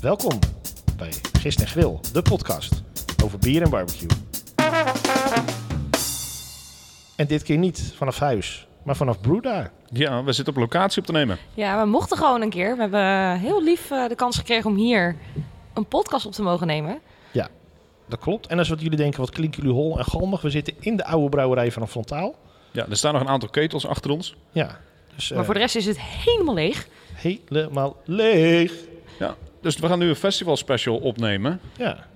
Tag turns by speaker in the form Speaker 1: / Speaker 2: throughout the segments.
Speaker 1: Welkom bij Gist en Grill, de podcast over bier en barbecue. En dit keer niet vanaf huis, maar vanaf Brewdar.
Speaker 2: Ja, we zitten op locatie op te nemen.
Speaker 3: Ja, we mochten gewoon een keer. We hebben heel lief eh, de kans gekregen om hier een podcast op te mogen nemen.
Speaker 1: Dat klopt. En als wat jullie denken, wat klinken jullie hol en galmig. We zitten in de oude brouwerij van een frontaal.
Speaker 2: Ja, er staan nog een aantal ketels achter ons.
Speaker 1: Ja, dus eh,
Speaker 3: Maar voor de rest is het helemaal leeg.
Speaker 1: helemaal leeg.
Speaker 2: Ja, dus we gaan nu een festival special opnemen.
Speaker 1: Ja.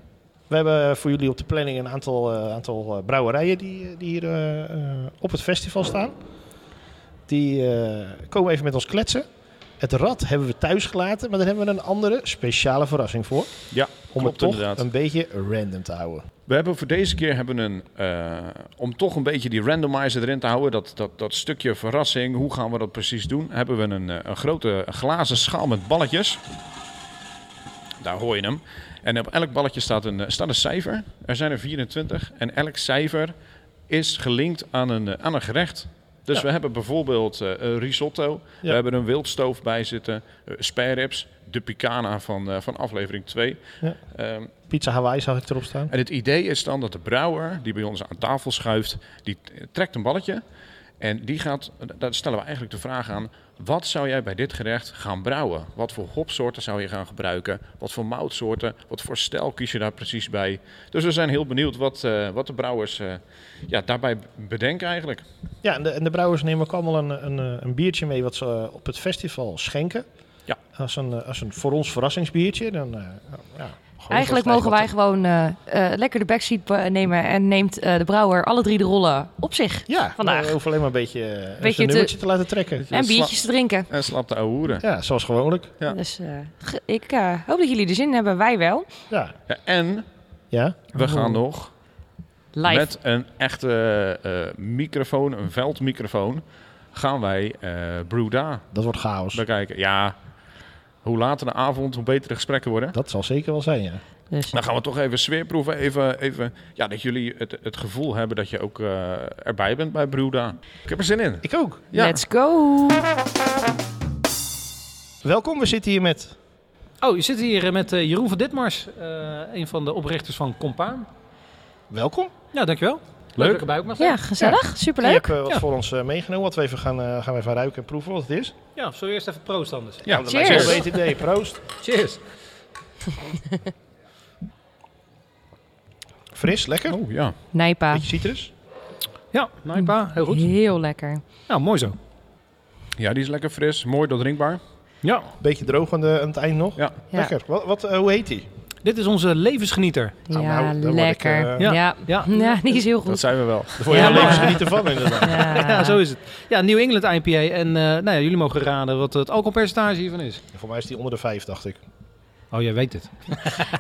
Speaker 1: We hebben voor jullie op de planning een aantal, eh, aantal eh, brouwerijen die, eh, die hier eh, eh, op het festival staan. Die eh, komen even met ons kletsen. Het rad hebben we thuis gelaten, maar daar hebben we een andere speciale verrassing voor.
Speaker 2: Ja,
Speaker 1: Om
Speaker 2: klopt
Speaker 1: het toch
Speaker 2: inderdaad.
Speaker 1: een beetje random te houden.
Speaker 2: We hebben voor deze keer hebben we een, eh, om toch een beetje die randomizer erin te houden, dat, dat, dat stukje verrassing, hoe gaan we dat precies doen, hebben we een, eh, een grote glazen schaal met balletjes. Daar hoor je hem. En op elk balletje staat een, eh, staat een cijfer. Er zijn er 24 en elk cijfer is gelinkt aan een, eh, aan een gerecht. Dus
Speaker 1: Ja.
Speaker 2: we hebben bijvoorbeeld eh, een risotto,
Speaker 1: Ja.
Speaker 2: we hebben een wildstoof bij zitten, eh spare ribs, de picana van, eh, van aflevering 2.
Speaker 1: Ja.
Speaker 2: Ehm,
Speaker 1: Pizza Hawaii zag ik erop staan.
Speaker 2: en het idee is dan dat de brouwer die bij ons aan tafel schuift, die t- trekt een balletje. En die gaat, eh, daar stellen we eigenlijk de vraag aan, wat zou jij bij dit gerecht gaan brouwen? Wat voor hopsoorten zou je gaan gebruiken? Wat voor moutsoorten? Wat voor stijl kies je daar precies bij? Dus we zijn heel benieuwd wat, eh, wat de brouwers eh, ja, daarbij b- bedenken eigenlijk.
Speaker 1: Ja, en de, en de brouwers nemen ook allemaal een, een, eh, een biertje mee wat ze eh, op het festival schenken.
Speaker 2: Ja.
Speaker 1: Als een, eh, als een voor ons verrassingsbiertje. Dan, eh, nou, ja, gewoon zoals
Speaker 3: Eigenlijk
Speaker 1: het
Speaker 3: mogen wij
Speaker 1: wat-
Speaker 3: gewoon eh, eh, lekker de backseat be- nemen en neemt eh, de brouwer alle drie de rollen op zich.
Speaker 1: Ja,
Speaker 3: vandaag.
Speaker 1: We hoeven alleen maar een beetje, eh, een
Speaker 3: Beetje te-
Speaker 1: nummertje te laten trekken.
Speaker 2: Ja,
Speaker 3: En
Speaker 2: sla-
Speaker 3: biertjes te drinken.
Speaker 2: En slap de ouwe hoeren.
Speaker 1: Ja, zoals gewoonlijk.
Speaker 2: Ja.
Speaker 3: Dus eh, ge- ik eh, hoop dat jullie er zin in hebben. Wij wel.
Speaker 1: Ja.
Speaker 2: Ja, en
Speaker 1: Ja.
Speaker 2: we gaan nog
Speaker 3: Live.
Speaker 2: Met een echte eh, microfoon, een veldmicrofoon, gaan wij eh Brewda
Speaker 1: Dat wordt chaos.
Speaker 2: bekijken. Ja, hoe later de avond, hoe beter de gesprekken worden.
Speaker 1: Dat zal zeker wel zijn, ja.
Speaker 3: Dus
Speaker 2: Dan gaan we toch even sfeerproeven. Even, even, ja, dat jullie het, het gevoel hebben dat je ook eh, erbij bent bij Brewda. Ik heb er zin in.
Speaker 1: Ik ook.
Speaker 2: Ja.
Speaker 3: let's go.
Speaker 1: Welkom, we zitten hier met...
Speaker 4: Oh, je zit hier eh, met eh, Jeroen van Ditmars, eh, een van de oprichters van Compaan.
Speaker 1: Welkom.
Speaker 4: Ja, dankjewel. dat ik
Speaker 2: Leuk.
Speaker 4: erbij ook mag zijn.
Speaker 3: Ja, gezellig.
Speaker 1: Je
Speaker 3: Superleuk.
Speaker 1: hebt eh, wat
Speaker 4: Ja.
Speaker 1: voor ons eh, meegenomen, wat we even gaan, eh, gaan we even ruiken en proeven wat het is.
Speaker 4: Ja, zullen we eerst even proost anders?
Speaker 2: Ja,
Speaker 1: dat
Speaker 3: Cheers.
Speaker 1: lijkt me een beter idee. Proost.
Speaker 4: Cheers.
Speaker 1: Fris, lekker.
Speaker 2: Oh ja.
Speaker 3: Nijpa.
Speaker 1: Beetje citrus.
Speaker 4: Ja, Nijpa, heel goed.
Speaker 3: Heel lekker.
Speaker 4: Nou, mooi zo.
Speaker 2: Ja, die is lekker fris, mooi doordrinkbaar.
Speaker 4: Ja.
Speaker 1: Beetje droog aan, de, aan het eind nog.
Speaker 2: Ja.
Speaker 3: Ja.
Speaker 1: Lekker. Wat, wat, eh, hoe heet die?
Speaker 4: Dit is onze levensgenieter.
Speaker 1: Nou,
Speaker 3: ja,
Speaker 1: nou, daar word ik,
Speaker 3: lekker.
Speaker 1: eh,
Speaker 3: ja.
Speaker 4: Ja.
Speaker 3: Ja.
Speaker 4: Ja.
Speaker 3: die is heel
Speaker 2: Dat
Speaker 3: goed.
Speaker 2: zijn we wel.
Speaker 1: Daar word je
Speaker 3: Ja,
Speaker 1: ja,
Speaker 3: maar-
Speaker 1: genieten van, inderdaad.
Speaker 4: Ja, zo is het. Ja, New England IPA. En eh, nou ja, jullie mogen raden wat het alcoholpercentage hiervan is.
Speaker 1: Voor mij is die onder de vijf, dacht ik.
Speaker 4: Oh, jij weet het.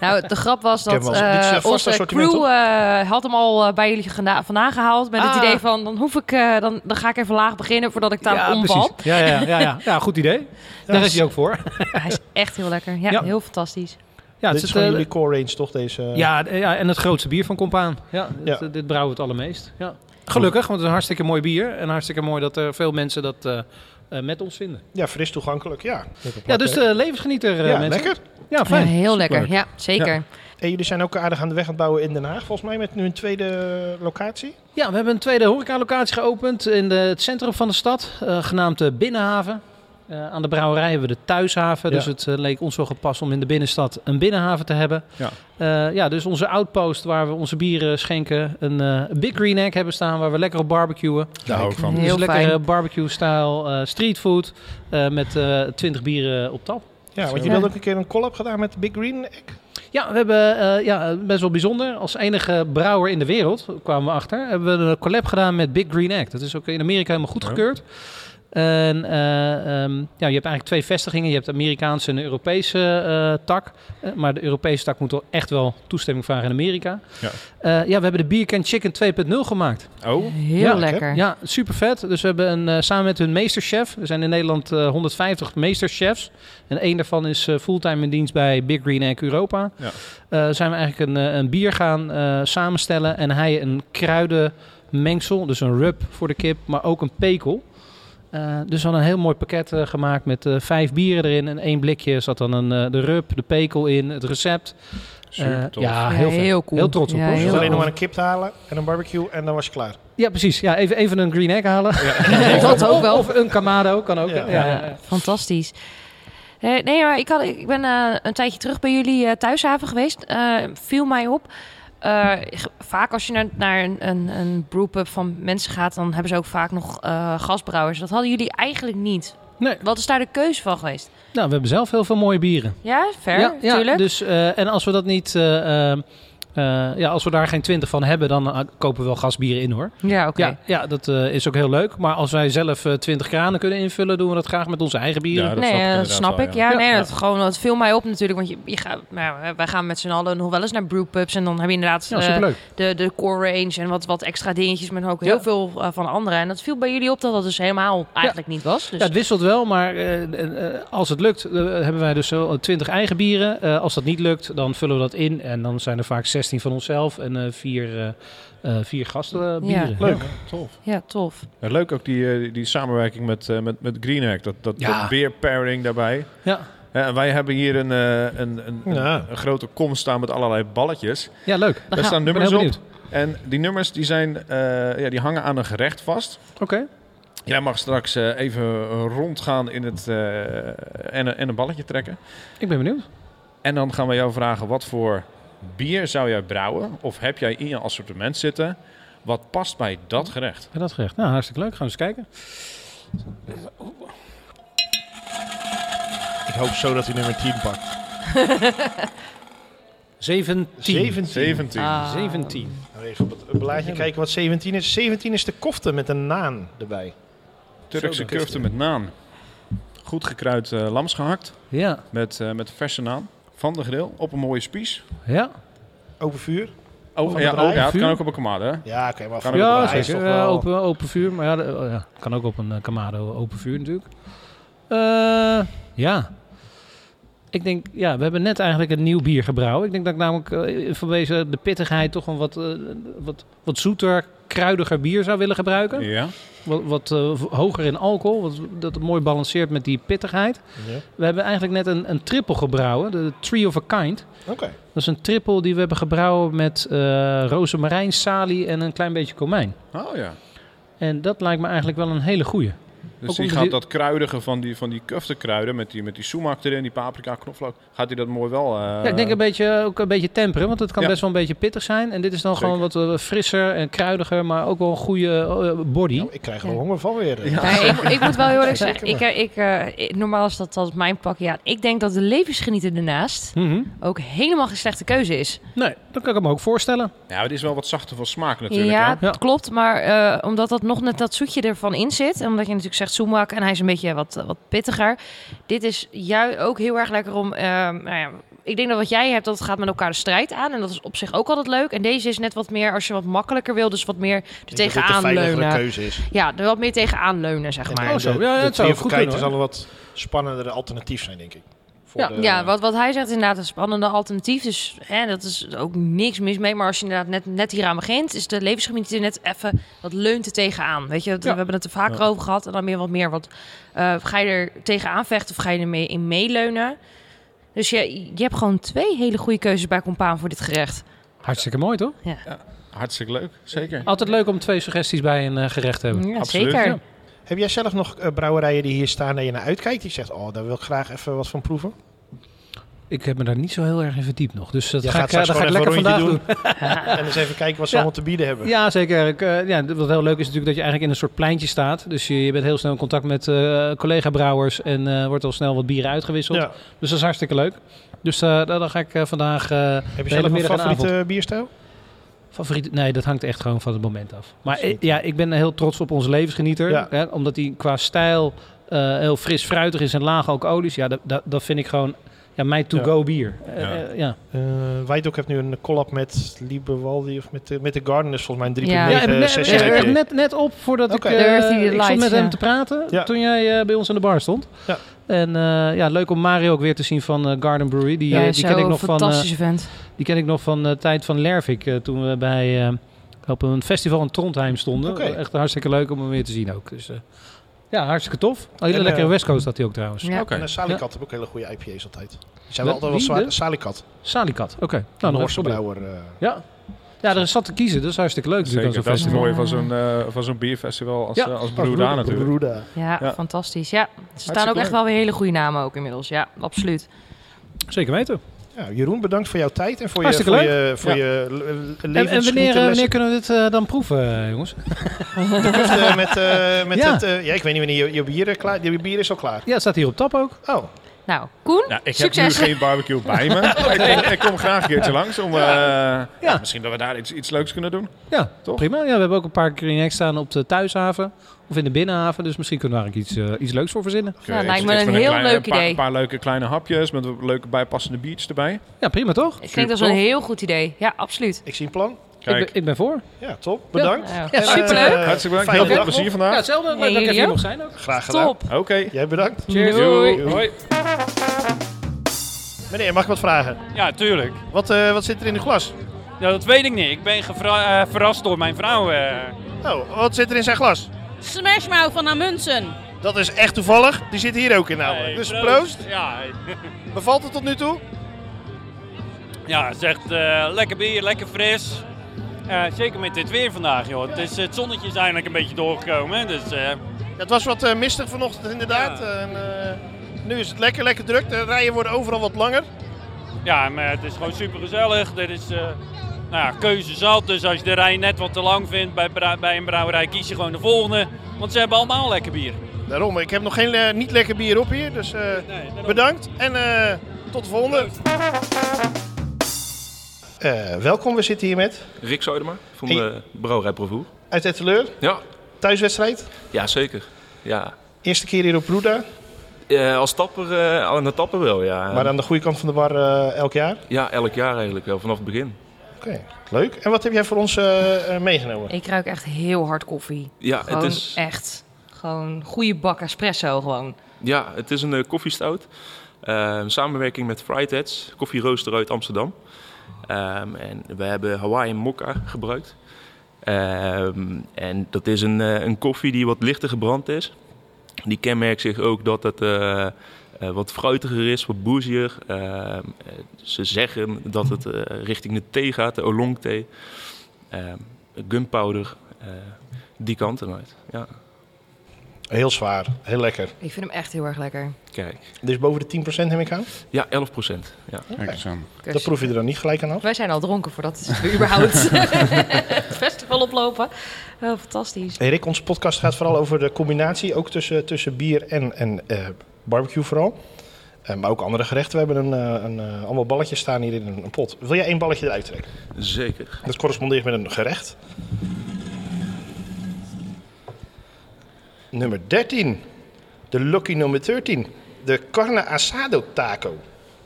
Speaker 3: Nou, de grap was
Speaker 1: Ik heb
Speaker 3: dat
Speaker 1: wel eens- dit is
Speaker 3: eh,
Speaker 1: een vast
Speaker 3: onze
Speaker 1: assortiment,
Speaker 3: crew eh, had hem al eh, bij jullie gena- vandaan gehaald. Met het
Speaker 4: Ah.
Speaker 3: idee van, dan, hoef ik, eh, dan, dan ga ik even laag beginnen voordat ik daar
Speaker 4: ja,
Speaker 3: omval. Dus
Speaker 4: precies. Ja, ja, ja, ja. ja, goed idee. Daar is hij ook voor.
Speaker 3: Hij is echt heel lekker. Ja,
Speaker 4: Ja.
Speaker 3: heel fantastisch.
Speaker 4: Ja,
Speaker 1: dit
Speaker 4: het
Speaker 1: is
Speaker 4: is,
Speaker 1: gewoon
Speaker 4: eh,
Speaker 1: jullie core range, toch? Deze, eh,
Speaker 4: ja, eh, ja, en het grootste bier van Compaan. Ja,
Speaker 1: Ja.
Speaker 4: Dit, dit brouwen we het allermeest. Ja. Gelukkig, want het is een hartstikke mooi bier. En hartstikke mooi dat er veel mensen dat eh, eh, met ons vinden.
Speaker 1: ja, fris toegankelijk, ja.
Speaker 4: Ja, dus de levensgenieter eh,
Speaker 1: ja,
Speaker 4: mensen.
Speaker 1: lekker.
Speaker 4: Ja,
Speaker 3: Ja,
Speaker 4: fijn.
Speaker 3: heel lekker.
Speaker 2: Superleuk.
Speaker 3: Ja, zeker.
Speaker 1: En jullie zijn ook aardig aan de weg aan het bouwen in Den Haag, volgens mij, met nu een tweede eh, locatie.
Speaker 4: Ja, we hebben een tweede horecalocatie geopend in de, het centrum van de stad, eh, genaamd de Binnenhaven. Eh, aan de brouwerij hebben we de Thuishaven,
Speaker 1: Ja.
Speaker 4: dus het eh, leek ons wel gepast om in de binnenstad een binnenhaven te hebben.
Speaker 2: Ja.
Speaker 4: Eh, ja, dus onze outpost waar we onze bieren schenken, een eh, Big Green Egg hebben staan waar we lekker op barbecuen.
Speaker 2: Daar hou ik van.
Speaker 3: Heel
Speaker 4: dus lekker
Speaker 3: fijn.
Speaker 4: eh, barbecue-stijl eh, streetfood eh, met eh 20 bieren op tap.
Speaker 1: Ja, want
Speaker 2: Zo.
Speaker 1: jullie hadden ook een keer een collab gedaan met Big Green Egg.
Speaker 4: Ja, we hebben eh, ja, best wel bijzonder. Als enige brouwer in de wereld, kwamen we achter, hebben we een collab gedaan met Big Green Act. Dat is ook in Amerika helemaal goedgekeurd. En eh, ehm, ja, je hebt eigenlijk twee vestigingen. Je hebt de Amerikaanse en de Europese eh, tak. Eh, maar de Europese tak moet wel echt wel toestemming vragen in Amerika.
Speaker 2: Ja.
Speaker 4: Eh, ja, we hebben de Beer Can Chicken 2.0 gemaakt.
Speaker 2: Oh,
Speaker 3: Heel
Speaker 4: Ja,
Speaker 3: lekker.
Speaker 4: Ja, super vet. Dus we hebben een, eh, samen met hun meesterchef. Er zijn in Nederland eh, 150 meesterchefs. En één daarvan is eh, fulltime in dienst bij Big Green Egg Europa.
Speaker 2: Ja.
Speaker 4: Eh, zijn we eigenlijk een, eh, een bier gaan eh, samenstellen. En hij een kruidenmengsel, dus een rub voor de kip, maar ook een pekel. Eh, dus we hadden een heel mooi pakket eh, gemaakt met eh, vijf bieren erin. En één blikje zat dan een, eh, de rub, de pekel in, het recept.
Speaker 2: Super
Speaker 4: Eh,
Speaker 2: tof.
Speaker 4: Ja, heel, vet.
Speaker 3: heel cool.
Speaker 4: Heel trots op,
Speaker 3: Ja,
Speaker 4: hoor.
Speaker 1: Dus
Speaker 3: heel
Speaker 1: alleen nog
Speaker 3: cool.
Speaker 1: maar een kip te halen en een barbecue en dan was je klaar.
Speaker 4: Ja, precies. Ja, even, even een green egg halen.
Speaker 3: dat ook wel.
Speaker 4: Of een kamado, kan ook.
Speaker 1: Ja.
Speaker 4: Ja, ja, ja.
Speaker 3: Fantastisch. Eh, nee, maar ik, had, ik ben eh, een tijdje terug bij jullie eh, thuishaven geweest. Eh, viel mij op. Eh, ge- vaak als je naar, naar een, een, een brewpub van mensen gaat, dan hebben ze ook vaak nog eh, gasbrouwers. Dat hadden jullie eigenlijk niet.
Speaker 4: Nee.
Speaker 3: Wat is daar de keuze van geweest?
Speaker 4: Nou, we hebben zelf heel veel mooie bieren.
Speaker 3: Ja, ver,
Speaker 4: ja, ja,
Speaker 3: natuurlijk.
Speaker 4: Dus, eh, en als we dat niet... eh, eh, eh, ja, als we daar geen twintig van hebben, dan eh, kopen we wel gasbieren in, hoor.
Speaker 3: Ja, oké.
Speaker 4: Ja, ja, dat eh, is ook heel leuk. Maar als wij zelf eh, twintig kranen kunnen invullen, doen we dat graag met onze eigen bieren.
Speaker 2: Ja, dat
Speaker 3: nee,
Speaker 2: snap ik
Speaker 3: eh, dat
Speaker 2: inderdaad
Speaker 3: snap
Speaker 2: wel,
Speaker 3: ik.
Speaker 2: ja.
Speaker 3: Ja, nee,
Speaker 4: Ja.
Speaker 3: dat, gewoon, dat viel mij op natuurlijk. Want je, je gaat, nou, eh, wij gaan met z'n allen nog wel eens naar brewpubs. En dan heb je inderdaad
Speaker 4: Ja,
Speaker 3: eh,
Speaker 4: superleuk.
Speaker 3: de, de core range en wat, wat extra dingetjes. Maar ook heel
Speaker 4: Ja.
Speaker 3: veel eh, van anderen. En dat viel bij jullie op dat dat dus helemaal eigenlijk niet was. Dus,
Speaker 4: Ja, het wisselt wel, maar eh, eh, eh, als het lukt, eh, hebben wij dus zo 20 eigen bieren. Eh, als dat niet lukt, dan vullen we dat in. En dan zijn er vaak 16 van onszelf en eh, vier, eh, eh, vier gastenbieren.
Speaker 3: Ja.
Speaker 2: Leuk, tof.
Speaker 3: ja, tof.
Speaker 2: Ja, leuk ook die, eh, die samenwerking met, eh, met, met Greenhack. Dat, dat,
Speaker 4: Ja.
Speaker 2: dat beer pairing daarbij.
Speaker 4: Ja.
Speaker 2: Eh, en wij hebben hier een, eh, een, een, een-
Speaker 1: Ja.
Speaker 2: een grote kom staan met allerlei balletjes.
Speaker 4: Ja, leuk.
Speaker 2: Daar staan
Speaker 4: Ik ben
Speaker 2: nummers
Speaker 4: heel
Speaker 2: op.
Speaker 4: benieuwd.
Speaker 2: En die nummers die zijn, eh, ja, die hangen aan een gerecht vast.
Speaker 4: Oké.
Speaker 2: Jij mag straks eh, even rondgaan in het, eh, en, een- en een balletje trekken.
Speaker 4: Ik ben benieuwd.
Speaker 2: En dan gaan we jou vragen wat voor bier zou jij brouwen? Of heb jij in je assortiment zitten? Wat past bij dat gerecht?
Speaker 4: En dat gerecht. Nou, hartstikke leuk. Gaan we eens kijken.
Speaker 1: Ik hoop zo dat hij nummer 10 pakt.
Speaker 4: 17.
Speaker 1: 17.
Speaker 2: 17.
Speaker 3: Ah.
Speaker 4: 17.
Speaker 2: Nou,
Speaker 1: Even op het blaadje kijken wat 17 is. 17 is de kofte met een naan erbij.
Speaker 2: Turkse
Speaker 1: Zo, dat
Speaker 2: kurfte met naan. Goed gekruid eh lams gehakt
Speaker 4: Ja.
Speaker 2: met, eh, met verse naan van de grill op een mooie spies.
Speaker 4: Ja.
Speaker 1: Open vuur?
Speaker 2: Over,
Speaker 1: Over
Speaker 2: ja,
Speaker 1: bedrijf,
Speaker 2: oh, ja, het
Speaker 4: vuur.
Speaker 2: kan ook op een kamade. hè?
Speaker 1: Ja, oké.
Speaker 2: Kan
Speaker 1: maar voor
Speaker 2: ook
Speaker 1: de
Speaker 4: Ja,
Speaker 2: op
Speaker 1: prijs
Speaker 4: zeker.
Speaker 1: toch wel.
Speaker 4: Eh, open, open vuur. Maar ja, de- oh ja, kan ook op een eh, Kamado open vuur natuurlijk. Eh, ja. Ik denk, ja, we hebben net eigenlijk een nieuw bier gebrouwen. Ik denk dat ik namelijk eh, vanwege de pittigheid toch een wat, eh, wat, wat zoeter, kruidiger bier zou willen gebruiken.
Speaker 2: Ja.
Speaker 4: Wat, wat eh, v- hoger in alcohol, wat, dat het mooi balanceert met die pittigheid.
Speaker 1: Ja.
Speaker 4: We hebben eigenlijk net een, een triple gebrouwen, de Tree of a Kind.
Speaker 1: Oké.
Speaker 4: Dat is een triple die we hebben gebrouwen met eh rozemarijn, salie en een klein beetje komijn.
Speaker 2: Oh ja.
Speaker 4: En dat lijkt me eigenlijk wel een hele goeie.
Speaker 2: Dus
Speaker 4: Ook
Speaker 2: die
Speaker 4: om
Speaker 2: gaat
Speaker 4: die-
Speaker 2: dat kruidige van die, van die kufte kruiden met die, met die sumac erin, die paprika, knoflook, gaat hij dat mooi wel... eh,
Speaker 4: ja, ik denk een beetje, ook een beetje temperen, want het kan
Speaker 2: Ja.
Speaker 4: best wel een beetje pittig zijn. En dit is dan
Speaker 2: Zeker.
Speaker 4: gewoon wat eh, frisser en kruidiger, maar ook wel een goede eh, body.
Speaker 1: Nou, ik krijg er honger van weer.
Speaker 2: Ja.
Speaker 3: Nee, ik, ik moet wel heel eerlijk zeggen. Ik,
Speaker 1: Zeker
Speaker 3: eh, ik, eh, ik- normaal is dat, dat mijn pak. Ja, ik denk dat de levensgenieter ernaast
Speaker 4: Mhm.
Speaker 3: ook helemaal geen slechte keuze is.
Speaker 4: Nee, dat kan ik me ook voorstellen.
Speaker 2: Ja, het is wel wat zachter van smaak natuurlijk.
Speaker 3: ja,
Speaker 2: hè?
Speaker 3: dat klopt. Maar eh, omdat dat nog net dat zoetje ervan in zit. Omdat je natuurlijk zegt zoemak en hij is een beetje wat, wat pittiger. Dit is juist ook heel erg lekker om... eh, nou ja, ik denk dat wat jij hebt, dat gaat met elkaar de strijd aan. En dat is op zich ook altijd leuk. En deze is net wat meer, als je wat makkelijker wil, dus wat meer er
Speaker 1: de
Speaker 3: tegenaan
Speaker 1: veiligere
Speaker 3: leunen.
Speaker 1: keuze is.
Speaker 3: Ja, er wat meer tegenaan leunen, zeg maar.
Speaker 4: Oh, zo. Ja, ja,
Speaker 1: de
Speaker 4: het zou
Speaker 1: Triof
Speaker 4: goed
Speaker 1: Kite
Speaker 4: kunnen,
Speaker 1: zal
Speaker 4: hoor.
Speaker 1: een wat spannendere alternatief zijn, denk ik. Voor
Speaker 4: Ja.
Speaker 1: de-
Speaker 3: Ja, wat, wat hij zegt is inderdaad een spannende alternatief. Dus hè, dat is ook niks mis mee. Maar als je inderdaad net, net hieraan begint, is de levensgebied net even wat leunt er tegenaan. Weet je, dat-
Speaker 4: Ja.
Speaker 3: we hebben het er vaker over gehad. En dan meer wat meer. Wat, eh, ga je er tegenaan vechten of ga je er mee in meeleunen? Dus je, je hebt gewoon twee hele goede keuzes bij Compaan voor dit gerecht.
Speaker 4: Hartstikke mooi, toch?
Speaker 2: Hartstikke leuk, zeker.
Speaker 4: Altijd leuk om twee suggesties bij een eh, gerecht te hebben.
Speaker 3: Ja,
Speaker 2: absoluut,
Speaker 3: zeker.
Speaker 4: ja.
Speaker 1: Heb jij zelf nog eh, brouwerijen die hier staan en je naar uitkijkt? Die zegt, oh, daar wil ik graag even wat van proeven.
Speaker 4: Ik heb me daar niet zo heel erg in verdiept nog, dus dat
Speaker 1: Jij
Speaker 4: ga
Speaker 1: gaat
Speaker 4: ik, eh,
Speaker 1: straks
Speaker 4: dat ga ik
Speaker 1: gewoon
Speaker 4: lekker
Speaker 1: even een
Speaker 4: vandaag
Speaker 1: rondje
Speaker 4: doen.
Speaker 1: doen. en eens even kijken wat ze
Speaker 4: Ja.
Speaker 1: allemaal te bieden hebben.
Speaker 4: Ja, zeker. Ik, eh, ja, d- wat heel leuk is natuurlijk dat je eigenlijk in een soort pleintje staat. Dus je, je bent heel snel in contact met eh, collega-brouwers en eh, wordt al snel wat bieren uitgewisseld.
Speaker 1: Ja.
Speaker 4: Dus dat is hartstikke leuk. Dus eh, daar, daar ga ik eh, vandaag... eh,
Speaker 1: Heb je
Speaker 4: hele
Speaker 1: zelf een
Speaker 4: middag en
Speaker 1: favoriete eh, bierstijl?
Speaker 4: Favoriet, nee, dat hangt echt gewoon van het moment af. Maar eh, ja, ik ben heel trots op onze levensgenieter.
Speaker 1: Ja.
Speaker 4: Hè, omdat die qua stijl eh, heel fris fruitig is en laag ook olies. Ja, dat, dat, dat vind ik gewoon ja, mijn to-go bier. Eh,
Speaker 2: Ja.
Speaker 4: eh, ja.
Speaker 1: Eh Wijdok heeft nu een collab met Liberwaldi of met de, met de Gardeners volgens mij
Speaker 3: Ja,
Speaker 1: een 3.9
Speaker 4: heb ik net,
Speaker 1: sessie
Speaker 4: heb ik
Speaker 1: IPA.
Speaker 4: net, net op voordat
Speaker 1: Oké.
Speaker 4: ik, eh,
Speaker 3: Dirty
Speaker 4: ik stond
Speaker 3: Delights,
Speaker 4: met
Speaker 3: ja.
Speaker 4: hem te praten
Speaker 1: Ja.
Speaker 4: toen jij eh, bij ons aan de bar stond.
Speaker 1: Ja.
Speaker 4: En eh, ja, leuk om Mario ook weer te zien van eh, Garden Brewery. Die, eh, die, ken ik nog van, eh,
Speaker 3: fantastische vent.
Speaker 4: die ken ik nog van de tijd van Lervik eh, toen we bij, eh, op een festival in Trondheim stonden.
Speaker 1: Oké.
Speaker 4: Echt hartstikke leuk om hem weer te zien ook. Dus eh, Ja, hartstikke tof. Een hele
Speaker 1: En,
Speaker 4: lekkere
Speaker 1: eh,
Speaker 4: West Coast had hij ook trouwens.
Speaker 3: Ja.
Speaker 2: Oké.
Speaker 1: En een Salicat hebben ook hele goede IPA's altijd. Die zijn wel altijd
Speaker 4: Wat?
Speaker 1: wel
Speaker 4: Wie?
Speaker 1: zwaar.
Speaker 4: De?
Speaker 1: Salicat.
Speaker 4: Salicat. Oké. Nou,
Speaker 1: Een
Speaker 4: nog
Speaker 1: Horse
Speaker 4: eens proberen.
Speaker 1: Brouwer. eh,
Speaker 4: Ja. Ja, er is zat te kiezen. Dat is hartstikke leuk natuurlijk
Speaker 2: Zeker,
Speaker 4: aan
Speaker 2: dat
Speaker 4: zo'n
Speaker 2: is het
Speaker 4: festival.
Speaker 2: mooie van zo'n, eh, van zo'n bierfestival als,
Speaker 4: Ja,
Speaker 2: eh, als
Speaker 1: Broeder,
Speaker 2: Broeda natuurlijk.
Speaker 1: Broeder.
Speaker 3: Ja,
Speaker 2: Ja.
Speaker 3: fantastisch. Ja, er staan ook
Speaker 2: leuk.
Speaker 3: echt wel weer hele goede namen ook inmiddels. Ja, absoluut.
Speaker 4: Zeker weten.
Speaker 1: Ja, Jeroen, bedankt voor jouw tijd en voor je,
Speaker 4: Hartstikke
Speaker 1: voor je, voor je le-
Speaker 4: En, en wanneer, eh,
Speaker 1: levensgenietenlessen.
Speaker 4: wanneer kunnen we dit eh, dan proeven, eh, jongens?
Speaker 1: Dus, eh, met, eh, met
Speaker 4: Ja.
Speaker 1: het, eh, ja, ik weet niet wanneer je, je bier eh, klaar Je bier is al klaar.
Speaker 4: Ja, het staat hier op tap ook.
Speaker 1: Oh,
Speaker 3: Nou, Koen,
Speaker 2: Nou, ik heb
Speaker 3: succes.
Speaker 2: nu geen barbecue bij me. ik, kom, ik kom graag een keertje langs. Om, eh, ja.
Speaker 4: Ja.
Speaker 2: misschien dat we daar iets, iets leuks kunnen doen. eh,
Speaker 4: Ja,
Speaker 2: Toch?
Speaker 4: prima. Ja, we hebben ook een paar Greenhack staan op de thuishaven of in de binnenhaven. Dus misschien kunnen we daar ook iets, eh, iets leuks voor verzinnen.
Speaker 2: Ik,
Speaker 3: Ja,
Speaker 2: eh,
Speaker 3: Nou, lijkt
Speaker 2: ik-
Speaker 3: me
Speaker 2: ik
Speaker 3: een
Speaker 2: vind
Speaker 3: heel
Speaker 2: kleine-
Speaker 3: leuk
Speaker 2: paar,
Speaker 3: idee.
Speaker 2: Een paar leuke kleine hapjes met wat leuke bijpassende biertjes erbij.
Speaker 4: Ja, prima toch?
Speaker 3: Ik denk dat is een
Speaker 2: Tof.
Speaker 3: heel goed idee. Ja, absoluut.
Speaker 1: ik zie een plan.
Speaker 4: Ik
Speaker 2: Kijk,
Speaker 4: ben, ik ben voor.
Speaker 1: Ja, top. Bedankt.
Speaker 3: Nou,
Speaker 4: Ja,
Speaker 1: En, eh,
Speaker 3: superleuk.
Speaker 2: hartstikke bedankt.
Speaker 1: fijne
Speaker 2: Heel veel
Speaker 1: dag
Speaker 2: plezier
Speaker 1: nog.
Speaker 4: Ja,
Speaker 2: vandaag.
Speaker 4: hetzelfde. Leuk
Speaker 3: Hey,
Speaker 4: dat ik
Speaker 3: jullie
Speaker 4: even
Speaker 3: ook?
Speaker 4: nog zijn ook.
Speaker 1: Graag gedaan.
Speaker 3: Top.
Speaker 2: Oké.
Speaker 1: Jij bedankt.
Speaker 4: Cheers.
Speaker 3: Doei.
Speaker 2: Hoi.
Speaker 1: Meneer, mag ik wat vragen?
Speaker 5: Ja, tuurlijk.
Speaker 1: Wat, eh, wat zit er in uw glas?
Speaker 5: Ja, dat weet ik niet. Ik ben gevra- eh, verrast door mijn vrouw. eh.
Speaker 1: Oh, wat zit er in zijn glas?
Speaker 6: Smashmouw van Amundsen.
Speaker 1: Dat is echt toevallig. Die zit hier ook in namelijk.
Speaker 5: Hey,
Speaker 1: dus proost.
Speaker 5: Ja,
Speaker 1: Bevalt het tot nu toe?
Speaker 5: ja het is echt eh, lekker bier, lekker fris. Eh, zeker met dit weer vandaag, joh. Het, is, het zonnetje is eindelijk een beetje doorgekomen. Dus, eh,
Speaker 1: Ja, het was wat eh, mistig vanochtend inderdaad. En, eh, nu is het lekker, lekker druk. De rijen worden overal wat langer.
Speaker 5: ja, maar het is gewoon super gezellig. Er is eh, nou ja, keuze zat. Dus als je de rij net wat te lang vindt bij, bra- bij een brouwerij, kies je gewoon de volgende. Want ze hebben allemaal lekker bier.
Speaker 1: Daarom, ik heb nog geen eh, niet lekker bier op hier. Dus eh, bedankt en eh, tot de volgende. Eh, welkom, we zitten hier met
Speaker 7: Rick Zuidema van
Speaker 1: Hey.
Speaker 7: de Brouwerij Provoer.
Speaker 1: uit Etteleur.
Speaker 7: Ja.
Speaker 1: Thuiswedstrijd.
Speaker 7: Ja, zeker. Ja.
Speaker 1: Eerste keer hier op Roeda,
Speaker 7: Eh, als tapper, eh, aan de tapper wel, ja.
Speaker 1: maar aan de goede kant van de bar eh, elk jaar.
Speaker 7: Ja, elk jaar eigenlijk wel, vanaf het begin.
Speaker 1: Oké, leuk. En wat heb jij voor ons eh, eh, meegenomen?
Speaker 3: Ik ruik echt heel hard koffie.
Speaker 7: Ja,
Speaker 3: Gewoon
Speaker 7: het is,
Speaker 3: echt. Gewoon goede bak espresso gewoon.
Speaker 7: ja, het is een eh, koffiestout. Eh, een samenwerking met Fried Heads, koffierooster uit Amsterdam. Ehm, en we hebben Hawaiian Mokka gebruikt. Ehm, en dat is een, eh, een koffie die wat lichter gebrand is. Die kenmerkt zich ook dat het eh, eh, wat fruitiger is, wat boezier. Ehm, eh, ze zeggen dat het eh, richting de thee gaat, de oolong thee. Ehm, gunpowder, eh, die kant eruit. Ja,
Speaker 1: Heel zwaar, heel lekker.
Speaker 3: Ik vind hem echt heel erg lekker.
Speaker 7: kijk.
Speaker 1: Dus boven de 10% neem ik aan.
Speaker 7: Ja, 11 procent. Ja.
Speaker 2: Kijk eens aan.
Speaker 3: Kus.
Speaker 1: Dat proef je er dan niet gelijk aan af.
Speaker 3: Wij zijn al dronken voordat we überhaupt het festival oplopen. Oh, fantastisch.
Speaker 1: Hey Rick, onze podcast gaat vooral over de combinatie, ook tussen, tussen bier en, en eh, barbecue vooral. Eh, maar ook andere gerechten. We hebben een, eh, een, eh, allemaal balletjes staan hier in een, een pot. Wil jij één balletje eruit trekken?
Speaker 7: Zeker.
Speaker 1: Dat correspondeert met een gerecht. Nummer 13. De lucky nummer 13. De carne asado taco.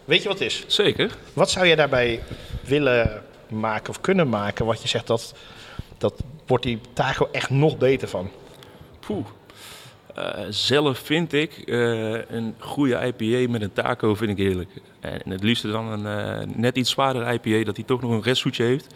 Speaker 1: Weet je wat het is?
Speaker 7: Zeker.
Speaker 1: Wat zou je daarbij willen maken of kunnen maken? Wat je zegt, dat, dat wordt die taco echt nog beter van.
Speaker 7: Poeh. Eh, zelf vind ik eh, een goede IPA met een taco vind ik heerlijk. En het liefste dan een eh, net iets zwaarder IPA, dat hij toch nog een restsoetje heeft.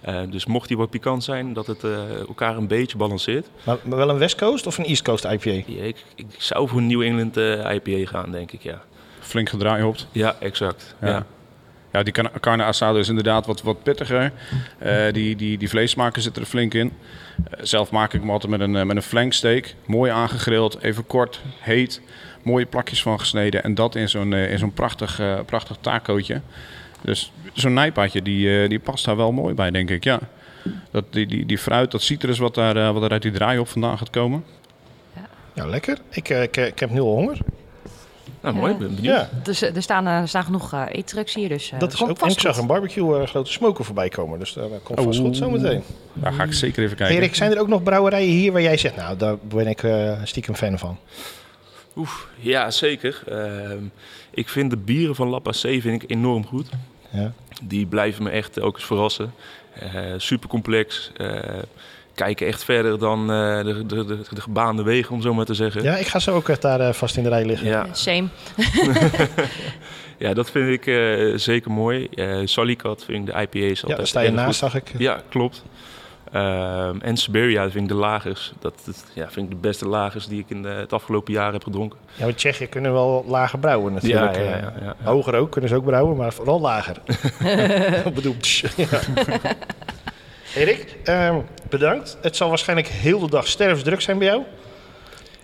Speaker 7: Eh, dus mocht die wat pikant zijn, dat het eh, elkaar een beetje balanceert.
Speaker 1: Maar, maar wel een West Coast of een East Coast IPA?
Speaker 7: Ja, ik, ik zou voor een New England eh, IPA gaan, denk ik, ja.
Speaker 2: Flink gedraaihopt.
Speaker 7: Ja, exact.
Speaker 2: Ja.
Speaker 7: Ja.
Speaker 2: Ja, die carne- carne asada is inderdaad wat, wat pittiger. Eh, die, die, die vleesmaken zitten er flink in. Eh, zelf maak ik hem altijd met een, eh, met een flanksteak. Mooi aangegrild, even kort, heet. Mooie plakjes van gesneden. En dat in zo'n eh, in zo'n prachtig, eh, prachtig tacootje. Dus zo'n nijpaadje, die, eh, die past daar wel mooi bij, denk ik. Ja. Dat, die, die, die fruit, dat citrus wat, daar, eh, wat er uit die draaihop vandaan gaat komen.
Speaker 1: Ja, lekker. Ik, eh, ik, eh, ik heb nu al honger.
Speaker 7: Nou, mooi. Ik ben benieuwd.
Speaker 1: Ja,
Speaker 3: Dus eh, er staan, eh, er staan genoeg eh, eettrucks hier, dus eh,
Speaker 1: dat is
Speaker 3: komt
Speaker 1: ook. En
Speaker 3: vast
Speaker 1: ik zag
Speaker 3: goed.
Speaker 1: een barbecue eh, grote smoker voorbij komen. Dus daar eh, komt vast goed zometeen.
Speaker 2: Daar ga ik zeker even kijken.
Speaker 7: dus-
Speaker 1: Erik, zijn er ook nog brouwerijen hier waar jij zegt, nou, daar ben ik eh, stiekem fan van?
Speaker 7: Oef, ja, zeker. Ehm, ik vind de bieren van La Passé vind ik enorm goed.
Speaker 1: Ja.
Speaker 7: Die blijven me echt ook eens verrassen. super complex. kijken echt verder dan eh, de, de, de, de gebaande wegen, om zo maar te zeggen.
Speaker 1: Ja, ik ga zo ook echt daar eh, vast in de rij liggen.
Speaker 7: Ja,
Speaker 3: Same.
Speaker 7: ja, dat vind ik eh, zeker mooi. Eh Salicat vind ik de IPA's altijd
Speaker 1: Ja, daar sta je
Speaker 7: erg
Speaker 1: naast,
Speaker 7: goed.
Speaker 1: zag ik.
Speaker 7: Ja, klopt. Ehm, en Siberia vind ik de lagers. Dat, dat- ja, vind ik de beste lagers die ik in de, het afgelopen jaar heb gedronken.
Speaker 1: Ja, want Tsjechië kunnen wel lager brouwen natuurlijk.
Speaker 7: ja, ja,
Speaker 1: eh.
Speaker 7: ja, ja.
Speaker 1: Hoger ook, kunnen ze ook brouwen, maar vooral lager. Ik bedoel, pss, ja. Erik, ehm, bedankt. Het zal waarschijnlijk heel de dag sterfsdruk zijn bij jou.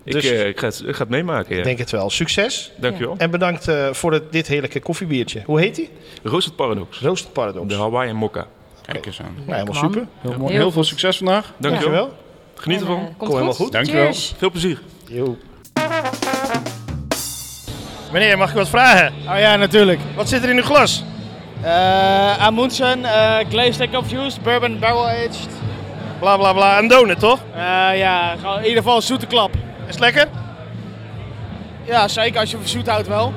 Speaker 7: Ik,
Speaker 1: Dus-
Speaker 7: eh, ik, ga het, ik ga het meemaken.
Speaker 1: Ik
Speaker 7: Ja.
Speaker 1: denk het wel. Succes.
Speaker 7: Dankjewel.
Speaker 1: En bedankt eh, voor het- dit heerlijke koffiebiertje. Hoe heet die?
Speaker 7: Roasted Paradox.
Speaker 1: Roasted Paradox.
Speaker 7: De
Speaker 1: Nou,
Speaker 7: Hawaiian Mokka.
Speaker 2: Kijk eens aan.
Speaker 1: helemaal
Speaker 3: man.
Speaker 1: super.
Speaker 2: Heel, mooi. Heel veel succes vandaag.
Speaker 7: Dankjewel.
Speaker 1: Dankjewel.
Speaker 7: Geniet ervan.
Speaker 3: Eh,
Speaker 1: Kom
Speaker 3: komt
Speaker 1: helemaal
Speaker 3: goed.
Speaker 1: goed.
Speaker 2: Dankjewel.
Speaker 3: Cheers.
Speaker 7: Veel plezier.
Speaker 1: Jo. Meneer, mag ik wat vragen?
Speaker 8: Oh ja, natuurlijk.
Speaker 1: Wat zit er in uw glas?
Speaker 8: Eh Amundsen, eh, Glazed and Confused, Bourbon Barrel Aged.
Speaker 1: Bla bla bla. Een donut, toch?
Speaker 8: Eh, ja, gewoon in ieder geval een zoete klap.
Speaker 1: Is het lekker?
Speaker 8: Ja, zeker als je van zoet houdt wel.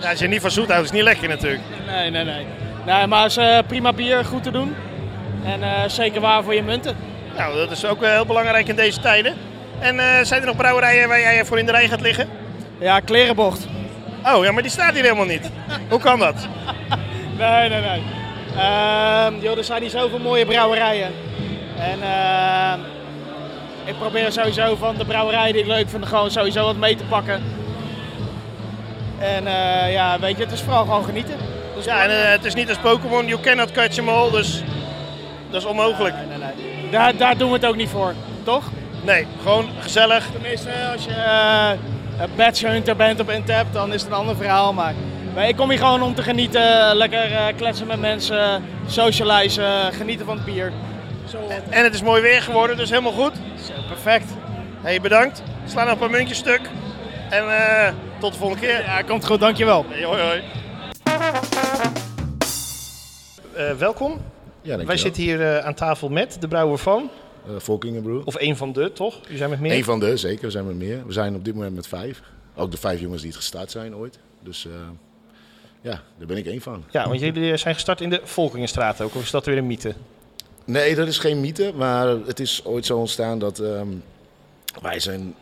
Speaker 1: Ja, als je niet van zoet houdt, is het niet lekker natuurlijk.
Speaker 8: Nee, nee, nee. Nee, maar het is eh, prima bier, goed te doen. En eh, zeker waar voor je munten.
Speaker 1: Nou, dat is ook wel heel belangrijk in deze tijden. En eh, zijn er nog brouwerijen waar jij voor in de rij gaat liggen?
Speaker 8: Ja, klerenbocht.
Speaker 1: Oh, ja, maar die staat hier helemaal niet. Hoe kan dat?
Speaker 8: Nee, nee, nee. Ehm, joh, er zijn hier zoveel mooie brouwerijen. En ehm, ik probeer sowieso van de brouwerijen die ik leuk vind, gewoon sowieso wat mee te pakken. En eh, ja, weet je, het is vooral gewoon genieten. Dus
Speaker 1: Ja, en eh, het is niet als Pokémon, you cannot catch them all, dus dat is onmogelijk.
Speaker 8: nee, nee, nee. Daar, daar doen we het ook niet voor, toch?
Speaker 1: Nee, gewoon gezellig.
Speaker 8: Tenminste, als je eh een badge hunter bent op Intap, dan is het een ander verhaal. Maar maar ik kom hier gewoon om te genieten, lekker eh, kletsen met mensen, socializen, genieten van het bier. Zo,
Speaker 1: En het is mooi weer geworden, dus helemaal goed.
Speaker 8: perfect.
Speaker 1: hey, bedankt. Sla nog een paar muntjes stuk. En eh, tot de volgende keer.
Speaker 8: Ja, komt goed, dankjewel.
Speaker 1: Hey, hoi, hoi. Eh, welkom. Wij zitten hier eh, aan tafel met de brouwer van,
Speaker 9: Uh, Volkingenbroer.
Speaker 1: of een van de, toch? U zijn met meer.
Speaker 9: Eén van de, zeker. We zijn met meer. We zijn op dit moment met vijf. Ook de vijf jongens die het gestart zijn ooit. Dus eh, ja, daar ben ik één van.
Speaker 1: Ja, want jullie eh, zijn gestart in de Volkingenstraat ook, of is dat weer een mythe?
Speaker 9: Nee, dat is geen mythe, maar het is ooit zo ontstaan dat ehm, wij zijn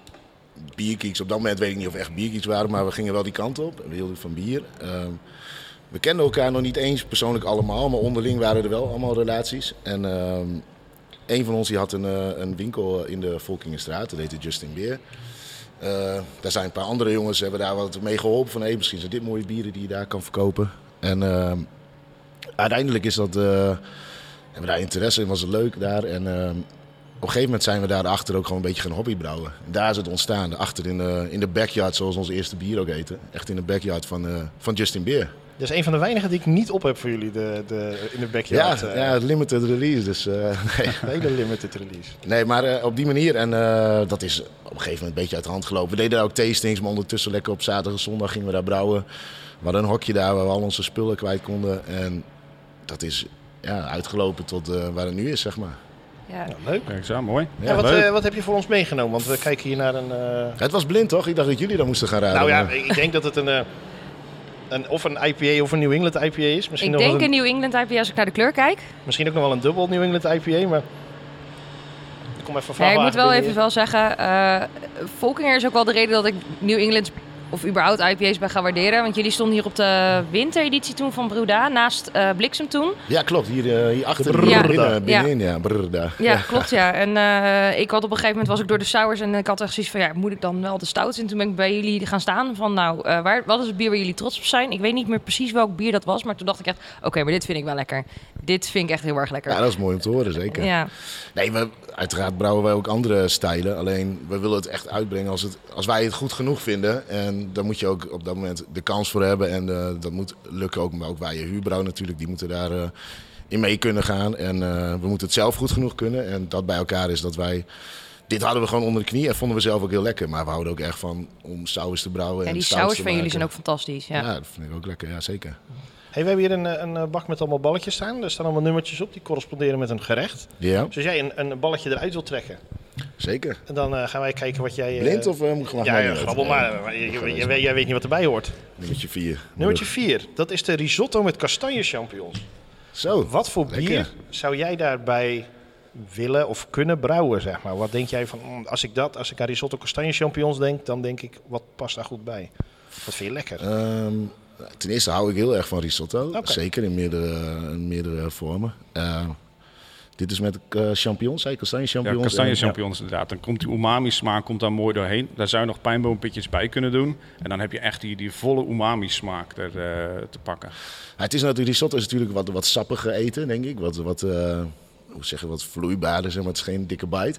Speaker 9: biergeeks. Op dat moment weet ik niet of we echt biergeeks waren, maar we gingen wel die kant op. We hielden van bier. Ehm, we kenden elkaar nog niet eens persoonlijk allemaal, maar onderling waren er wel allemaal relaties. En ehm een van ons die had een, eh, een winkel in de Volkingenstraat, dat heette Justin Beer. Eh, daar zijn een paar andere jongens, hebben daar wat mee geholpen. Van hey, misschien zijn dit mooie bieren die je daar kan verkopen. En ehm, uiteindelijk is dat... eh, hebben daar interesse in, was het leuk daar. En ehm, op een gegeven moment zijn we daarachter ook gewoon een beetje gaan hobbybrouwen. En daar is het ontstaan, achter in de, in de backyard, zoals ons eerste bier ook heette. Echt in de backyard van, eh, van Justin Beer.
Speaker 1: Dat is een van de weinigen die ik niet op heb voor jullie de, de, in de
Speaker 9: Ja,
Speaker 1: backyard.
Speaker 9: ja,
Speaker 1: eh,
Speaker 9: limited release, dus eh, nee.
Speaker 1: Een hele limited release.
Speaker 9: Nee, maar eh, op die manier. En eh, dat is op een gegeven moment een beetje uit de hand gelopen. We deden daar ook tastings, maar ondertussen lekker op zaterdag en zondag gingen we daar brouwen. We hadden een hokje daar waar we al onze spullen kwijt konden. En dat is ja, uitgelopen tot eh, waar het nu is, zeg maar.
Speaker 3: Ja.
Speaker 1: Nou, leuk.
Speaker 2: Kijk eens aan, mooi.
Speaker 1: Ja, wat,
Speaker 2: leuk.
Speaker 1: eh, wat heb je voor ons meegenomen? Want we kijken hier naar een... eh,
Speaker 9: Het was blind, toch? Ik dacht dat jullie daar moesten gaan raden.
Speaker 1: Nou ja,
Speaker 9: maar-
Speaker 1: ik denk dat het een, eh, een... Of een IPA of een New England IPA is. Misschien,
Speaker 3: Ik
Speaker 1: nog wel
Speaker 3: denk een
Speaker 1: een,
Speaker 3: New England IPA als ik naar de kleur kijk.
Speaker 1: misschien ook nog wel een dubbel New England IPA, maar... Ik kom even
Speaker 3: Ja, ik moet wel
Speaker 1: binnen
Speaker 3: even
Speaker 1: hier.
Speaker 3: wel zeggen, eh Volkinger is ook wel de reden dat ik New England of überhaupt IPA's ben gaan waarderen. Want jullie stonden hier op de wintereditie toen van Bruda, naast eh, Bliksem toen.
Speaker 9: Ja, klopt. Hier, eh, hier achter
Speaker 1: Brrr,
Speaker 9: ja.
Speaker 3: daar.
Speaker 9: binnen, binnenin. Ja, brrr, daar.
Speaker 3: Ja, klopt ja. En eh, ik had op een gegeven moment was ik door de sours en ik had echt zoiets van ja, moet ik dan wel de stouts? En toen ben ik bij jullie gaan staan van nou, eh, waar, wat is het bier waar jullie trots op zijn? Ik weet niet meer precies welk bier dat was, maar toen dacht ik echt, oké, maar dit vind ik wel lekker. Dit vind ik echt heel erg lekker.
Speaker 9: Ja, dat is mooi om te horen, zeker.
Speaker 3: Ja.
Speaker 9: Nee, we, uiteraard brouwen wij ook andere stijlen. Alleen, we willen het echt uitbrengen als, het, als wij het goed genoeg vinden. En daar moet je ook op dat moment de kans voor hebben. En eh, dat moet lukken ook, maar ook bij je huurbrouw natuurlijk. Die moeten daar eh, in mee kunnen gaan. En eh, we moeten het zelf goed genoeg kunnen. En dat bij elkaar is dat wij... Dit hadden we gewoon onder de knie en vonden we zelf ook heel lekker. Maar we houden ook echt van om saus te brouwen.
Speaker 3: Ja,
Speaker 9: en
Speaker 3: die
Speaker 9: stouts
Speaker 3: sours
Speaker 9: te
Speaker 3: van jullie zijn ook
Speaker 9: maken.
Speaker 3: fantastisch. Ja.
Speaker 9: Ja, dat vind ik ook lekker. Ja, zeker.
Speaker 1: Hey, we hebben hier een, eh, een eh, bak met allemaal balletjes staan. Er staan allemaal nummertjes op, die corresponderen met een gerecht.
Speaker 9: Ja,
Speaker 1: Dus als jij een, een balletje eruit wilt trekken,
Speaker 9: zeker.
Speaker 1: en dan eh, gaan wij kijken wat jij... eh,
Speaker 9: Blind of eh, moet ik gewoon
Speaker 1: Ja,
Speaker 9: maar
Speaker 1: ja,
Speaker 9: niet
Speaker 1: grabbel
Speaker 9: weten?
Speaker 1: maar. maar je- je- je- jij weet niet wat erbij hoort.
Speaker 9: Nummertje 4.
Speaker 1: Nummertje 4, dat is de risotto met kastanje-champignons.
Speaker 9: Zo.
Speaker 1: Wat voor
Speaker 9: Lekker.
Speaker 1: bier zou jij daarbij willen of kunnen brouwen, zeg maar? Wat denk jij van, mm, als ik dat, als ik aan risotto kastanje champignons denk, dan denk ik, wat past daar goed bij? Wat vind je lekker?
Speaker 9: Ehm, ten eerste hou ik heel erg van risotto.
Speaker 1: Oké.
Speaker 9: Zeker in meerdere, in meerdere vormen. Ehm, Dit is met eh champignons, zei ik, kastanje
Speaker 2: Ja,
Speaker 9: champignons.
Speaker 2: kastanje
Speaker 9: en-
Speaker 2: champignons inderdaad. Dan komt die umami smaak komt daar mooi doorheen. Daar zou je nog pijnboompitjes bij kunnen doen. En dan heb je echt die, die volle umami smaak er eh, te pakken.
Speaker 9: Ja, het is natuurlijk, risotto is natuurlijk wat, wat sappiger eten, denk ik. Wat, wat, eh, hoe zeg je, wat vloeibaarder, zeg maar. Het is geen dikke bite.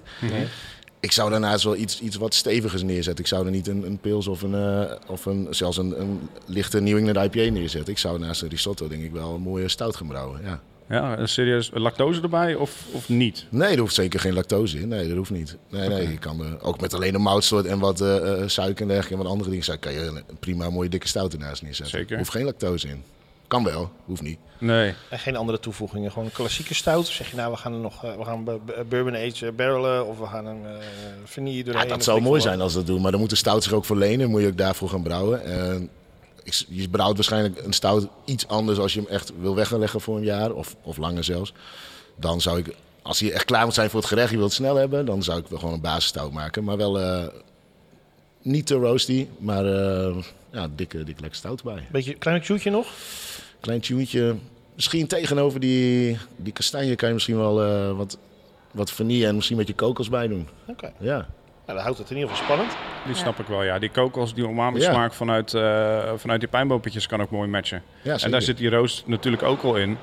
Speaker 9: Ik zou daarnaast wel iets, iets wat stevigers neerzetten. Ik zou er niet een, een pils of, een, eh, of een, zelfs een, een lichte New England IPA neerzetten. Ik zou naast een risotto denk ik wel een mooie stout gaan brouwen, ja.
Speaker 2: Ja, eh, serieus. Lactose erbij of, of niet?
Speaker 9: Nee, er hoeft zeker geen lactose in. Nee, dat hoeft niet. Nee, nee, je kan er ook met alleen een moutsoort en wat eh, eh, suiker en dergelijke en wat andere dingen... zou- kan je een prima mooie dikke stout ernaast neerzetten.
Speaker 2: Zeker.
Speaker 9: Hoeft geen lactose in. Kan wel, hoeft niet.
Speaker 2: Nee.
Speaker 1: En geen andere toevoegingen, gewoon een klassieke stout. Of Zeg je nou, we gaan er nog eh, we gaan bu- bu- bourbon age eh, barrelen of we gaan een eh vanille
Speaker 9: Ja,
Speaker 1: doorheen.
Speaker 9: dat
Speaker 1: of
Speaker 9: zou
Speaker 1: weet ik
Speaker 9: mooi
Speaker 1: veel
Speaker 9: zijn als ze dat doen. Maar dan moet de stout zich ook voor lenen. Moet je ook daarvoor gaan brouwen. En ik s- je brouwt waarschijnlijk een stout iets anders als je hem echt wil weg gaan leggen voor een jaar. Of, of langer zelfs. Dan zou ik, als je echt klaar moet zijn voor het gerecht, je wilt het snel hebben. Dan zou ik wel gewoon een basisstout maken. Maar wel eh, niet te roasty, maar eh, ja, dikke, dikke lekker stout bij.
Speaker 1: wat. Beetje klein shootje nog.
Speaker 9: Klein tunetje. Misschien tegenover die, die kastanje kan je misschien wel eh, wat, wat vanille en misschien wat je kokos bij doen.
Speaker 1: Oké,
Speaker 9: Ja.
Speaker 1: nou, dan houdt het in ieder geval spannend.
Speaker 2: Die snap ik wel, ja. Die kokos, die umami
Speaker 9: Ja.
Speaker 2: smaak vanuit, eh, vanuit die pijnboompitjes kan ook mooi matchen.
Speaker 9: ja
Speaker 2: En
Speaker 9: zeker.
Speaker 2: daar zit die roost natuurlijk ook al in.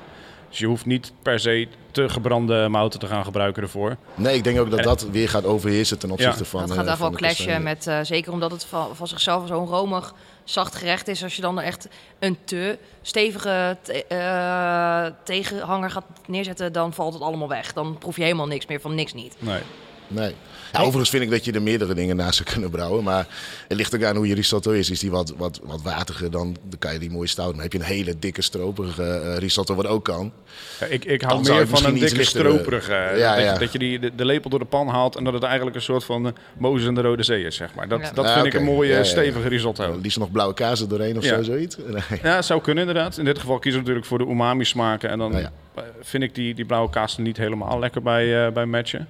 Speaker 2: Dus je hoeft niet per se te gebrande mouten te gaan gebruiken ervoor.
Speaker 9: Nee, ik denk ook dat
Speaker 2: En-
Speaker 9: dat weer gaat overheersen ten opzichte
Speaker 2: Ja.
Speaker 9: van.
Speaker 3: dat
Speaker 9: eh,
Speaker 3: gaat daar
Speaker 9: van
Speaker 3: wel
Speaker 9: de
Speaker 3: clashen
Speaker 9: kastanje.
Speaker 3: met, eh, zeker omdat het van, van zichzelf zo'n romig, zacht gerecht is. Als je dan er echt een te stevige te- eh, tegenhanger gaat neerzetten, dan valt het allemaal weg. Dan proef je helemaal niks meer van niks niet.
Speaker 2: Nee.
Speaker 9: Nee. Ja, overigens vind ik dat je er meerdere dingen naast zou kunnen brouwen. Maar het ligt ook aan hoe je risotto is. Is die wat, wat, wat wateriger, dan, dan kan je die mooie stout. Maar heb je een hele dikke, stroperige eh, risotto, wat ook kan.
Speaker 2: Ja, ik, ik hou
Speaker 9: Dan zou
Speaker 2: meer
Speaker 9: ik
Speaker 2: van een
Speaker 9: misschien iets
Speaker 2: dikke
Speaker 9: lichter, eh,
Speaker 2: stroperige. eh,
Speaker 9: ja,
Speaker 2: dat,
Speaker 9: ja.
Speaker 2: Je, dat je die, de, de lepel door de pan haalt en dat het eigenlijk een soort van eh, Mozes en de Rode Zee is, zeg maar. Dat,
Speaker 3: Ja.
Speaker 2: dat
Speaker 9: Ja,
Speaker 2: vind
Speaker 9: oké.
Speaker 2: ik een mooie,
Speaker 9: Ja, ja, ja.
Speaker 2: stevige risotto.
Speaker 9: Liefst nog blauwe kaas er doorheen of
Speaker 2: Ja.
Speaker 9: zo, zoiets. Nee.
Speaker 2: Ja, zou kunnen inderdaad. In dit geval kiezen we natuurlijk voor de umami smaken. En dan
Speaker 9: Nou ja.
Speaker 2: eh, vind ik die, die blauwe kaas er niet helemaal lekker bij, eh, bij matchen.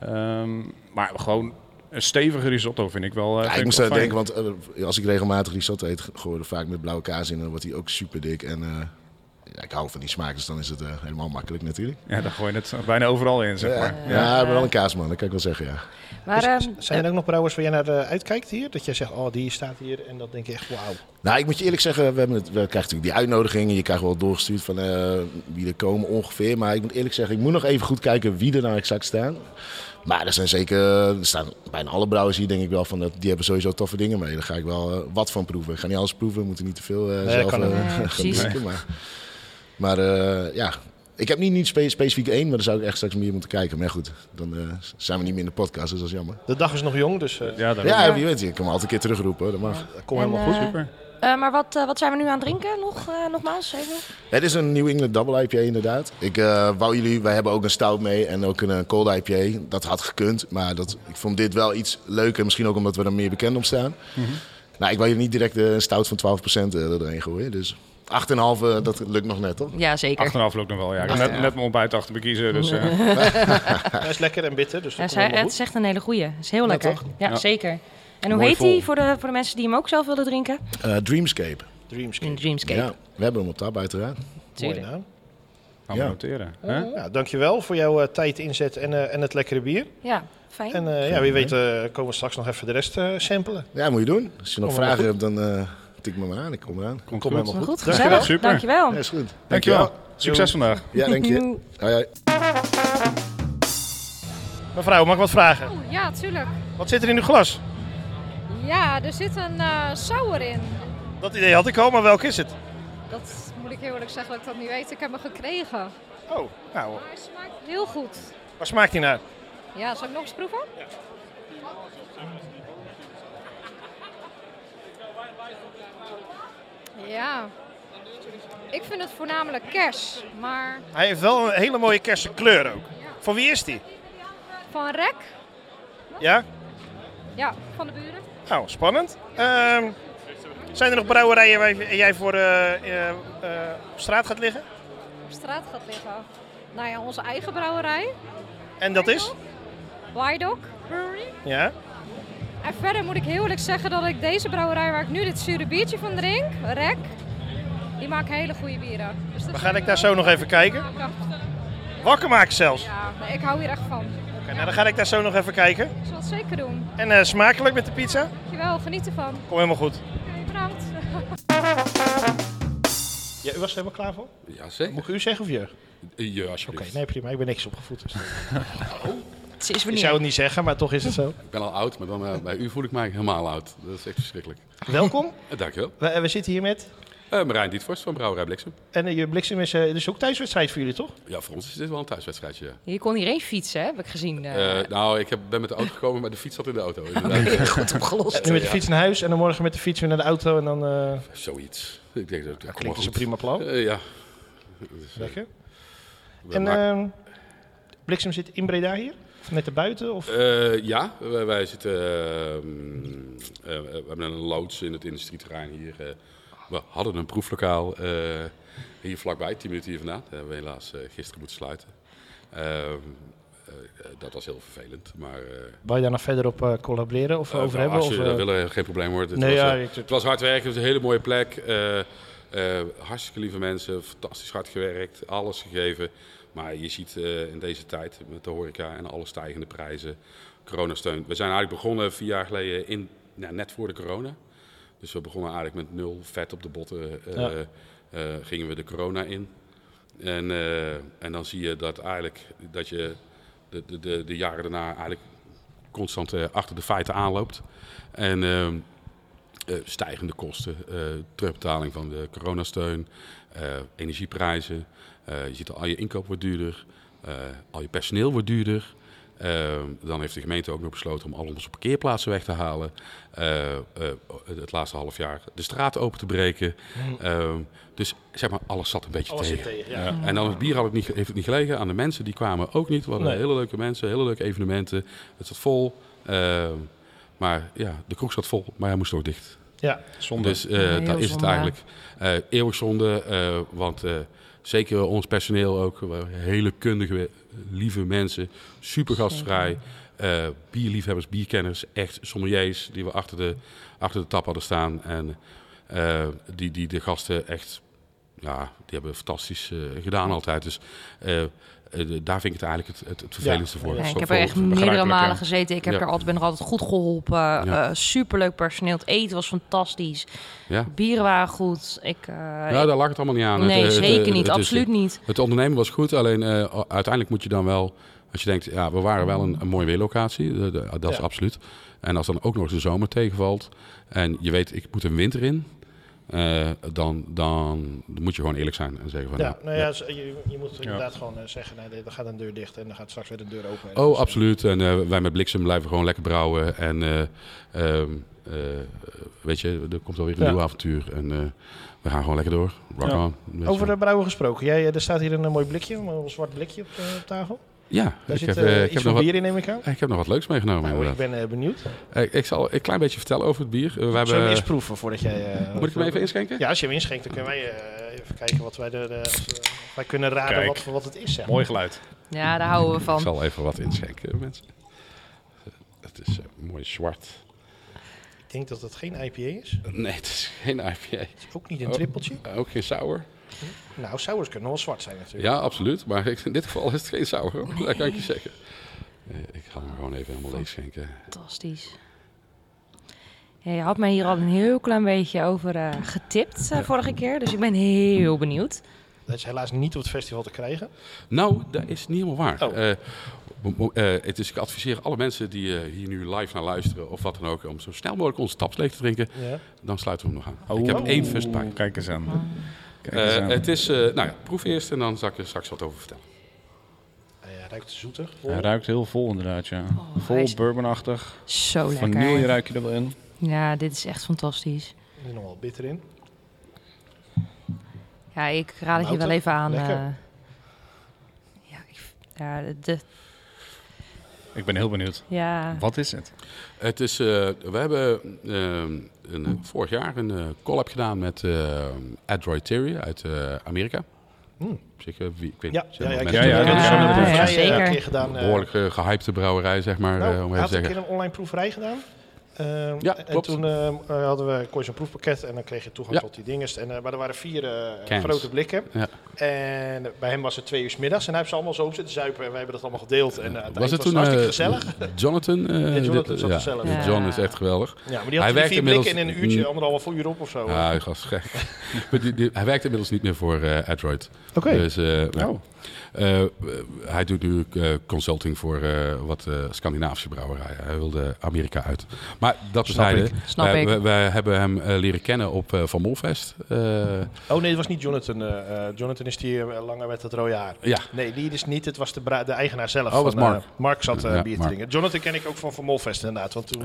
Speaker 2: Ehm, maar gewoon een stevige risotto vind ik wel eh,
Speaker 9: Ja,
Speaker 2: vind
Speaker 9: ik moest
Speaker 2: wel
Speaker 9: daar
Speaker 2: fijn.
Speaker 9: denken, want eh, als ik regelmatig risotto eet, gooi er vaak met blauwe kaas in. Dan wordt die ook super dik. En eh, ja, ik hou van die smaak, dus dan is het eh, helemaal makkelijk natuurlijk. Eh,
Speaker 2: Ja, daar gooi je het bijna overal in, zeg maar. Dus
Speaker 9: Ja, ik ben wel een kaasman, dat kan ik wel zeggen, ja.
Speaker 3: Maar
Speaker 1: Is-
Speaker 3: eh,
Speaker 1: zijn er ook nog brouwers waar jij naar eh, uitkijkt hier? Dat jij zegt, oh, die staat hier en dat denk je echt, wauw.
Speaker 9: Nou, ik moet je eerlijk zeggen, we, hebben het, we krijgen natuurlijk die uitnodigingen. Je krijgt wel doorgestuurd van eh, wie er komen ongeveer. Maar ik moet eerlijk zeggen, ik moet nog even goed kijken wie er nou exact staan. Maar er zijn zeker, er staan bijna alle brouwers hier denk ik wel van, dat, die hebben sowieso toffe dingen mee. Daar ga ik wel eh, wat van proeven. Ik ga niet alles proeven, we moeten niet te veel eh,
Speaker 1: dat
Speaker 9: zelf
Speaker 1: kan
Speaker 9: eh,
Speaker 1: ook niet.
Speaker 3: Nee,
Speaker 9: gaan
Speaker 3: precies.
Speaker 9: drinken, Maar, maar eh, ja, ik heb niet, niet spe- specifiek één, maar daar zou ik echt straks meer moeten kijken. Maar goed, dan eh, zijn we niet meer in de podcast, dus dat is jammer.
Speaker 1: De dag is nog jong, dus eh,
Speaker 2: Ja, dat
Speaker 9: Ja, wie weet, ik kan me altijd een keer terugroepen, hoor, dat mag.
Speaker 1: dat komt
Speaker 3: En,
Speaker 1: helemaal
Speaker 3: eh,
Speaker 1: goed.
Speaker 2: super.
Speaker 3: eh, maar wat, eh, wat zijn we nu aan het drinken nog, eh, nogmaals? Even?
Speaker 9: Het is een New England Double IPA inderdaad. Ik eh, wou jullie, wij hebben ook een stout mee en ook een eh, cold IPA. Dat had gekund, maar dat, ik vond dit wel iets leuker. Misschien ook omdat we er meer bekend om staan.
Speaker 2: Mhm.
Speaker 9: Nou, ik wou jullie niet direct eh, een stout van 12% er doorheen gooien. Dus 8,5, eh, dat lukt nog net, toch?
Speaker 3: Ja, zeker.
Speaker 2: Achteraf loopt nog wel, ja. Ik heb net, net mijn ontbijt achter me kiezen, dus... eh,
Speaker 1: Hij is lekker en bitter, dus dat
Speaker 3: Ja,
Speaker 1: komt
Speaker 3: zij,
Speaker 1: helemaal
Speaker 3: het
Speaker 1: goed.
Speaker 3: is echt een hele goeie. Is heel lekker.
Speaker 9: toch?
Speaker 3: Ja,
Speaker 2: Ja.
Speaker 3: zeker. En hoe
Speaker 2: Mooi
Speaker 3: heet
Speaker 2: vol.
Speaker 3: die voor de, voor de mensen die hem ook zelf willen drinken?
Speaker 9: Eh, Dreamscape.
Speaker 1: Dreamscape,
Speaker 3: Een Dreamscape,
Speaker 9: Ja, we hebben hem op tab uiteraard.
Speaker 1: mooie
Speaker 3: natuurlijk.
Speaker 1: naam. Oh,
Speaker 2: Gaan we
Speaker 9: Ja.
Speaker 2: noteren. Hè?
Speaker 1: Ja, dankjewel voor jouw eh, tijd, inzet en, eh, en het lekkere bier.
Speaker 3: Ja, fijn.
Speaker 1: En eh, ja, wie weet eh, komen we straks nog even de rest eh, samplen.
Speaker 9: Ja, moet je doen. Als je nog
Speaker 1: Kom maar
Speaker 9: vragen hebt, dan eh, tik me maar aan. Ik kom eraan.
Speaker 2: Komt
Speaker 1: Kom
Speaker 2: goed.
Speaker 1: helemaal
Speaker 3: goed,
Speaker 2: Dankjewel.
Speaker 3: gezellig.
Speaker 2: Super.
Speaker 3: Dankjewel.
Speaker 9: Ja, is goed.
Speaker 2: Dankjewel. Succes vandaag.
Speaker 9: Ja, dank je. Hoi, hoi.
Speaker 1: Mevrouw, mag ik wat vragen?
Speaker 10: Ja, tuurlijk.
Speaker 1: Wat zit er in uw glas?
Speaker 10: Ja, er zit een eh sour in.
Speaker 1: Dat idee had ik al, maar welk is het?
Speaker 10: Dat moet ik heel eerlijk zeggen dat ik dat niet weet. Ik heb hem gekregen.
Speaker 1: Oh, nou,
Speaker 10: Maar hij smaakt heel goed.
Speaker 1: waar smaakt die naar?
Speaker 10: Ja, zal ik nog eens proeven? Ja. Ik vind het voornamelijk kers, maar
Speaker 1: Hij heeft wel een hele mooie kersenkleur ook. Van wie is die?
Speaker 10: van rek?
Speaker 1: Ja?
Speaker 10: Ja, van de buren.
Speaker 1: Nou, spannend. Ehm, zijn er nog brouwerijen waar je- jij voor eh, eh, eh, op straat gaat liggen?
Speaker 10: Op straat gaat liggen. Nou ja, onze eigen brouwerij,
Speaker 1: En dat is?
Speaker 10: Wydok Brewery.
Speaker 1: Ja.
Speaker 10: En verder moet ik heel eerlijk zeggen dat ik deze brouwerij waar ik nu dit zure biertje van drink, Rek, die maakt hele goede bieren. Dus dat
Speaker 1: We
Speaker 10: is
Speaker 1: gaan
Speaker 10: een eh,
Speaker 1: ik daar zo nog even kijken.
Speaker 10: aanrader.
Speaker 1: Wakker maken zelfs.
Speaker 10: Ja, nee, ik hou hier echt van.
Speaker 1: Oké, nou, dan ga ik daar zo nog even kijken.
Speaker 10: Ik zal het zeker doen.
Speaker 1: En eh, smakelijk met de pizza.
Speaker 10: Dankjewel, geniet ervan.
Speaker 1: Kom helemaal goed.
Speaker 10: Oké, bedankt.
Speaker 1: Ja, u was er helemaal klaar voor?
Speaker 11: Ja, zeker.
Speaker 1: Mocht u zeggen of je? Oké,
Speaker 11: Ja, alsjeblieft. Oh.
Speaker 1: nee prima. Ik ben niks opgevoed. Dus.
Speaker 3: Ze is weer
Speaker 1: ik
Speaker 3: niet.
Speaker 1: zou het niet zeggen, maar toch is het zo.
Speaker 11: Ik ben al oud, maar bij, mij- bij u voel ik mij helemaal oud. Dat is echt verschrikkelijk.
Speaker 1: Welkom.
Speaker 11: Eh, Dankjewel.
Speaker 1: We, eh, we zitten hier met...
Speaker 11: Eh Marijn Dietvorst van Brouwerij Bliksem.
Speaker 1: En eh, je bliksem is, eh, dit is ook thuiswedstrijd voor jullie, toch?
Speaker 11: Ja, voor ons is dit wel een thuiswedstrijdje. ja.
Speaker 3: Je kon hierheen fietsen, hè, heb ik gezien. eh.
Speaker 11: Eh, nou, ik heb, ben met de auto gekomen, maar de fiets zat in de auto.
Speaker 1: Ah,
Speaker 11: inderdaad.
Speaker 3: goed opgelost.
Speaker 1: Nu met de fiets naar huis en dan morgen met de fiets weer naar de auto en dan... eh
Speaker 11: Zoiets. Ik denk dat dat komt wel
Speaker 1: klinkt als een
Speaker 11: goed.
Speaker 1: prima plan.
Speaker 11: Eh, ja. Dus, eh,
Speaker 1: Lekker.
Speaker 11: we
Speaker 1: En
Speaker 11: maken-
Speaker 1: ehm, bliksem zit in Breda hier? Of net erbuiten? Of...
Speaker 11: Eh, ja, wij, wij zitten. ehm, eh, we hebben een loods in het industrieterrein hier. eh. we hadden een proeflokaal eh, hier vlakbij, 10 minuten hier vandaan. Dat hebben we helaas eh, gisteren moeten sluiten. Ehm, eh, dat was heel vervelend. Maar, eh,
Speaker 1: Wil je daar nog verder op eh, collaboreren of
Speaker 11: eh,
Speaker 1: over
Speaker 11: nou,
Speaker 1: hebben?
Speaker 11: Als
Speaker 1: of,
Speaker 11: jullie
Speaker 1: eh,
Speaker 11: dat willen, geen probleem hoor. Het,
Speaker 1: Nee,
Speaker 11: was,
Speaker 1: ja,
Speaker 11: eh,
Speaker 1: ik-
Speaker 11: het was hard werken, het was een hele mooie plek. eh, eh, hartstikke lieve mensen, fantastisch hard gewerkt, alles gegeven. Maar je ziet eh, in deze tijd met de horeca en alle stijgende prijzen, coronasteun. We zijn eigenlijk begonnen vier jaar geleden, in, nou, net voor de corona. Dus we begonnen eigenlijk met nul vet op de botten. eh,
Speaker 1: Ja.
Speaker 11: eh, gingen we de corona in. En, eh, en dan zie je dat eigenlijk dat je de, de, de, de jaren daarna eigenlijk constant eh, achter de feiten aanloopt. En ehm, eh, stijgende kosten, eh, terugbetaling van de coronasteun, eh, energieprijzen. Eh, je ziet al je inkoop wordt duurder, eh, al je personeel wordt duurder. Ehm, dan heeft de gemeente ook nog besloten om al onze parkeerplaatsen weg te halen. Eh, eh, het laatste half jaar de straat open te breken. Ehm, dus zeg maar, alles zat een beetje
Speaker 1: Alles zit
Speaker 11: tegen.
Speaker 1: tegen, ja.
Speaker 11: En dan het bier had het niet, heeft het niet gelegen. Aan de mensen die kwamen ook niet. We hadden
Speaker 1: Nee.
Speaker 11: hele leuke mensen, hele leuke evenementen. Het zat vol. Ehm, maar ja, de kroeg zat vol, maar hij moest ook dicht.
Speaker 1: Ja,
Speaker 2: Zonde.
Speaker 11: Dus eh,
Speaker 3: Ja, heel
Speaker 11: daar is het
Speaker 3: zonde.
Speaker 11: eigenlijk eh eeuwig zonde. eh, want eh, zeker ons personeel ook, eh, hele kundige, lieve mensen. Super gastvrij. eh, bierliefhebbers, bierkenners, echt sommeliers die we achter de, achter de tap hadden staan. En eh, die, die de gasten echt, ja, die hebben fantastisch eh, gedaan altijd. Dus eh, eh, de- daar vind ik het eigenlijk het, het, het vervelendste voor.
Speaker 3: Ja, ik
Speaker 11: Zo
Speaker 3: heb
Speaker 11: voor
Speaker 3: er
Speaker 11: het
Speaker 3: echt meerdere
Speaker 11: begrijpelijke.
Speaker 3: malen gezeten. Ik heb
Speaker 11: Ja.
Speaker 3: er altijd, ben er altijd goed geholpen. Eh, superleuk personeel. Het eten was fantastisch.
Speaker 11: Ja.
Speaker 3: Bieren waren goed. Ik, eh,
Speaker 11: Nou, daar lag het allemaal niet aan.
Speaker 3: nee,
Speaker 11: Het, eh, het,
Speaker 3: zeker
Speaker 11: eh, het-
Speaker 3: niet.
Speaker 11: het is-
Speaker 3: absoluut niet.
Speaker 11: Het ondernemen was goed, alleen eh, o- uiteindelijk moet je dan wel... Als je denkt, ja, we waren wel een, een mooie weerlocatie, de- de- dat is
Speaker 1: Ja.
Speaker 11: absoluut. En als dan ook nog eens de zomer tegenvalt en je weet, ik moet een winter in... eh, dan, dan moet je gewoon eerlijk zijn en zeggen van...
Speaker 1: Ja,
Speaker 11: nou,
Speaker 1: nou ja, z- je, je moet inderdaad gewoon eh, zeggen, nee, nee, dan gaat een deur dicht en dan gaat straks weer een deur open. En dat is,
Speaker 11: Oh,
Speaker 1: eh,
Speaker 11: absoluut. En eh, wij met Bliksem blijven gewoon lekker brouwen. En eh, ehm, eh, weet je, er komt alweer een
Speaker 1: Ja.
Speaker 11: nieuw avontuur. En eh, we gaan gewoon lekker door. Rock
Speaker 2: Ja.
Speaker 11: on. Weet je
Speaker 1: Over
Speaker 11: wel.
Speaker 1: de brouwen gesproken. Jij, eh, er staat hier een eh, mooi blikje, een mooi zwart blikje op de op tafel.
Speaker 11: Ja,
Speaker 1: Daar
Speaker 11: ik
Speaker 1: zit
Speaker 11: heb,
Speaker 1: eh,
Speaker 11: eh, ik,
Speaker 1: iets
Speaker 11: heb
Speaker 1: van
Speaker 11: nog wat,
Speaker 1: bier in, neem ik aan.
Speaker 11: ik heb nog wat leuks meegenomen.
Speaker 1: Nou, ik
Speaker 11: inderdaad.
Speaker 1: ben eh, benieuwd.
Speaker 11: Eh, ik zal een klein beetje vertellen over het bier. Eh, We hebben,
Speaker 1: Zullen we eerst proeven voordat jij... eh,
Speaker 11: moet ik hem even inschenken?
Speaker 1: Ja, als je hem inschenkt, dan kunnen wij eh, even kijken wat wij er... eh, als, eh, wij kunnen raden
Speaker 2: Kijk.
Speaker 1: wat, wat het is, zeg maar.
Speaker 2: Mooi geluid.
Speaker 3: Ja, daar houden we
Speaker 11: Ik
Speaker 3: van.
Speaker 11: zal even wat inschenken, mensen. Het is eh, mooi zwart.
Speaker 1: Ik denk dat het geen IPA is.
Speaker 11: Nee, het is geen IPA.
Speaker 1: Het is ook niet een
Speaker 11: Oh.
Speaker 1: trippeltje.
Speaker 11: Ook geen sour.
Speaker 1: Nou, sours kunnen wel zwart zijn natuurlijk.
Speaker 11: Ja, absoluut. Maar in dit geval is het geen sour. hoor. Dat kan ik je zeggen. Eh, ik ga hem gewoon even helemaal leeg schenken.
Speaker 3: Fantastisch. Ja, je had mij hier al een heel klein beetje over eh, getipt eh, vorige keer. Dus ik ben heel benieuwd.
Speaker 1: Dat is helaas niet op het festival te krijgen.
Speaker 11: Nou, dat is niet helemaal waar.
Speaker 1: Oh.
Speaker 11: Eh, mo- mo- eh, het is, ik adviseer alle mensen die eh, hier nu live naar luisteren of wat dan ook, om zo snel mogelijk onze taps leeg te drinken.
Speaker 1: Ja.
Speaker 11: Dan sluiten we hem nog aan. Ik heb
Speaker 2: Oh.
Speaker 11: één first pack.
Speaker 2: Kijk eens aan. Kijk
Speaker 11: Eh,
Speaker 2: eens aan.
Speaker 11: het is, eh, nou ja, proef eerst en dan zal ik er straks wat over vertellen.
Speaker 1: Nou ja, ruikt zoeter.
Speaker 2: Hij ruikt heel vol inderdaad, ja.
Speaker 3: hij
Speaker 2: vol
Speaker 3: is-
Speaker 2: bourbonachtig.
Speaker 3: Zo
Speaker 2: Vanille
Speaker 3: lekker.
Speaker 2: ruik je er wel in.
Speaker 3: Ja, dit is echt fantastisch.
Speaker 1: Er zit nog wel bitter in.
Speaker 3: Ja, ik raad het je wel
Speaker 1: Wouter,
Speaker 3: even aan.
Speaker 1: lekker.
Speaker 3: eh, ja, ik, ja, de,
Speaker 2: Ik ben heel benieuwd.
Speaker 3: ja,
Speaker 2: Wat is het?
Speaker 11: Het is, eh, we hebben ehm, een, eh, vorig jaar een eh, collab gedaan met eh Adroit Theory uit eh, Amerika.
Speaker 1: Hmm.
Speaker 11: Op zich, eh, wie, ik weet
Speaker 1: Ja,
Speaker 11: niet,
Speaker 1: ja, ja, ik
Speaker 11: mensen
Speaker 1: heb
Speaker 2: ja, ja,
Speaker 1: zo'n, eh,
Speaker 2: ja,
Speaker 1: zo'n
Speaker 2: ja,
Speaker 1: proeverij,
Speaker 3: ja,
Speaker 1: eh, een
Speaker 3: zeker.
Speaker 1: keer gedaan. eh,
Speaker 11: Een behoorlijk eh, gehypte brouwerij, zeg maar. eh,
Speaker 1: Nou, hij
Speaker 11: om even te
Speaker 1: had een
Speaker 11: zeggen.
Speaker 1: keer een online proeverij gedaan. Eh, Ehm,
Speaker 11: Ja,
Speaker 1: en
Speaker 11: klopt.
Speaker 1: toen ehm, eh, hadden we kon je zo'n proefpakket en dan kreeg je toegang
Speaker 11: Ja.
Speaker 1: tot die dinges. En, eh, maar er waren vier eh,
Speaker 11: Cans.
Speaker 1: grote blikken.
Speaker 11: Ja.
Speaker 1: En bij hem was het twee uur 's middags. En hij heeft ze allemaal zo op zitten zuipen. En wij hebben dat allemaal gedeeld. En, eh, aan het
Speaker 11: Was
Speaker 1: eind
Speaker 11: het toen
Speaker 1: hartstikke
Speaker 11: eh,
Speaker 1: gezellig.
Speaker 11: Jonathan? eh,
Speaker 1: Ja, Jonathan
Speaker 11: dit-
Speaker 1: zat
Speaker 11: ja,
Speaker 1: gezellig.
Speaker 11: ja, John is echt geweldig.
Speaker 1: Ja, maar die had
Speaker 11: werkt
Speaker 1: vier
Speaker 11: inmiddels-
Speaker 1: blikken in een uurtje,
Speaker 11: Mm.
Speaker 1: anderhalf uur op of zo.
Speaker 11: Ja, Ah, hij gast is gek. Maar die- die- hij werkt inmiddels niet meer voor eh Adroid.
Speaker 1: Oké.
Speaker 11: Dus, eh, ja.
Speaker 1: Oh.
Speaker 11: Eh, eh, hij doet nu eh, consulting voor eh, wat eh, Scandinavische brouwerijen. Hij wilde Amerika uit. Maar dat
Speaker 1: Snap
Speaker 11: bezijde,
Speaker 1: ik. Snap
Speaker 11: wij,
Speaker 1: ik.
Speaker 11: wij- wij hebben hem eh, leren kennen op eh, Van Molfest. Eh,
Speaker 1: Oh nee, het was niet Jonathan. eh, eh, Jonathan is die eh, langer met het rode haar.
Speaker 11: Ja.
Speaker 1: Nee, die is niet. Het was de, bra- de eigenaar zelf.
Speaker 11: Oh, was
Speaker 1: van, eh,
Speaker 11: Mark.
Speaker 1: Mark zat eh,
Speaker 11: Ja,
Speaker 1: bier te
Speaker 11: Mark. eh,
Speaker 1: drinken. Jonathan ken ik ook van Van Molfest inderdaad. Want toen,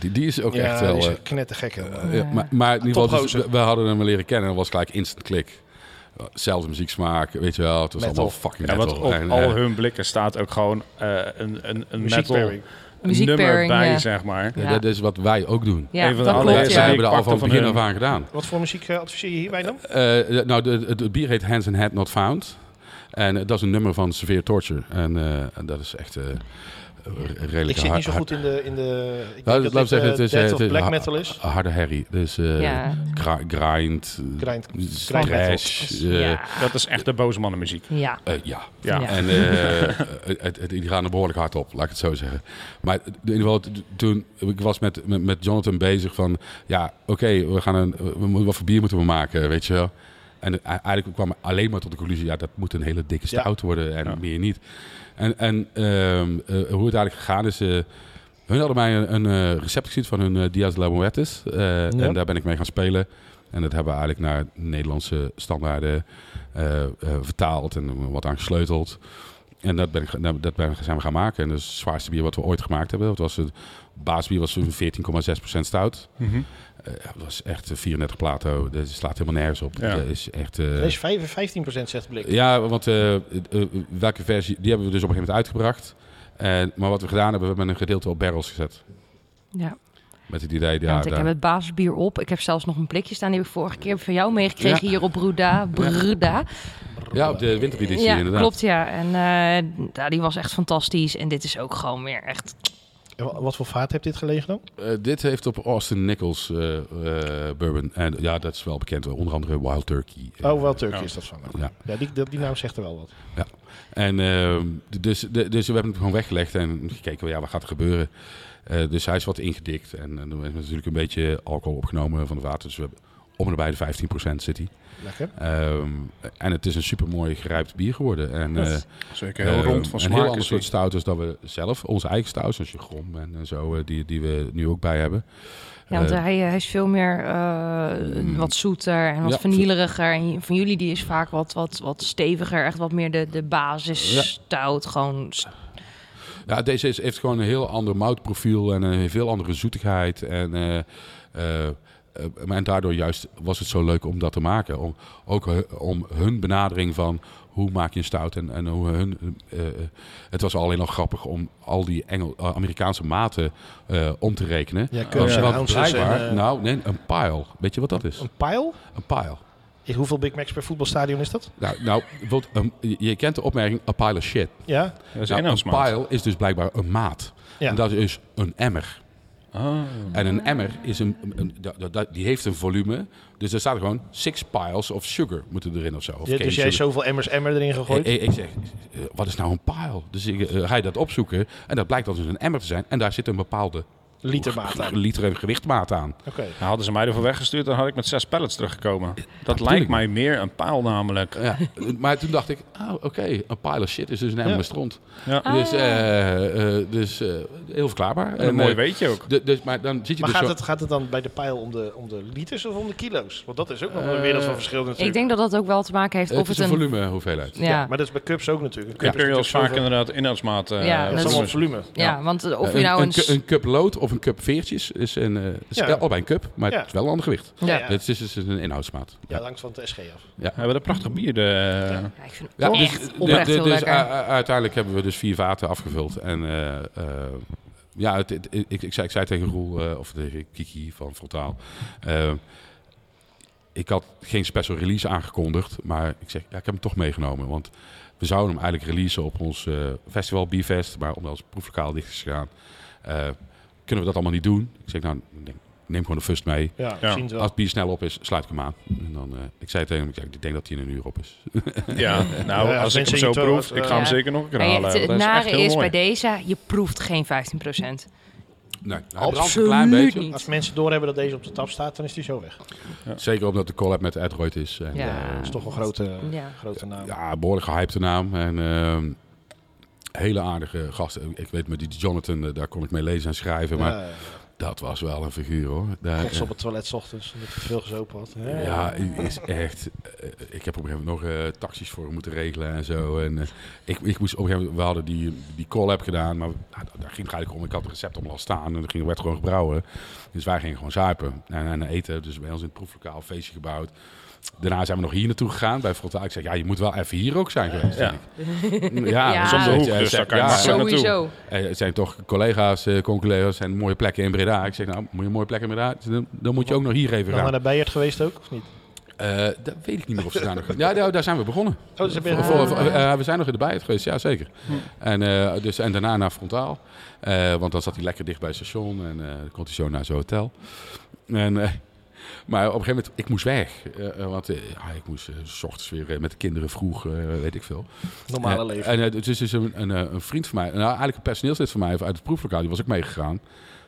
Speaker 11: die, die is ook
Speaker 1: ja,
Speaker 11: echt wel...
Speaker 1: die
Speaker 11: eh,
Speaker 1: is knettergek. helemaal.
Speaker 11: Ja, maar, maar in ieder geval, dus
Speaker 1: Topgozer.
Speaker 11: we we hadden hem leren kennen en dat was gelijk instant klik. Zelfde muzieksmaak, weet je wel. Het was
Speaker 2: Metal.
Speaker 11: allemaal fucking
Speaker 2: Ja, want
Speaker 11: metal.
Speaker 2: op
Speaker 11: En,
Speaker 2: al
Speaker 11: eh,
Speaker 2: hun blikken staat ook gewoon eh, een, een, een metal
Speaker 11: Muziekpairing.
Speaker 2: nummer
Speaker 1: Muziekpairing,
Speaker 2: bij,
Speaker 1: ja.
Speaker 2: zeg maar.
Speaker 11: Ja, Dat is wat wij ook doen.
Speaker 1: Ja,
Speaker 2: een van de
Speaker 1: dat klopt,
Speaker 2: allereerste
Speaker 1: ja.
Speaker 2: die
Speaker 11: Wij hebben
Speaker 2: ik
Speaker 11: er al
Speaker 2: pakte
Speaker 11: van begin
Speaker 2: hun.
Speaker 11: af aan gedaan.
Speaker 1: Wat voor muziek eh, adviseer je hierbij dan?
Speaker 11: Eh, nou, de- het- het bier heet Hands and Head Not Found. En eh, dat is een nummer van Severe Torture. En eh, en dat is echt eh, re- redelijk eh,
Speaker 1: Ik zit
Speaker 11: hard-
Speaker 1: niet zo
Speaker 11: hard-
Speaker 1: goed in de... In de ik
Speaker 11: Laat-
Speaker 1: denk
Speaker 11: laat
Speaker 1: dat
Speaker 11: me
Speaker 1: dit,
Speaker 11: zeggen,
Speaker 1: eh,
Speaker 11: het is, eh,
Speaker 1: death
Speaker 11: het
Speaker 1: of
Speaker 11: is
Speaker 1: black
Speaker 11: ha-
Speaker 1: metal is.
Speaker 11: harde herrie. Dus eh,
Speaker 1: Ja.
Speaker 11: gra- grind, eh,
Speaker 1: Grind-
Speaker 11: s-
Speaker 1: grind metal.
Speaker 11: thrash, eh,
Speaker 1: Ja.
Speaker 2: Dat is echt de boze mannenmuziek.
Speaker 3: Ja.
Speaker 11: Eh, ja.
Speaker 2: Ja.
Speaker 11: En eh, eh, het, het, die gaan er behoorlijk hard op, laat ik het zo zeggen. Maar in ieder geval, t- toen, ik was met, met, met Jonathan bezig van... Ja, oké, we gaan een, we, moeten- wat voor bier moeten we maken, weet je wel? En eh, eigenlijk kwam ik alleen maar tot de conclusie... Ja, dat moet een hele dikke stout worden en meer niet. En, en ehm, eh, hoe het eigenlijk gegaan is... eh, hun hadden mij een, een eh, recept gezien van hun eh, Diaz de la Muertes. eh, En daar ben ik mee gaan spelen. En dat hebben we eigenlijk naar Nederlandse standaarden eh, eh, vertaald en wat aan gesleuteld. En dat, ben ik, nou, dat ben, zijn we gaan maken. En dus het zwaarste bier wat we ooit gemaakt hebben. Dat was het baasbier was zo'n 14,6% stout.
Speaker 2: Mhm.
Speaker 11: Eh, dat was echt eh, 34 plato. Dat slaat helemaal nergens op.
Speaker 2: Ja.
Speaker 11: Dat is echt... eh,
Speaker 1: Er is 15% zegt Blik.
Speaker 11: ja, want eh, eh, eh, welke versie... Die hebben we dus op een gegeven moment uitgebracht. En, maar wat we gedaan hebben, we hebben een gedeelte op barrels gezet.
Speaker 3: Ja.
Speaker 11: Met het
Speaker 3: Ja,
Speaker 11: idee... Ja,
Speaker 3: want ik
Speaker 11: daar-
Speaker 3: heb het basisbier op. Ik heb zelfs nog een blikje staan. Die heb ik vorige keer van jou meegekregen
Speaker 11: Ja.
Speaker 3: hier op Bruda. Bruda.
Speaker 11: ja op de wintereditie
Speaker 3: ja,
Speaker 11: inderdaad.
Speaker 3: klopt ja. En eh, ja, die was echt fantastisch. En dit is ook gewoon weer echt...
Speaker 1: En wa- Wat voor vaat heeft dit gelegen dan?
Speaker 11: Eh, dit heeft op Austin Nichols eh, eh, bourbon. En ja, dat is wel bekend. eh, Onder andere Wild Turkey.
Speaker 1: Oh, wel Turkey is dat van.
Speaker 11: Ja.
Speaker 1: Ja, die, die, die naam zegt er wel wat.
Speaker 11: ja. En ehm, d- dus, d- dus we hebben hem gewoon weggelegd en gekeken, ja, wat gaat er gebeuren? Eh, dus hij is wat ingedikt en, en er is natuurlijk een beetje alcohol opgenomen van het water. Dus we hebben om en bij de 15% zit hij.
Speaker 1: Lekker.
Speaker 11: Ehm, en het is een supermooi gerijpt bier geworden. En,
Speaker 2: Dat is
Speaker 11: eh,
Speaker 2: zeker heel
Speaker 11: ehm,
Speaker 2: rond van
Speaker 11: Een
Speaker 2: smaak
Speaker 11: heel
Speaker 2: is
Speaker 11: ander
Speaker 2: die.
Speaker 11: soort stout als dat we zelf, onze eigen stout, zoals je grom en, en zo, eh, die, die we nu ook bij hebben.
Speaker 3: Ja, want
Speaker 11: Eh,
Speaker 3: hij, hij is veel meer eh, wat zoeter en wat
Speaker 11: Ja.
Speaker 3: vanilleriger. En van jullie die is vaak wat, wat, wat steviger. Echt wat meer de, de basis
Speaker 11: Ja.
Speaker 3: stout. Gewoon s-
Speaker 11: Ja, deze is, heeft gewoon een heel ander moutprofiel en een veel andere zoetigheid. En, eh, eh, eh, maar en daardoor juist was het zo leuk om dat te maken. Om, ook hu- om hun benadering van hoe maak je een stout en, en hoe hun... eh, eh, het was alleen al grappig om al die Engel, eh, Amerikaanse maten eh, om te rekenen.
Speaker 1: Ja, curves en
Speaker 11: Want
Speaker 1: ounces
Speaker 11: blijkbaar,
Speaker 1: en, eh,
Speaker 11: nou nee, een pile. Weet je wat dat is? Een
Speaker 1: pile?
Speaker 11: Een pile.
Speaker 1: Ik- Hoeveel Big Macs per voetbalstadion is dat?
Speaker 11: Nou, nou bijvoorbeeld, een- je- je kent de opmerking, a pile of shit.
Speaker 1: Ja. Dat is
Speaker 11: Nou, een
Speaker 1: inhoudsmaat.
Speaker 11: pile is dus blijkbaar een maat.
Speaker 1: Ja.
Speaker 11: En dat is een emmer.
Speaker 2: Ah.
Speaker 11: En een emmer is een, een- da- da- da- die heeft een volume. Dus daar staat gewoon six piles of sugar moeten erin of zo. Of
Speaker 1: Ja, dus
Speaker 11: cane
Speaker 1: jij hebt
Speaker 11: sugar.
Speaker 1: zoveel emmers emmer erin gegooid?
Speaker 11: Ik, ik- ik zeg, eh, wat is nou een pile? Dus ik, eh, ga je dat opzoeken. En dat blijkt dan dus een emmer te zijn. En daar zit een bepaalde
Speaker 1: Litermaat aan.
Speaker 11: liter en gewichtmaat aan.
Speaker 1: Oké.
Speaker 2: Nou, hadden ze mij ervoor weggestuurd, dan had ik met zes pallets teruggekomen. Dat
Speaker 11: bedoel
Speaker 2: lijkt
Speaker 11: ik.
Speaker 2: mij meer een paal namelijk.
Speaker 11: Ja, maar toen dacht ik, oh, oké, een pile of shit is dus een emmer
Speaker 2: Ja.
Speaker 11: met stront.
Speaker 2: Ja.
Speaker 3: Ah.
Speaker 11: Dus, eh, eh, dus eh, heel verklaarbaar.
Speaker 2: een mooi
Speaker 11: eh,
Speaker 2: weetje ook.
Speaker 11: d- Dus, maar dan zit je
Speaker 1: Maar
Speaker 11: dus
Speaker 1: gaat
Speaker 11: zo-
Speaker 1: het, gaat het dan bij de pijl om de, om de liters of om de kilo's? Want dat is ook nog een wereld van verschil natuurlijk.
Speaker 3: Eh, ik denk dat dat ook wel te maken heeft
Speaker 11: Het
Speaker 3: of
Speaker 11: is
Speaker 3: het
Speaker 11: een
Speaker 3: een...
Speaker 11: volume hoeveelheid.
Speaker 3: Ja.
Speaker 1: Maar dat is bij cups ook natuurlijk. Een cup is
Speaker 2: Imperials vaak
Speaker 1: natuurlijk zoveel-
Speaker 2: inderdaad inhoudsmaat. eh,
Speaker 3: Ja,
Speaker 1: dat is allemaal volume.
Speaker 3: Ja, want eh, of
Speaker 11: Een-
Speaker 3: je nou
Speaker 11: een,
Speaker 3: een...
Speaker 11: cu- een cup lood of een cup veertjes is een, eh is
Speaker 1: Ja.
Speaker 11: wel allebei een cup, maar
Speaker 1: Ja.
Speaker 11: het is wel een ander gewicht.
Speaker 1: Ja. Ja.
Speaker 11: Het is dus een inhoudsmaat.
Speaker 1: Ja, langs van het SG af.
Speaker 11: Ja. We
Speaker 2: hebben een prachtig bier. De...
Speaker 3: Ja, ik vind
Speaker 11: Ja,
Speaker 3: het
Speaker 11: dus-
Speaker 3: echt
Speaker 11: de-
Speaker 3: oprecht
Speaker 11: de-
Speaker 3: heel
Speaker 11: dus
Speaker 3: lekker.
Speaker 11: u- u- uiteindelijk hebben we dus vier vaten afgevuld. En eh, eh, ja, het, het- ik, ik, zei, ik zei tegen Roel, eh, of tegen Kiki van Frontaal... eh, ik had geen special release aangekondigd, maar ik zeg, ja, ik heb hem toch meegenomen. Want we zouden hem eigenlijk releasen op ons eh, festival Bierfest, maar omdat ons proeflokaal dicht is gegaan... eh, kunnen we dat allemaal niet doen? Ik zeg, nou, neem- neem gewoon de fust mee.
Speaker 1: Ja, we Ja. zien het wel.
Speaker 11: Als het bier snel op is, sluit ik hem aan. En dan, eh, ik zei tegen hem, ik, zeg, ik denk dat hij in een uur op is.
Speaker 2: Ja, nou, Ja, als ik mensen hem zo niet wel proef, wat, ik ga hem eh, zeker nog een keer
Speaker 3: Maar je-
Speaker 11: halen.
Speaker 3: Het, het nare is, bij deze, je proeft geen 15%.
Speaker 11: Nee, hij brandt Nou, een
Speaker 1: Absoluut
Speaker 11: klein beetje.
Speaker 1: niet. Als mensen doorhebben dat deze op de tap staat, dan is die zo weg.
Speaker 11: Zeker omdat de collab met Ed Royt is. En,
Speaker 1: Ja.
Speaker 11: eh,
Speaker 1: Dat is toch een grote,
Speaker 3: Ja.
Speaker 1: grote naam.
Speaker 11: Ja, behoorlijk gehypte naam. En ehm, hele aardige gast. Ik weet met die Jonathan, eh, daar kon ik mee lezen en schrijven. Maar
Speaker 1: Ja.
Speaker 11: dat was wel een figuur hoor. Daar,
Speaker 1: Rechts op het toilet 's ochtends, omdat hij veel gezopen had.
Speaker 11: eh, ja, i- is echt. eh, ik heb op een gegeven moment nog eh, taxis voor hem moeten regelen en zo. En eh, ik, ik moest op een gegeven moment, we hadden die, die collab gedaan, maar nou, daar ging het eigenlijk om. Ik had het recept om laten staan en dat ging, werd gewoon gebrouwen. Dus wij gingen gewoon zuipen en, en eten. Dus bij ons in het proeflokaal een feestje gebouwd. Daarna zijn we nog hier naartoe gegaan bij Frontaal. Ik zei, ja, je moet wel even hier ook zijn geweest.
Speaker 2: Ja.
Speaker 11: vind ik.
Speaker 2: Ja. Dat is om de hoek, dus daar kan je makkelijk naartoe. Sowieso.
Speaker 11: Eh, Het zijn toch collega's, eh conculega's en mooie plekken in Breda. Ik zeg, nou, moet je een mooie plek in Breda? Dan, dan moet je ook nog hier even
Speaker 1: Nog maar
Speaker 11: gaan.
Speaker 1: naar Beiert geweest ook, of niet?
Speaker 11: Eh, dat weet ik niet meer of ze daar nog... Ja, daar, daar zijn we begonnen.
Speaker 1: Oh, dus heb je-
Speaker 11: Voor- voor-
Speaker 1: Ah.
Speaker 11: voor- eh, we zijn nog in de bijt geweest, ja zeker.
Speaker 1: Hm.
Speaker 11: En, eh, dus, en daarna naar Frontaal. Eh, want dan zat hij lekker dicht bij het station en eh, dan kon hij zo naar zijn hotel. En, eh, maar op een gegeven moment, ik moest weg. Eh, eh, want eh, ja, ik moest eh, s ochtends weer eh, met de kinderen vroeg, eh, weet ik veel.
Speaker 1: Normale
Speaker 11: Eh,
Speaker 1: leven.
Speaker 11: En eh, dus is een, een, eh, een vriend van mij, nou, eigenlijk een personeelslid van mij uit het proeflokaal, die was ook meegegaan.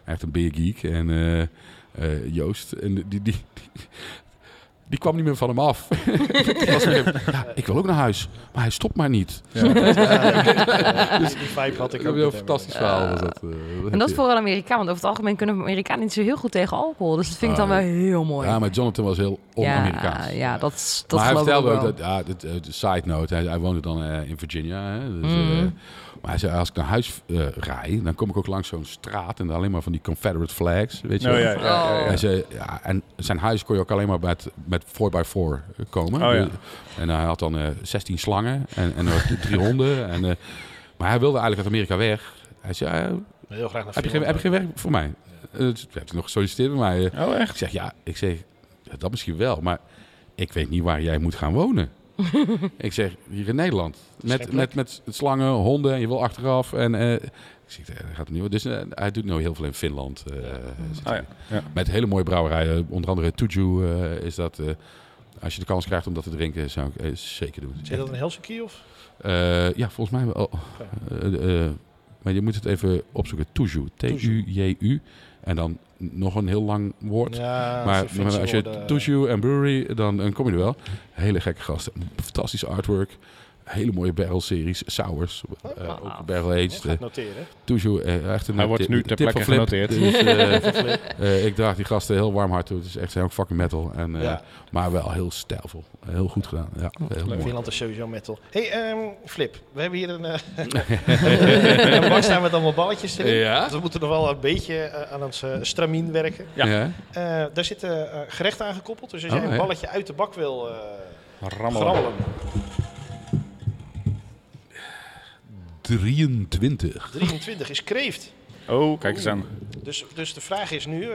Speaker 11: Echt een beer geek. En eh, eh, Joost, en die, die, die, die kwam niet meer van hem af. Die was op een gegeven moment, ja, ik wil ook naar huis, maar hij stopt maar niet.
Speaker 1: Ja. Ja,
Speaker 11: Dus-
Speaker 1: die- die vibe had ik
Speaker 11: een
Speaker 1: ook
Speaker 11: heel
Speaker 1: met hem.
Speaker 11: fantastisch verhaal. Was dat, eh,
Speaker 3: En dat is vooral Amerikaan, want over het algemeen kunnen Amerikanen niet zo heel goed tegen alcohol. Dus dat vind ik dan
Speaker 11: Ah,
Speaker 3: wel heel mooi.
Speaker 11: Ja, maar Jonathan was heel on-Amerikaans.
Speaker 3: Ja, ja, dat, dat
Speaker 11: maar hij
Speaker 3: geloof ik ook
Speaker 11: vertelde
Speaker 3: wel.
Speaker 11: ook dat, ja, dit, eh, de side note, hij, hij woonde dan eh, in Virginia. Hè, dus,
Speaker 3: Mhm.
Speaker 11: eh, maar hij zei, als ik naar huis eh rijd, dan kom ik ook langs zo'n straat en alleen maar van die Confederate flags. Weet je
Speaker 2: Oh,
Speaker 11: wel.
Speaker 2: ja, ja, ja, ja.
Speaker 11: Hij zei, ja, en zijn huis kon je ook alleen maar met, met 4x4 komen. Dus,
Speaker 2: Oh, ja.
Speaker 11: En hij had dan eh 16 slangen en, en nog drie honden. En, eh, maar hij wilde eigenlijk uit Amerika weg. Hij zei, eh,
Speaker 1: Heel graag naar
Speaker 11: heb je, geen,
Speaker 1: Finland
Speaker 11: heb je geen werk voor mij? Eh, dus toen heb je nog gesolliciteerd bij mij. eh.
Speaker 2: Oh, echt?
Speaker 11: Ik zeg, ja, ik zeg, ja, dat misschien wel, maar ik weet niet waar jij moet gaan wonen. ik zeg, hier in Nederland. Met,
Speaker 2: Schrikkelijk.
Speaker 11: met, met slangen, honden en je wil achteraf. En, eh, ik zeg, eh, dat gaat niet worden. Dus eh, hij doet nu heel veel in Finland.
Speaker 2: Oh,
Speaker 11: eh, zit hij. Met hele mooie brouwerijen. Onder andere Tuju eh, is dat. eh, als je de kans krijgt om dat te drinken, zou ik eh, zeker doen.
Speaker 1: Zit dat in Helsinki of?
Speaker 11: Eh, ja, volgens mij wel. Eh, eh, maar je moet het even opzoeken. Tuju. T-U-J-U. En dan nog een heel lang woord.
Speaker 1: Ja, dat
Speaker 11: maar
Speaker 1: is een fancy
Speaker 11: als je
Speaker 1: woord, eh.
Speaker 11: Tuju en Brewery, dan, dan kom je er wel. Hele gekke gasten. Fantastisch artwork. Hele mooie barrel-series. Sours.
Speaker 1: Oh,
Speaker 11: eh, ook barrel-aged.
Speaker 1: Gaat noteren.
Speaker 11: Tuju, eh, echt een
Speaker 2: Hij wordt
Speaker 11: ti-
Speaker 2: nu
Speaker 11: tip
Speaker 2: ter
Speaker 11: van
Speaker 2: plekke
Speaker 11: Flip.
Speaker 2: genoteerd.
Speaker 11: Dus,
Speaker 2: Van
Speaker 11: eh,
Speaker 2: Flip.
Speaker 11: eh, ik draag die gasten heel warm hart toe. Het is echt zijn ook fucking metal. En, eh,
Speaker 1: Ja. Oh,
Speaker 11: Maar wel heel stijlvol. Heel goed gedaan. Ja, heel mooi.
Speaker 1: Finland is sowieso metal. hey, ehm, Flip, we hebben hier een, eh, een bak staan met allemaal balletjes erin.
Speaker 11: Ja.
Speaker 1: Dus we moeten nog wel een beetje eh, aan ons eh, stramien werken.
Speaker 11: Ja. Ja.
Speaker 1: Eh, daar zitten eh, gerechten aan gekoppeld. Dus als
Speaker 11: Oh,
Speaker 1: jij een
Speaker 11: ja.
Speaker 1: balletje uit de bak wil eh
Speaker 2: Rammelen.
Speaker 1: grabbelen,
Speaker 11: 23.
Speaker 1: 23 is kreeft.
Speaker 2: Oh, kijk eens aan.
Speaker 1: Dus, dus de vraag is nu, eh,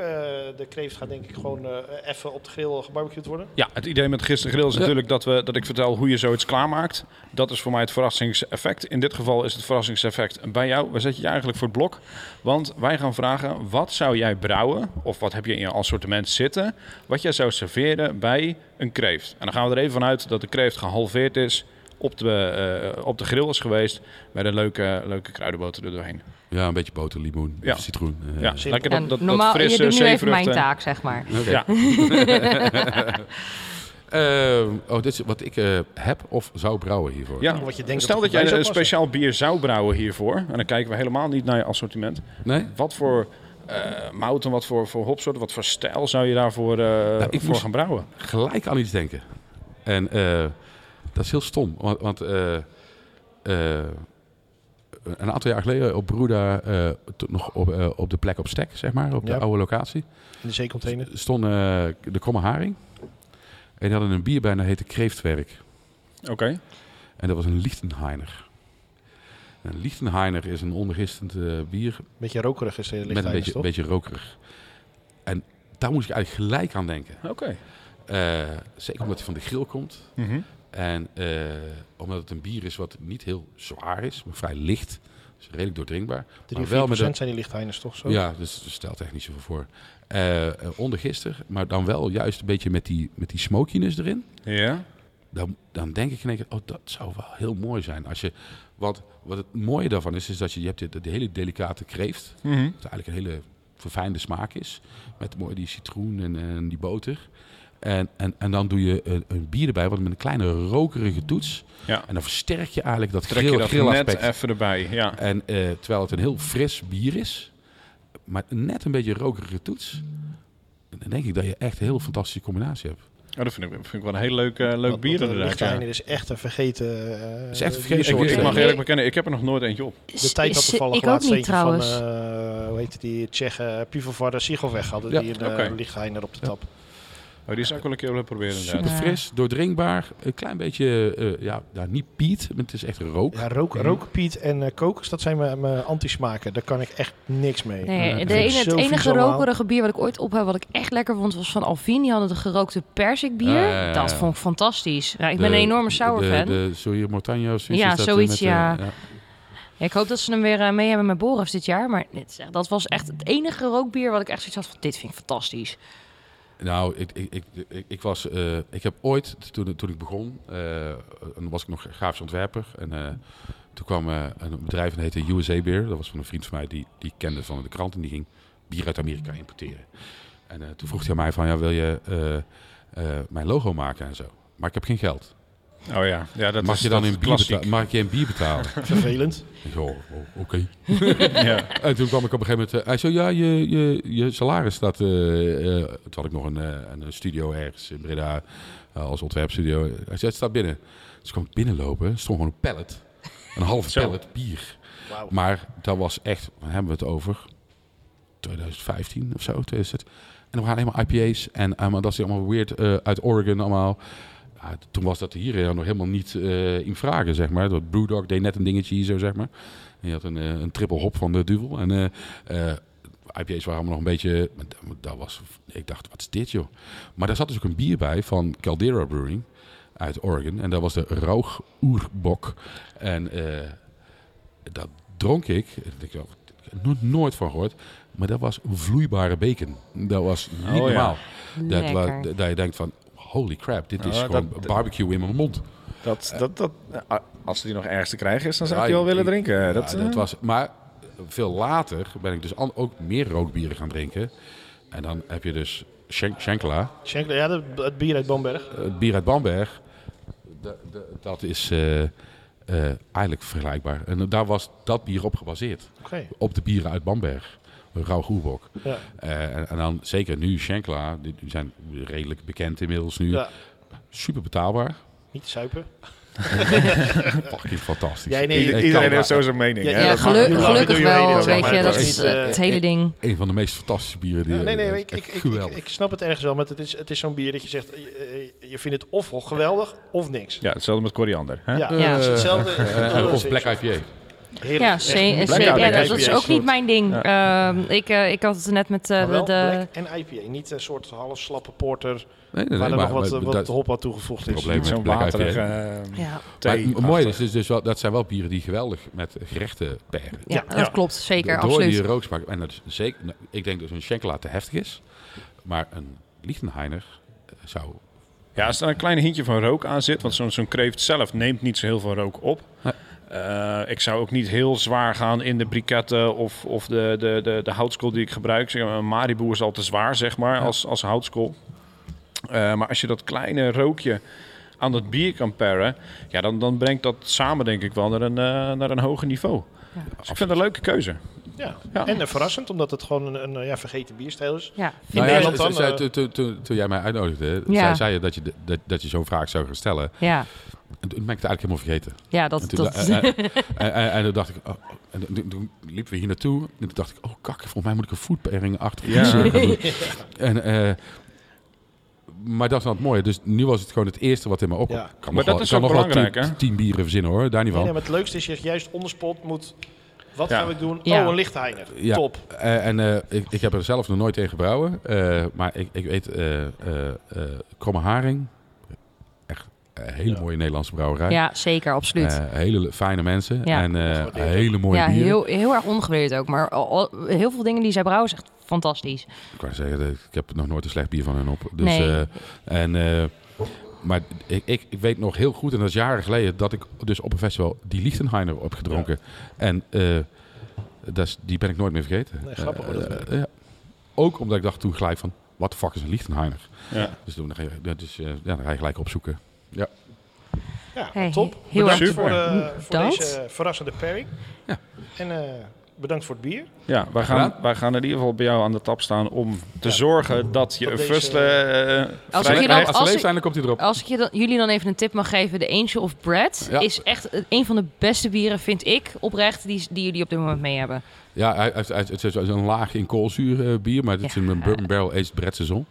Speaker 1: de kreeft gaat denk ik gewoon eh, even op de grill gebarbecued worden.
Speaker 2: Ja, het idee met gisteren grill is
Speaker 1: Ja.
Speaker 2: natuurlijk dat, we, dat ik vertel hoe je zoiets klaarmaakt. Dat is voor mij het verrassingseffect. In dit geval is het verrassingseffect bij jou. We zetten je eigenlijk voor het blok. Want wij gaan vragen, wat zou jij brouwen? Of wat heb je in je assortiment zitten? Wat jij zou serveren bij een kreeft. En dan gaan we er even vanuit dat de kreeft gehalveerd is. Op de, eh, op de grill is geweest. Met een leuke, leuke kruidenboter er doorheen.
Speaker 11: Ja, een beetje boter, limoen,
Speaker 2: Ja.
Speaker 11: citroen. eh.
Speaker 2: Ja, lekker
Speaker 3: En
Speaker 2: dat, dat,
Speaker 3: normaal-
Speaker 2: dat frisse
Speaker 3: je doet nu even mijn
Speaker 2: zeevruchten.
Speaker 3: taak, zeg maar.
Speaker 11: Oké.
Speaker 2: Ja.
Speaker 11: Ehm, oh, dit is wat ik eh, heb of zou brouwen hiervoor.
Speaker 2: Ja, stel dat, jij een speciaal bier zou brouwen hiervoor, en dan kijken we helemaal niet naar je assortiment.
Speaker 11: Nee?
Speaker 2: Wat voor eh mouten, wat voor, voor hopsoorten, wat voor stijl zou je daarvoor eh,
Speaker 11: Nou, ik
Speaker 2: voor
Speaker 11: moest-
Speaker 2: gaan brouwen?
Speaker 11: Gelijk aan iets denken. En eh, dat is heel stom. Want, want eh, eh, een aantal jaar geleden op Broeda, eh, toen nog op, eh, op de plek op Stek, zeg maar, op
Speaker 1: Ja.
Speaker 11: de oude locatie.
Speaker 1: In de zeecontainer.
Speaker 11: Stond eh, de Kromme Haring. En die hadden een bier bij en dat heette Kreeftwerk.
Speaker 2: Oké.
Speaker 11: En dat was een Lichtenheiner. Een Lichtenheiner is een ondergistend eh, bier.
Speaker 1: Beetje rokerig is de
Speaker 11: Met een
Speaker 1: Lichtenheiner,
Speaker 11: beetje,
Speaker 1: toch?
Speaker 11: beetje rokerig. En daar moest ik eigenlijk gelijk aan denken.
Speaker 2: Oké.
Speaker 11: Eh, zeker omdat hij van de grill komt.
Speaker 2: Mhm.
Speaker 11: En eh, omdat het een bier is wat niet heel zwaar is, maar vrij licht. is redelijk doordringbaar.
Speaker 1: Drie,
Speaker 11: maar
Speaker 1: vier
Speaker 11: wel met
Speaker 1: procent
Speaker 11: een-
Speaker 1: zijn die lichtlijnen toch zo?
Speaker 11: Ja, dus dus stelt echt niet zoveel voor. Eh eh, ondergister, maar dan wel juist een beetje met die, met die smokiness erin.
Speaker 2: Ja.
Speaker 11: Dan, dan denk ik in één keer, oh, dat zou wel heel mooi zijn. Als je, wat, wat het mooie daarvan is, is dat je, je hebt de, hele delicate kreeft.
Speaker 2: Mhm.
Speaker 11: Wat eigenlijk een hele verfijnde smaak is. Met mooi die citroen en, en die boter. En, en, en dan doe je een, een bier erbij, wat met een kleine rokerige toets.
Speaker 2: Ja.
Speaker 11: En dan versterk je eigenlijk dat
Speaker 2: Trek je
Speaker 11: grill,
Speaker 2: dat
Speaker 11: grillaspect.
Speaker 2: net even erbij, ja.
Speaker 11: En eh, terwijl het een heel fris bier is, maar net een beetje rokerige toets. Dan denk ik dat je echt een heel fantastische combinatie hebt.
Speaker 2: Oh, dat vind ik, vind ik wel een heel leuk, eh, leuk bier
Speaker 1: De
Speaker 2: inderdaad. ja.
Speaker 1: lichtlijnen is echt een vergeten... eh,
Speaker 11: Is echt een
Speaker 2: Ik,
Speaker 11: vergeten
Speaker 2: ik,
Speaker 11: soort.
Speaker 2: mag eerlijk bekennen, ik heb er nog nooit eentje op.
Speaker 1: De tijd dat toevallig laatst eentje van, eh hoe heet die, Tsjechen, eh, Pivovar Sigov weg hadden.
Speaker 11: Ja,
Speaker 1: Die een
Speaker 11: oké.
Speaker 1: eh, lichtlijner op de tap.
Speaker 2: Oh, die zou ik wel een keer willen proberen inderdaad.
Speaker 11: Super fris, doordringbaar, een klein beetje, eh, ja, nou, niet piet, maar het is echt rook.
Speaker 1: Ja, rook,
Speaker 11: Mhm.
Speaker 1: rookpiet en eh kokos, dat zijn mijn, mijn anti-smaken. Daar kan ik echt niks mee.
Speaker 3: Nee,
Speaker 1: Ik
Speaker 3: de
Speaker 1: vind
Speaker 3: ene-
Speaker 1: zo
Speaker 3: het
Speaker 1: vies
Speaker 3: enige
Speaker 1: allemaal.
Speaker 3: rokerige bier wat ik ooit op heb, wat ik echt lekker vond, was van Alvin. Die hadden de gerookte perzikbier.
Speaker 11: Ah, Ja, ja, ja, ja.
Speaker 3: Dat vond ik fantastisch. Ja, ik ben
Speaker 11: De-
Speaker 3: een enorme sour
Speaker 11: de,
Speaker 3: fan.
Speaker 11: De, Sourier Mortagne of zoiets.
Speaker 3: Ja,
Speaker 11: is dat, eh,
Speaker 3: zoiets,
Speaker 11: met, eh,
Speaker 3: ja. Ja, ik hoop dat ze hem weer eh, mee hebben met Boris dit jaar. Maar dit, is echt- dat was echt het enige rookbier wat ik echt zoiets had van, dit vind ik fantastisch.
Speaker 11: Nou, ik, ik, ik, ik, ik was, eh, ik heb ooit, toen, toen ik begon, eh, en was ik nog grafisch ontwerper. En eh, toen kwam eh, een bedrijf en heette USA Beer. Dat was van een vriend van mij, die, die kende van de krant. En die ging bier uit Amerika importeren. En eh, toen vroeg hij aan mij van, ja, wil je eh, eh, mijn logo maken en zo? Maar ik heb geen geld.
Speaker 2: Oh ja, ja dat
Speaker 11: mag
Speaker 2: is-
Speaker 11: je dan
Speaker 2: dat is
Speaker 11: in bier
Speaker 2: klassiek.
Speaker 11: beta- Mag ik je een bier betalen?
Speaker 1: Vervelend.
Speaker 11: Ik zo, oh, oh, oké. En toen kwam ik op een gegeven moment... eh, hij zo, ja, je, je, je salaris, dat... eh eh, toen had ik nog een, eh, een studio ergens in Breda eh, als ontwerpstudio. Hij zei, het staat binnen. Dus ik kwam binnenlopen, er stond gewoon een pallet. Een half
Speaker 2: Zo.
Speaker 11: pallet bier.
Speaker 2: Wauw.
Speaker 11: Maar dat was echt, waar hebben we het over? 2015 of zo, 2016. En dan waren alleen maar IPA's en eh, maar dat is allemaal weird eh, uit Oregon allemaal. Ja, t- toen was dat hier eh, nog helemaal niet eh, in vragen, zeg maar. Dat Brewdog deed net een dingetje hier zo, zeg maar. En je had een, eh, een triple hop van de duvel. En eh, eh, IPA's waren allemaal nog een beetje... maar dat- maar Dat was, ik dacht, wat is dit, joh? Maar daar zat dus ook een bier bij van Caldera Brewing uit Oregon. En dat was de Rauch Oerbok. En eh, dat dronk ik. En Ik dacht, "Oh, ik heb er nog nooit van gehoord. Maar dat was vloeibare bacon. Dat was
Speaker 2: Oh,
Speaker 11: niet
Speaker 2: ja.
Speaker 11: normaal. Dat,
Speaker 2: Lekker.
Speaker 11: wa- dat, je denkt van, holy crap, dit is
Speaker 2: Ja,
Speaker 11: gewoon
Speaker 2: dat-
Speaker 11: barbecue in mijn mond.
Speaker 2: Dat, dat, dat, ah, als die nog ergens te krijgen is, dan zou
Speaker 11: Ja,
Speaker 2: ik die wel
Speaker 11: ik-
Speaker 2: willen
Speaker 11: ik-
Speaker 2: drinken.
Speaker 11: ja,
Speaker 2: Dat,
Speaker 11: Dat,
Speaker 2: eh,
Speaker 11: was, maar veel later ben ik dus an- ook meer rookbieren gaan drinken. En dan heb je dus Schenk- Schenkela,
Speaker 1: Schenkel, ja, dat- het bier uit Bamberg.
Speaker 11: eh, het bier uit Bamberg. Da- da- Dat is eh, eh, eigenlijk vergelijkbaar. En daar was dat bier op gebaseerd.
Speaker 1: Oké.
Speaker 11: Op de bieren uit Bamberg. Rauw Goerbok.
Speaker 1: Ja.
Speaker 11: Eh, en, en dan zeker nu Schenkela. Die die zijn redelijk bekend inmiddels nu.
Speaker 1: Ja.
Speaker 11: Super betaalbaar.
Speaker 1: Niet te suipen.
Speaker 11: Fucking fantastisch.
Speaker 1: Jij, nee,
Speaker 11: Ik- ik
Speaker 1: iedereen
Speaker 11: kan-
Speaker 2: heeft zo zijn mening,
Speaker 1: Ja, hè? ja,
Speaker 11: dat
Speaker 1: gelu-
Speaker 11: mag- dat mag-
Speaker 1: gelukkig
Speaker 11: doe je
Speaker 1: wel,
Speaker 11: mening,
Speaker 1: weet
Speaker 11: maar
Speaker 1: je,
Speaker 11: dat
Speaker 1: dat
Speaker 11: is,
Speaker 1: is, eh,
Speaker 11: eh,
Speaker 1: het hele ding.
Speaker 11: Een van de meest fantastische bieren. Die,
Speaker 1: Ja, nee, nee, ik,
Speaker 11: echt
Speaker 1: ik, ik, ik,
Speaker 11: geweldig.
Speaker 1: ik snap het ergens wel, maar het is, het is zo'n bier dat je zegt, eh, eh, je vindt het of geweldig of niks.
Speaker 2: ja, hetzelfde met koriander. Hè?
Speaker 1: Ja, Ja. het is hetzelfde.
Speaker 11: Eh, of Black IPA.
Speaker 1: Heerlijk. Eh,
Speaker 3: Ja,
Speaker 1: Echt.
Speaker 3: ze- ze-
Speaker 1: Black
Speaker 3: ja,
Speaker 1: IPA
Speaker 3: dat, dat is ook
Speaker 1: soort.
Speaker 3: niet mijn ding. Ehm, ik, eh, ik had het net met eh,
Speaker 1: Maar wel
Speaker 3: de...
Speaker 1: black en IPA, niet een soort half slappe porter
Speaker 11: Nee, nee,
Speaker 1: waar
Speaker 11: nee,
Speaker 1: er
Speaker 11: maar-
Speaker 1: nog wat,
Speaker 11: maar
Speaker 1: eh, wat
Speaker 11: dat-
Speaker 1: hop aan toegevoegd
Speaker 11: Het
Speaker 1: is.
Speaker 11: probleem met
Speaker 2: Zo'n
Speaker 11: Black
Speaker 2: waterige,
Speaker 11: IPA.
Speaker 2: eh,
Speaker 3: Ja.
Speaker 11: Maar
Speaker 2: thee-
Speaker 11: het mooie is dus, dus wel, dat zijn wel bieren die geweldig met gerechten peren.
Speaker 3: Ja, Ja. dat klopt, zeker,
Speaker 11: Door
Speaker 3: absoluut.
Speaker 11: die rooksmaak. En dat is zeker, nou, ik denk dat een Schenkela te heftig is. Maar een Lichtenheiner eh, zou...
Speaker 2: Ja, als er een klein hintje van rook aan zit, want zo'n zo'n kreeft zelf neemt niet zo heel veel rook op. Eh, ik zou ook niet heel zwaar gaan in de briketten of, of de, de, de, de houtskool die ik gebruik. Zeg maar, Een mariboer is al te zwaar, zeg maar, als, als houtskool. Eh, maar als je dat kleine rookje aan dat bier kan paren, ja, dan, dan brengt dat samen denk ik wel naar een, eh, naar een hoger niveau. Dus ik vind het een leuke keuze.
Speaker 1: Ja. En eh, verrassend, omdat het gewoon een, een ja, vergeten bierstijl is.
Speaker 3: Ja.
Speaker 1: In
Speaker 11: Nou ja,
Speaker 1: Nederland
Speaker 11: ze-
Speaker 1: dan.
Speaker 11: ze-
Speaker 1: eh,
Speaker 11: toen- toen- toen- Toen jij mij uitnodigde,
Speaker 3: Ja.
Speaker 11: zei, zei je dat je, de- dat, dat je zo'n vraag zou gaan stellen.
Speaker 3: Ja.
Speaker 11: En toen ben ik het eigenlijk helemaal vergeten.
Speaker 3: Ja, dat-
Speaker 11: En toen,
Speaker 3: dat-
Speaker 11: eh, eh, en, en- en toen dacht ik... oh, oh, en toen, toen liepen we hier naartoe. En toen dacht ik, oh kak, volgens mij moet ik een foodpairing achter
Speaker 2: Ja.
Speaker 11: iets, eh, gaan doen.
Speaker 2: Ja.
Speaker 11: En, eh, maar dat is dan het mooie. Dus nu was het gewoon het eerste wat in me op.
Speaker 1: Ja.
Speaker 11: Ik
Speaker 2: Maar
Speaker 11: nog
Speaker 2: dat
Speaker 11: wel-
Speaker 2: is
Speaker 11: kan
Speaker 2: ook
Speaker 11: nog wel
Speaker 2: belangrijk,
Speaker 11: tien,
Speaker 2: hè?
Speaker 11: tien bieren verzinnen hoor, daar niet
Speaker 1: nee,
Speaker 11: van.
Speaker 1: nee, maar het leukste is, je zegt juist onderspot moet, wat
Speaker 2: Ja.
Speaker 1: gaan we doen?
Speaker 2: Ja.
Speaker 1: Oh, een lichtheiner.
Speaker 11: Ja.
Speaker 1: Top.
Speaker 11: Eh, en eh, ik, ik heb er zelf nog nooit tegen gebrouwen. eh, maar ik, ik weet, eh eh eh, kromme haring, echt, een hele mooie Nederlandse brouwerij.
Speaker 3: Ja, zeker, absoluut.
Speaker 11: Eh, hele fijne mensen
Speaker 3: Ja.
Speaker 11: en eh, hele mooie
Speaker 3: ja,
Speaker 11: bieren.
Speaker 3: heel, heel erg ongewaardeerd ook. Maar al- al- heel veel dingen die zij brouwen is echt fantastisch.
Speaker 11: Ik wou zeggen, eh, ik heb nog nooit een slecht bier van hen op. Dus,
Speaker 3: Nee.
Speaker 11: eh, en, eh, maar ik, ik, ik weet nog heel goed, en dat is jaren geleden, dat ik dus op een festival die Lichtenheiner heb gedronken. En eh, dat is, die ben ik nooit meer vergeten.
Speaker 1: Nee, grappig hoe dat
Speaker 11: Eh,
Speaker 1: werkt.
Speaker 11: ja. Ook omdat ik dacht toen gelijk van, wat de fuck is een Lichtenheiner?
Speaker 2: Ja.
Speaker 11: Dus toen ga je, dat is, eh, ja, dan ga je gelijk opzoeken. Ja.
Speaker 1: Ja,
Speaker 3: Hey,
Speaker 1: top.
Speaker 3: heel
Speaker 1: bedankt
Speaker 2: erg
Speaker 1: voor, eh,
Speaker 3: super.
Speaker 1: voor
Speaker 3: Bedankt.
Speaker 1: deze verrassende pairing. En eh, bedankt voor het bier.
Speaker 2: Ja, wij gaan, wij gaan in ieder geval bij jou aan de tap staan om te zorgen dat je
Speaker 1: Dat
Speaker 2: een
Speaker 1: deze-
Speaker 2: first... eh, eh,
Speaker 3: Als
Speaker 2: vrij-
Speaker 3: ik je dan-
Speaker 2: krijgt.
Speaker 11: Als
Speaker 3: Als
Speaker 11: ze
Speaker 3: ik-
Speaker 11: leef zijn, dan komt hij erop.
Speaker 3: Als ik je dan, jullie dan even een tip mag geven, de Angel of Bread
Speaker 11: Ja.
Speaker 3: is echt een van de beste bieren, vind ik, oprecht, die, die jullie op dit moment mee hebben.
Speaker 11: Ja, hij, hij, hij- het is een laag in koolzuur eh, bier, maar dit is een bourbon barrel aged bread saison.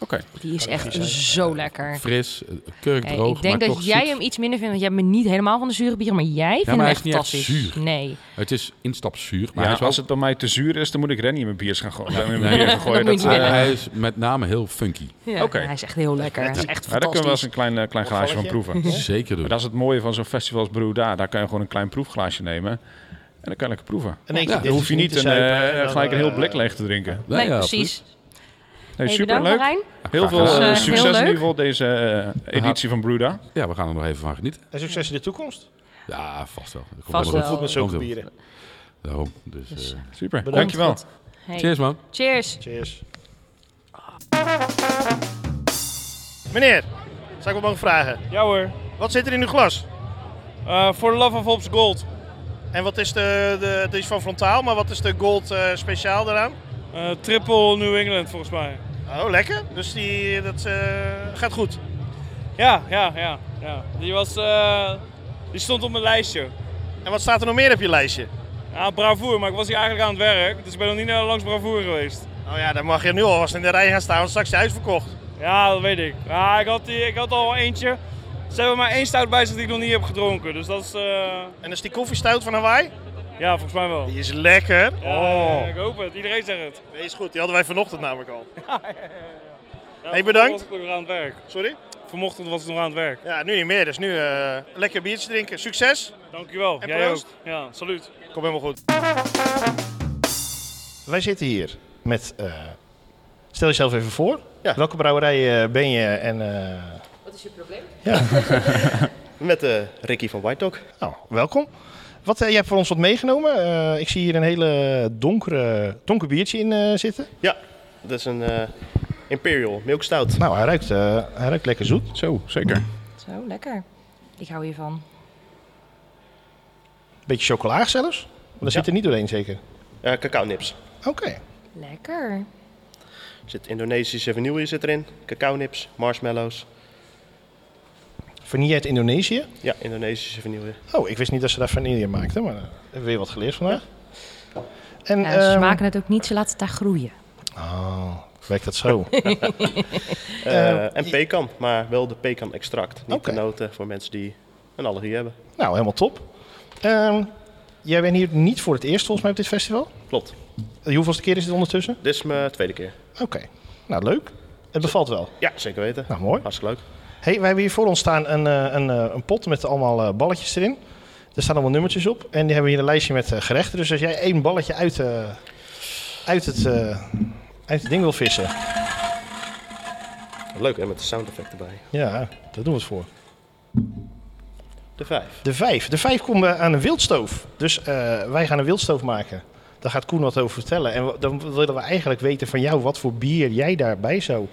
Speaker 2: Oké.
Speaker 3: Die is echt zo lekker.
Speaker 11: Fris, eh,
Speaker 3: Hey,
Speaker 11: kurkdroog,
Speaker 3: ik denk
Speaker 11: maar
Speaker 3: dat
Speaker 11: toch
Speaker 3: jij
Speaker 11: zoet.
Speaker 3: hem iets minder vindt, want jij bent niet helemaal van de zure bieren, maar jij vindt
Speaker 11: maar hij
Speaker 3: hem
Speaker 11: is
Speaker 3: echt
Speaker 11: niet echt
Speaker 3: fantastisch.
Speaker 11: zuur.
Speaker 3: Nee,
Speaker 11: Het is instapzuur, maar
Speaker 2: Ja,
Speaker 11: hij is wel-
Speaker 2: als het bij mij te zuur is, dan moet ik Rennie in mijn bier gaan gooien. in mijn
Speaker 11: Nee.
Speaker 2: bier gaan
Speaker 11: Dat
Speaker 2: gooien.
Speaker 3: moet je niet
Speaker 2: eh,
Speaker 11: Hij- hij is met name heel funky.
Speaker 3: ja,
Speaker 2: Oké.
Speaker 3: hij is echt heel lekker. Het is echt
Speaker 2: Ja, daar kunnen we wel eens
Speaker 3: fantastisch.
Speaker 2: een klein, eh, klein glaasje van proeven.
Speaker 11: Zeker
Speaker 2: Maar
Speaker 11: doen.
Speaker 2: dat is het mooie van zo'n festival als Brewda. Daar kan je gewoon een klein proefglaasje nemen. En dan kan je lekker proeven.
Speaker 1: En denk je,
Speaker 11: Ja,
Speaker 1: dit
Speaker 2: Dan hoef
Speaker 1: is
Speaker 2: je niet
Speaker 1: te
Speaker 2: een,
Speaker 1: zuipen,
Speaker 2: eh,
Speaker 1: en dan,
Speaker 2: gelijk een heel
Speaker 1: eh,
Speaker 2: blik leeg te drinken.
Speaker 11: Nee,
Speaker 3: Nee,
Speaker 11: ja,
Speaker 3: precies.
Speaker 2: Nee,
Speaker 3: Hey, bedankt,
Speaker 2: superleuk.
Speaker 3: Marijn.
Speaker 2: Heel veel
Speaker 11: gedaan.
Speaker 2: eh,
Speaker 3: Dus, eh,
Speaker 2: succes
Speaker 3: heel
Speaker 2: in
Speaker 3: leuk.
Speaker 2: ieder geval deze eh, editie van Brewda.
Speaker 11: absoluut. Ja, we gaan er nog even van genieten.
Speaker 1: eh, En succes in de toekomst.
Speaker 11: Ja, vast wel. Dat komt
Speaker 3: Vast
Speaker 11: wel
Speaker 3: wel.
Speaker 1: Goed met zulke
Speaker 11: Komt wel.
Speaker 1: bieren.
Speaker 11: Daarom. Dus, eh,
Speaker 2: Super,
Speaker 1: Bedankt.
Speaker 2: dankjewel.
Speaker 3: Hey.
Speaker 11: Cheers man.
Speaker 3: Cheers.
Speaker 1: Cheers. Meneer, zou ik wel mogen vragen?
Speaker 5: Ja hoor.
Speaker 1: Wat zit er in uw glas?
Speaker 5: Eh, Voor de Love of Ops Gold.
Speaker 1: En wat is de, de het is van frontaal, maar wat is de gold eh, speciaal daaraan?
Speaker 5: Eh, triple New England volgens mij.
Speaker 1: Oh, lekker. Dus die, dat eh, gaat goed.
Speaker 5: Ja, ja, ja. ja. Die, was, eh, die stond op mijn lijstje.
Speaker 1: En wat staat er nog meer op je lijstje?
Speaker 5: Ja, bravoer, maar ik was hier eigenlijk aan het werk, dus ik ben nog niet naar langs bravoer geweest.
Speaker 1: Nou ja, dan mag je nu alvast in de rij gaan staan, want straks is hij uitverkocht.
Speaker 5: Ja, dat weet ik. Ja, ik, had die, ik had al eentje. Ze hebben maar één stout bij zich die ik nog niet heb gedronken, dus dat is... eh,
Speaker 1: En is die koffiestout van Hawaii?
Speaker 5: ja, volgens mij wel.
Speaker 1: Die is lekker.
Speaker 5: Ja,
Speaker 1: oh.
Speaker 5: Ik hoop het, iedereen zegt het.
Speaker 1: Die is goed, die hadden wij vanochtend namelijk al.
Speaker 5: Ja,
Speaker 1: Hey, bedankt.
Speaker 5: vanochtend was ik nog aan het werk.
Speaker 1: Sorry?
Speaker 5: Vanochtend was ik nog aan het werk.
Speaker 1: Ja, nu niet meer, dus nu eh, lekker biertje drinken. Succes!
Speaker 5: Dankjewel,
Speaker 1: En
Speaker 5: jij
Speaker 1: proost.
Speaker 5: ook. Ja, salut.
Speaker 1: Kom helemaal goed. Wij zitten hier met. eh, stel jezelf even voor.
Speaker 9: Ja.
Speaker 1: Welke brouwerij eh, ben je en. eh,
Speaker 3: Wat is je probleem?
Speaker 9: Met Eh, Ricky van White Dog.
Speaker 1: nou, welkom. Wat eh, je hebt voor ons wat meegenomen? Eh, ik zie hier een hele donkere, donker biertje in eh, zitten.
Speaker 9: Dat is een eh, Imperial Milk Stout.
Speaker 1: Nou, hij ruikt, eh, hij ruikt lekker zoet.
Speaker 2: Zo, zeker.
Speaker 3: Zo, lekker. Ik hou hiervan.
Speaker 1: Beetje chocolaag zelfs. Maar dat zit er niet doorheen zeker.
Speaker 9: Eh, cacao nips.
Speaker 1: Oké.
Speaker 3: Lekker.
Speaker 9: Er zit Indonesische vanille zit erin. Cacao nips, marshmallows.
Speaker 1: Vanille uit Indonesië.
Speaker 9: Ja, Indonesische vanille.
Speaker 1: Oh, ik wist niet dat ze daar vanille maakten, maar eh, hebben we weer wat geleerd vandaag. En,
Speaker 3: Ja, ze
Speaker 1: ehm,
Speaker 3: maken het ook niet, ze laten het daar groeien.
Speaker 1: Oh, werkt dat zo?
Speaker 9: Eh, en pekan, maar wel de pekan extract. Niet
Speaker 1: Oké.
Speaker 9: de noten voor mensen die een allergie hebben.
Speaker 1: Nou, helemaal top. Ehm, jij bent hier niet voor het eerst volgens mij op dit festival.
Speaker 9: Klopt.
Speaker 1: Eh, Hoeveelste keer is dit ondertussen?
Speaker 9: Dit is mijn tweede keer.
Speaker 1: Oké. Nou, leuk. Het bevalt wel.
Speaker 9: Ja, zeker weten.
Speaker 1: Nou, mooi.
Speaker 9: Hartstikke leuk.
Speaker 1: Hey, wij hebben hier voor ons staan een, eh, een, eh, een pot met allemaal eh, balletjes erin. Er staan allemaal nummertjes op. En die hebben hier een lijstje met eh, gerechten. Dus als jij één balletje uit, eh, uit, het, eh, uit het ding wil vissen.
Speaker 9: Leuk, en met de sound effect erbij.
Speaker 1: Ja, daar doen we het voor.
Speaker 9: De vijf.
Speaker 1: De vijf. De vijf komt eh, aan een wildstoof. Dus eh, wij gaan een wildstoof maken. Daar gaat Koen wat over vertellen. En w- dan willen we eigenlijk weten van jou wat voor bier jij daarbij zou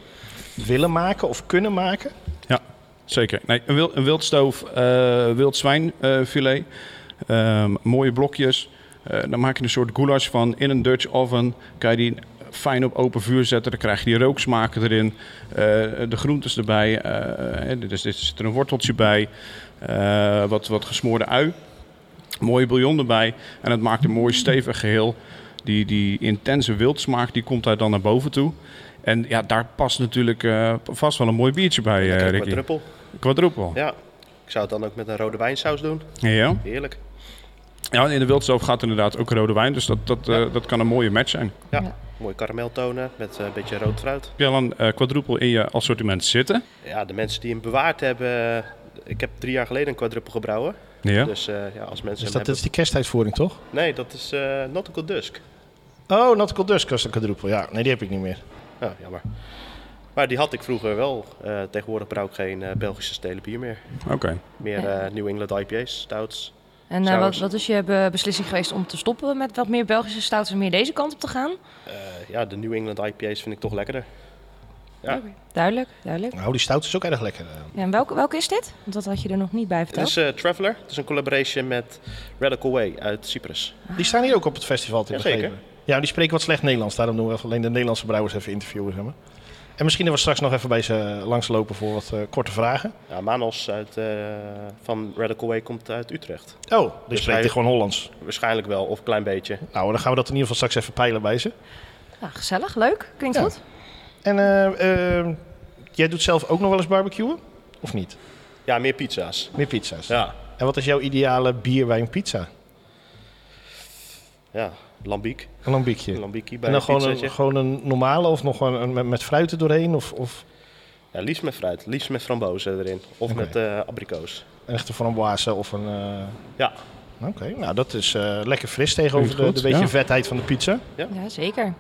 Speaker 1: willen maken of kunnen maken.
Speaker 2: Zeker. Nee, een, wild, een wildstoof, eh wild zwijnfilet. mooie blokjes. Eh, dan maak je een soort goulash van in een Dutch oven. Kan je die fijn op open vuur zetten. Dan krijg je die rooksmaken erin. Eh, de groentes erbij. Eh, hè, dus dit zit er een worteltje bij. Eh, wat, wat gesmoorde ui. Mooie bouillon erbij. En het maakt een mooi stevig geheel. Die, die intense wildsmaak die komt daar dan naar boven toe. En ja, daar past natuurlijk eh, vast wel een mooi biertje bij, eh
Speaker 9: Lekker
Speaker 2: Ricky.
Speaker 9: druppel.
Speaker 2: Quadruple.
Speaker 9: Ja. Ik zou het dan ook met een rode wijnsaus doen.
Speaker 2: Ja. ja.
Speaker 9: Heerlijk.
Speaker 2: en in de wildstoof gaat inderdaad ook rode wijn, dus dat, dat, eh, dat kan een mooie match zijn.
Speaker 9: Mooie karameltonen met eh, een beetje rood fruit.
Speaker 2: Heb jij dan eh quadruple in je assortiment zitten?
Speaker 9: Ja, de mensen die hem bewaard hebben, eh,
Speaker 12: ik heb drie jaar geleden een quadruppel gebrouwen.
Speaker 1: Ja.
Speaker 12: Dus eh, ja, als mensen
Speaker 1: Dus
Speaker 12: hem
Speaker 1: dat, dat is
Speaker 12: hebben-
Speaker 1: die kerstuitvoering, toch?
Speaker 12: Nee, dat is eh Nautical Dusk.
Speaker 1: Oh, Nautical Dusk was een kadroepel. Ja, nee, die heb ik niet meer.
Speaker 12: Ja, Nou, jammer. Maar die had ik vroeger wel. Eh, tegenwoordig brouw ik geen eh, Belgische stelen bier meer.
Speaker 2: Oké.
Speaker 12: Meer eh, New England IPA's, stouts.
Speaker 3: En eh, wat,
Speaker 12: sours.
Speaker 3: wat is je eh, beslissing geweest om te stoppen met wat meer Belgische stouts en meer deze kant op te gaan?
Speaker 12: Eh, ja, de New England IPA's vind ik toch lekkerder. Ja.
Speaker 3: Oh, Duidelijk, duidelijk.
Speaker 1: Nou, die stout is ook erg lekker. eh.
Speaker 3: Ja, en welke, welke is dit? Want dat had je er nog niet bij
Speaker 12: Het
Speaker 3: verteld.
Speaker 12: is eh, Traveler. Het is een collaboration met Radical Way uit Cyprus.
Speaker 1: Die staan hier ook op het festival te
Speaker 12: Jazeker.
Speaker 1: begrijpen. Ja, die spreken wat slecht Nederlands. Daarom doen we even alleen de Nederlandse brouwers even interviewen. Zeg maar. En misschien dat we straks nog even bij ze langslopen voor wat eh, korte vragen.
Speaker 12: Ja, Manos uit, eh, van Radical Way komt uit Utrecht.
Speaker 1: Oh, dus spreekt hij gewoon Hollands?
Speaker 12: Waarschijnlijk wel, of een klein beetje.
Speaker 1: Nou, dan gaan we dat in ieder geval straks even peilen bij ze.
Speaker 3: Ja, Ah, gezellig, leuk. Klinkt
Speaker 1: Ja.
Speaker 3: goed.
Speaker 1: En eh, eh, jij doet zelf ook nog wel eens barbecuen? Of niet?
Speaker 12: Ja, meer pizza's.
Speaker 1: Meer pizza's?
Speaker 12: Ja.
Speaker 1: En wat is jouw ideale bier, wijn, pizza?
Speaker 12: Ja, lambiek.
Speaker 1: Een lambiekje.
Speaker 12: Lambiekje bij
Speaker 1: en
Speaker 12: een
Speaker 1: dan gewoon een,
Speaker 12: pizzaatje.
Speaker 1: gewoon een normale of nog wel een, met, met fruit er doorheen? Of, of
Speaker 12: Ja, liefst met fruit. Liefst met frambozen erin. Of
Speaker 1: Oké.
Speaker 12: met eh abrikoos.
Speaker 1: een echte framboise of een... eh,
Speaker 12: Ja.
Speaker 1: Oké, nou dat is eh, lekker fris tegenover de,
Speaker 12: Klinkt
Speaker 1: de
Speaker 12: goed,
Speaker 1: beetje
Speaker 12: ja.
Speaker 1: vetheid van de pizza.
Speaker 12: Ja.
Speaker 3: zeker.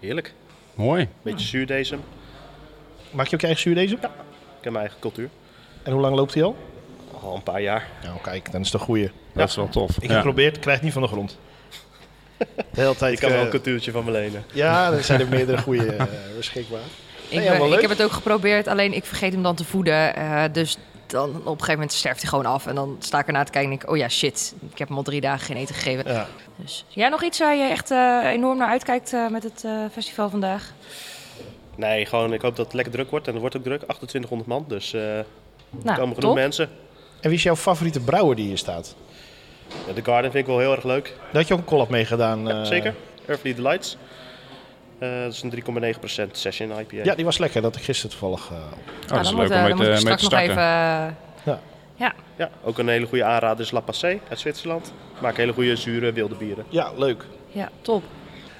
Speaker 12: Heerlijk.
Speaker 2: Mooi.
Speaker 12: Beetje zuurdesem.
Speaker 1: Maak je ook je eigen zuurdesem?
Speaker 12: Ja, ik heb mijn eigen cultuur.
Speaker 1: En hoe lang loopt die al?
Speaker 12: Al een paar jaar.
Speaker 1: Nou kijk, dan is het een goeie.
Speaker 2: Dat is wel tof.
Speaker 1: Ik
Speaker 2: Ja.
Speaker 1: heb geprobeerd, ik krijg het niet van de grond. De hele tijd...
Speaker 12: Ik kan wel
Speaker 1: eh,
Speaker 12: een cultuurtje van me lenen.
Speaker 1: Ja, er zijn er meerdere goede
Speaker 12: eh,
Speaker 1: beschikbaar.
Speaker 3: Ik,
Speaker 1: helemaal
Speaker 3: ben- ik
Speaker 1: leuk.
Speaker 3: heb het ook geprobeerd, alleen ik vergeet hem dan te voeden. eh, dus dan op een gegeven moment sterft hij gewoon af. En dan sta ik ernaar te kijken en denk ik, oh ja, shit. Ik heb hem al drie dagen geen eten gegeven.
Speaker 1: Ja.
Speaker 3: Dus jij nog iets waar je echt eh, enorm naar uitkijkt eh, met het eh, festival vandaag?
Speaker 12: Nee, gewoon ik hoop dat het lekker druk wordt. En het wordt ook druk. 2800 man. Dus eh er
Speaker 3: Nou,
Speaker 12: komen genoeg
Speaker 3: top.
Speaker 12: mensen.
Speaker 1: En wie is jouw favoriete brouwer die hier staat?
Speaker 12: Ja, de Garden vind ik wel heel erg leuk.
Speaker 1: Daar had je ook een collab mee gedaan. eh,
Speaker 12: Zeker. Earthly Delights. Eh, dat is een 3,9% session IPA.
Speaker 1: Ja, die was lekker. Dat had ik gisteren toevallig... eh,
Speaker 3: Nou, dan moet, eh, dan moet ik straks nog even...
Speaker 1: Ja.
Speaker 3: ja.
Speaker 12: Ja, ook een hele goede aanrader is La Passé uit Zwitserland. Maakt hele goede zure wilde bieren.
Speaker 1: Ja, leuk.
Speaker 3: ja, top.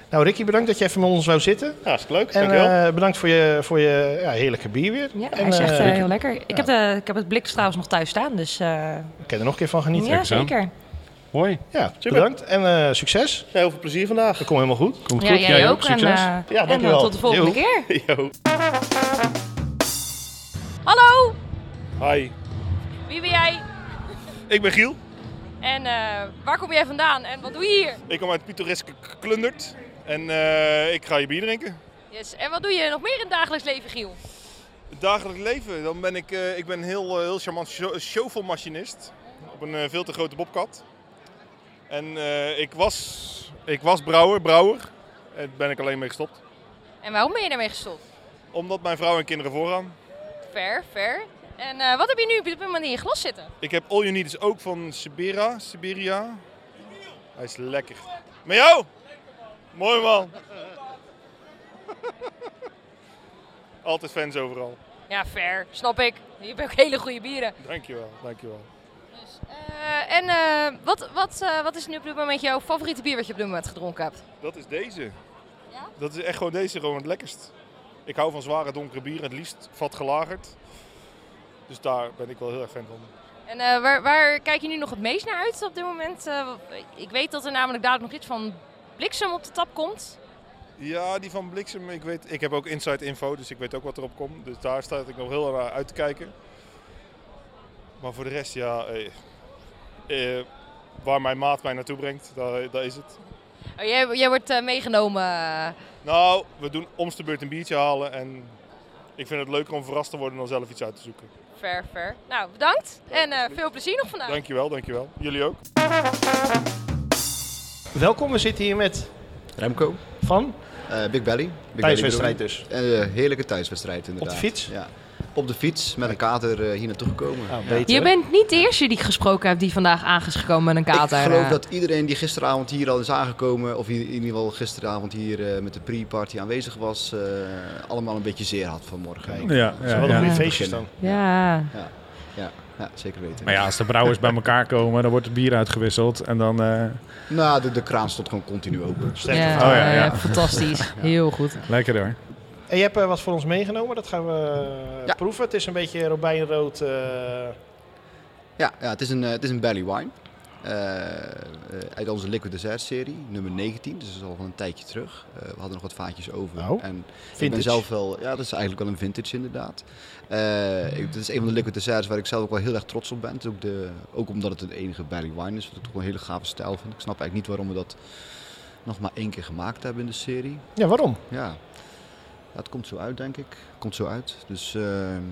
Speaker 1: Nou, Ricky, bedankt dat je even met ons wou zitten.
Speaker 12: Ja, is leuk.
Speaker 1: En
Speaker 12: Dankjewel.
Speaker 1: eh, bedankt voor je, voor je ja, heerlijke bier weer.
Speaker 3: Ja,
Speaker 1: en,
Speaker 3: hij is echt
Speaker 1: eh,
Speaker 3: eh, heel lekker. Ik, heb de, ik heb het blik trouwens nog thuis staan, dus... eh
Speaker 1: Ik kan er nog een keer van genieten.
Speaker 3: ja, zeker.
Speaker 2: Hoi.
Speaker 1: Ja, bedankt en eh, succes.
Speaker 12: heel veel plezier vandaag.
Speaker 1: Dat komt helemaal goed. Komt
Speaker 3: Ja, jij, ook. En, eh,
Speaker 1: ja,
Speaker 3: en
Speaker 1: dankjewel.
Speaker 3: dan tot de volgende
Speaker 1: Jo.
Speaker 3: keer.
Speaker 12: Yo.
Speaker 3: Hallo,
Speaker 12: Hi,
Speaker 3: wie ben jij?
Speaker 12: ik ben Giel.
Speaker 3: En eh, waar kom jij vandaan en wat doe je hier?
Speaker 13: Ik kom uit pittoreske Klundert en eh, ik ga je bier drinken.
Speaker 3: Yes. En wat doe je nog meer in het dagelijks leven, Giel?
Speaker 13: Het dagelijks leven, dan ben ik, eh, ik ben een heel, eh, heel charmant sho- shovelmachinist op een eh, veel te grote bobcat. En eh, ik, was, ik was brouwer, brouwer. Daar ben ik alleen mee gestopt.
Speaker 3: En waarom ben je daarmee gestopt?
Speaker 13: Omdat mijn vrouw en kinderen vooraan.
Speaker 3: Ver, ver. En eh, wat heb je nu op dit moment in je glas zitten?
Speaker 13: Ik heb All You Need is ook van Sibera, Siberia. Hij is lekker. Met jou? Mooi man. Altijd fans overal.
Speaker 3: Ja, ver. Snap ik. Je hebt ook hele goede bieren.
Speaker 13: Dankjewel, dankjewel.
Speaker 3: Eh, en eh, wat, wat, eh, wat is nu op dit moment jouw favoriete bier wat je op dit moment gedronken hebt?
Speaker 13: Dat is deze. Dat is echt gewoon deze, gewoon het lekkerst. Ik hou van zware donkere bieren, het liefst vat gelagerd. Dus daar ben ik wel heel erg fan van.
Speaker 3: En eh, waar, waar kijk je nu nog het meest naar uit op dit moment? Eh, ik weet dat er namelijk dadelijk nog iets van bliksem op de tap komt.
Speaker 13: Ja, die van Bliksem, ik, weet, ik heb ook inside info, dus ik weet ook wat erop komt. Dus daar sta ik nog heel erg naar uit te kijken. Maar voor de rest, ja, eh, eh, waar mijn maat mij naartoe brengt, daar, daar is het.
Speaker 3: Oh, jij, jij wordt eh, meegenomen. eh,
Speaker 13: Nou, we doen om de beurt een biertje halen en ik vind het leuker om verrast te worden dan zelf iets uit te zoeken.
Speaker 3: Ver, ver. Nou, bedankt. En eh, veel plezier nog vandaag.
Speaker 13: Dankjewel, dankjewel. Jullie ook.
Speaker 1: Welkom, we zitten hier met...
Speaker 14: Remco.
Speaker 1: Van?
Speaker 14: Eh, Big Belly. Big Belly
Speaker 1: Thuiswedstrijd
Speaker 14: Brewing. Eh, heerlijke thuiswedstrijd inderdaad.
Speaker 1: Op de fiets?
Speaker 14: Ja. Op de fiets, met een kater eh, hier naartoe gekomen. Ja.
Speaker 3: Je bent niet de eerste die ik gesproken heb die vandaag aan is gekomen met een kater.
Speaker 14: Ik geloof
Speaker 3: eh.
Speaker 14: dat iedereen die gisteravond hier al is aangekomen, of in in ieder geval gisteravond hier eh, met de pre-party aanwezig was, eh, allemaal een beetje zeer had vanmorgen.
Speaker 2: Ja, ja, Ze hadden ja. goede feestjes dan.
Speaker 3: Ja.
Speaker 14: Ja, ja, ja, zeker weten.
Speaker 2: Maar ja, als de brouwers bij elkaar komen, dan wordt het bier uitgewisseld en dan... eh,
Speaker 14: Nou, de, de kraan stond gewoon continu open.
Speaker 1: Ja,
Speaker 2: Oh ja, ja.
Speaker 3: eh,
Speaker 14: eh,
Speaker 3: fantastisch. Heel goed.
Speaker 2: Lekker hoor.
Speaker 1: En je hebt eh, wat voor ons meegenomen, dat gaan we eh, proeven. Het is een beetje robijnrood eh
Speaker 14: Ja, ja het, is een, eh, het is een barley wine. Eh, eh, uit onze Liquid Dessert serie, nummer 19. Dus dat is al van een tijdje terug. Eh, we hadden nog wat vaatjes over.
Speaker 1: Oh,
Speaker 14: en ik
Speaker 1: vintage.
Speaker 14: ben zelf wel... Ja, dat is eigenlijk wel een vintage inderdaad. Eh ik- dit is een van de Liquid Desserts waar ik zelf ook wel heel erg trots op ben. Het is ook, de, ook omdat het een enige barley wine is. Wat ik toch wel een hele gave stijl vind. Ik snap eigenlijk niet waarom we dat nog maar één keer gemaakt hebben in de serie.
Speaker 1: Ja, waarom?
Speaker 14: Ja, Ja, het komt zo uit denk ik. Komt zo uit. Dus... ehm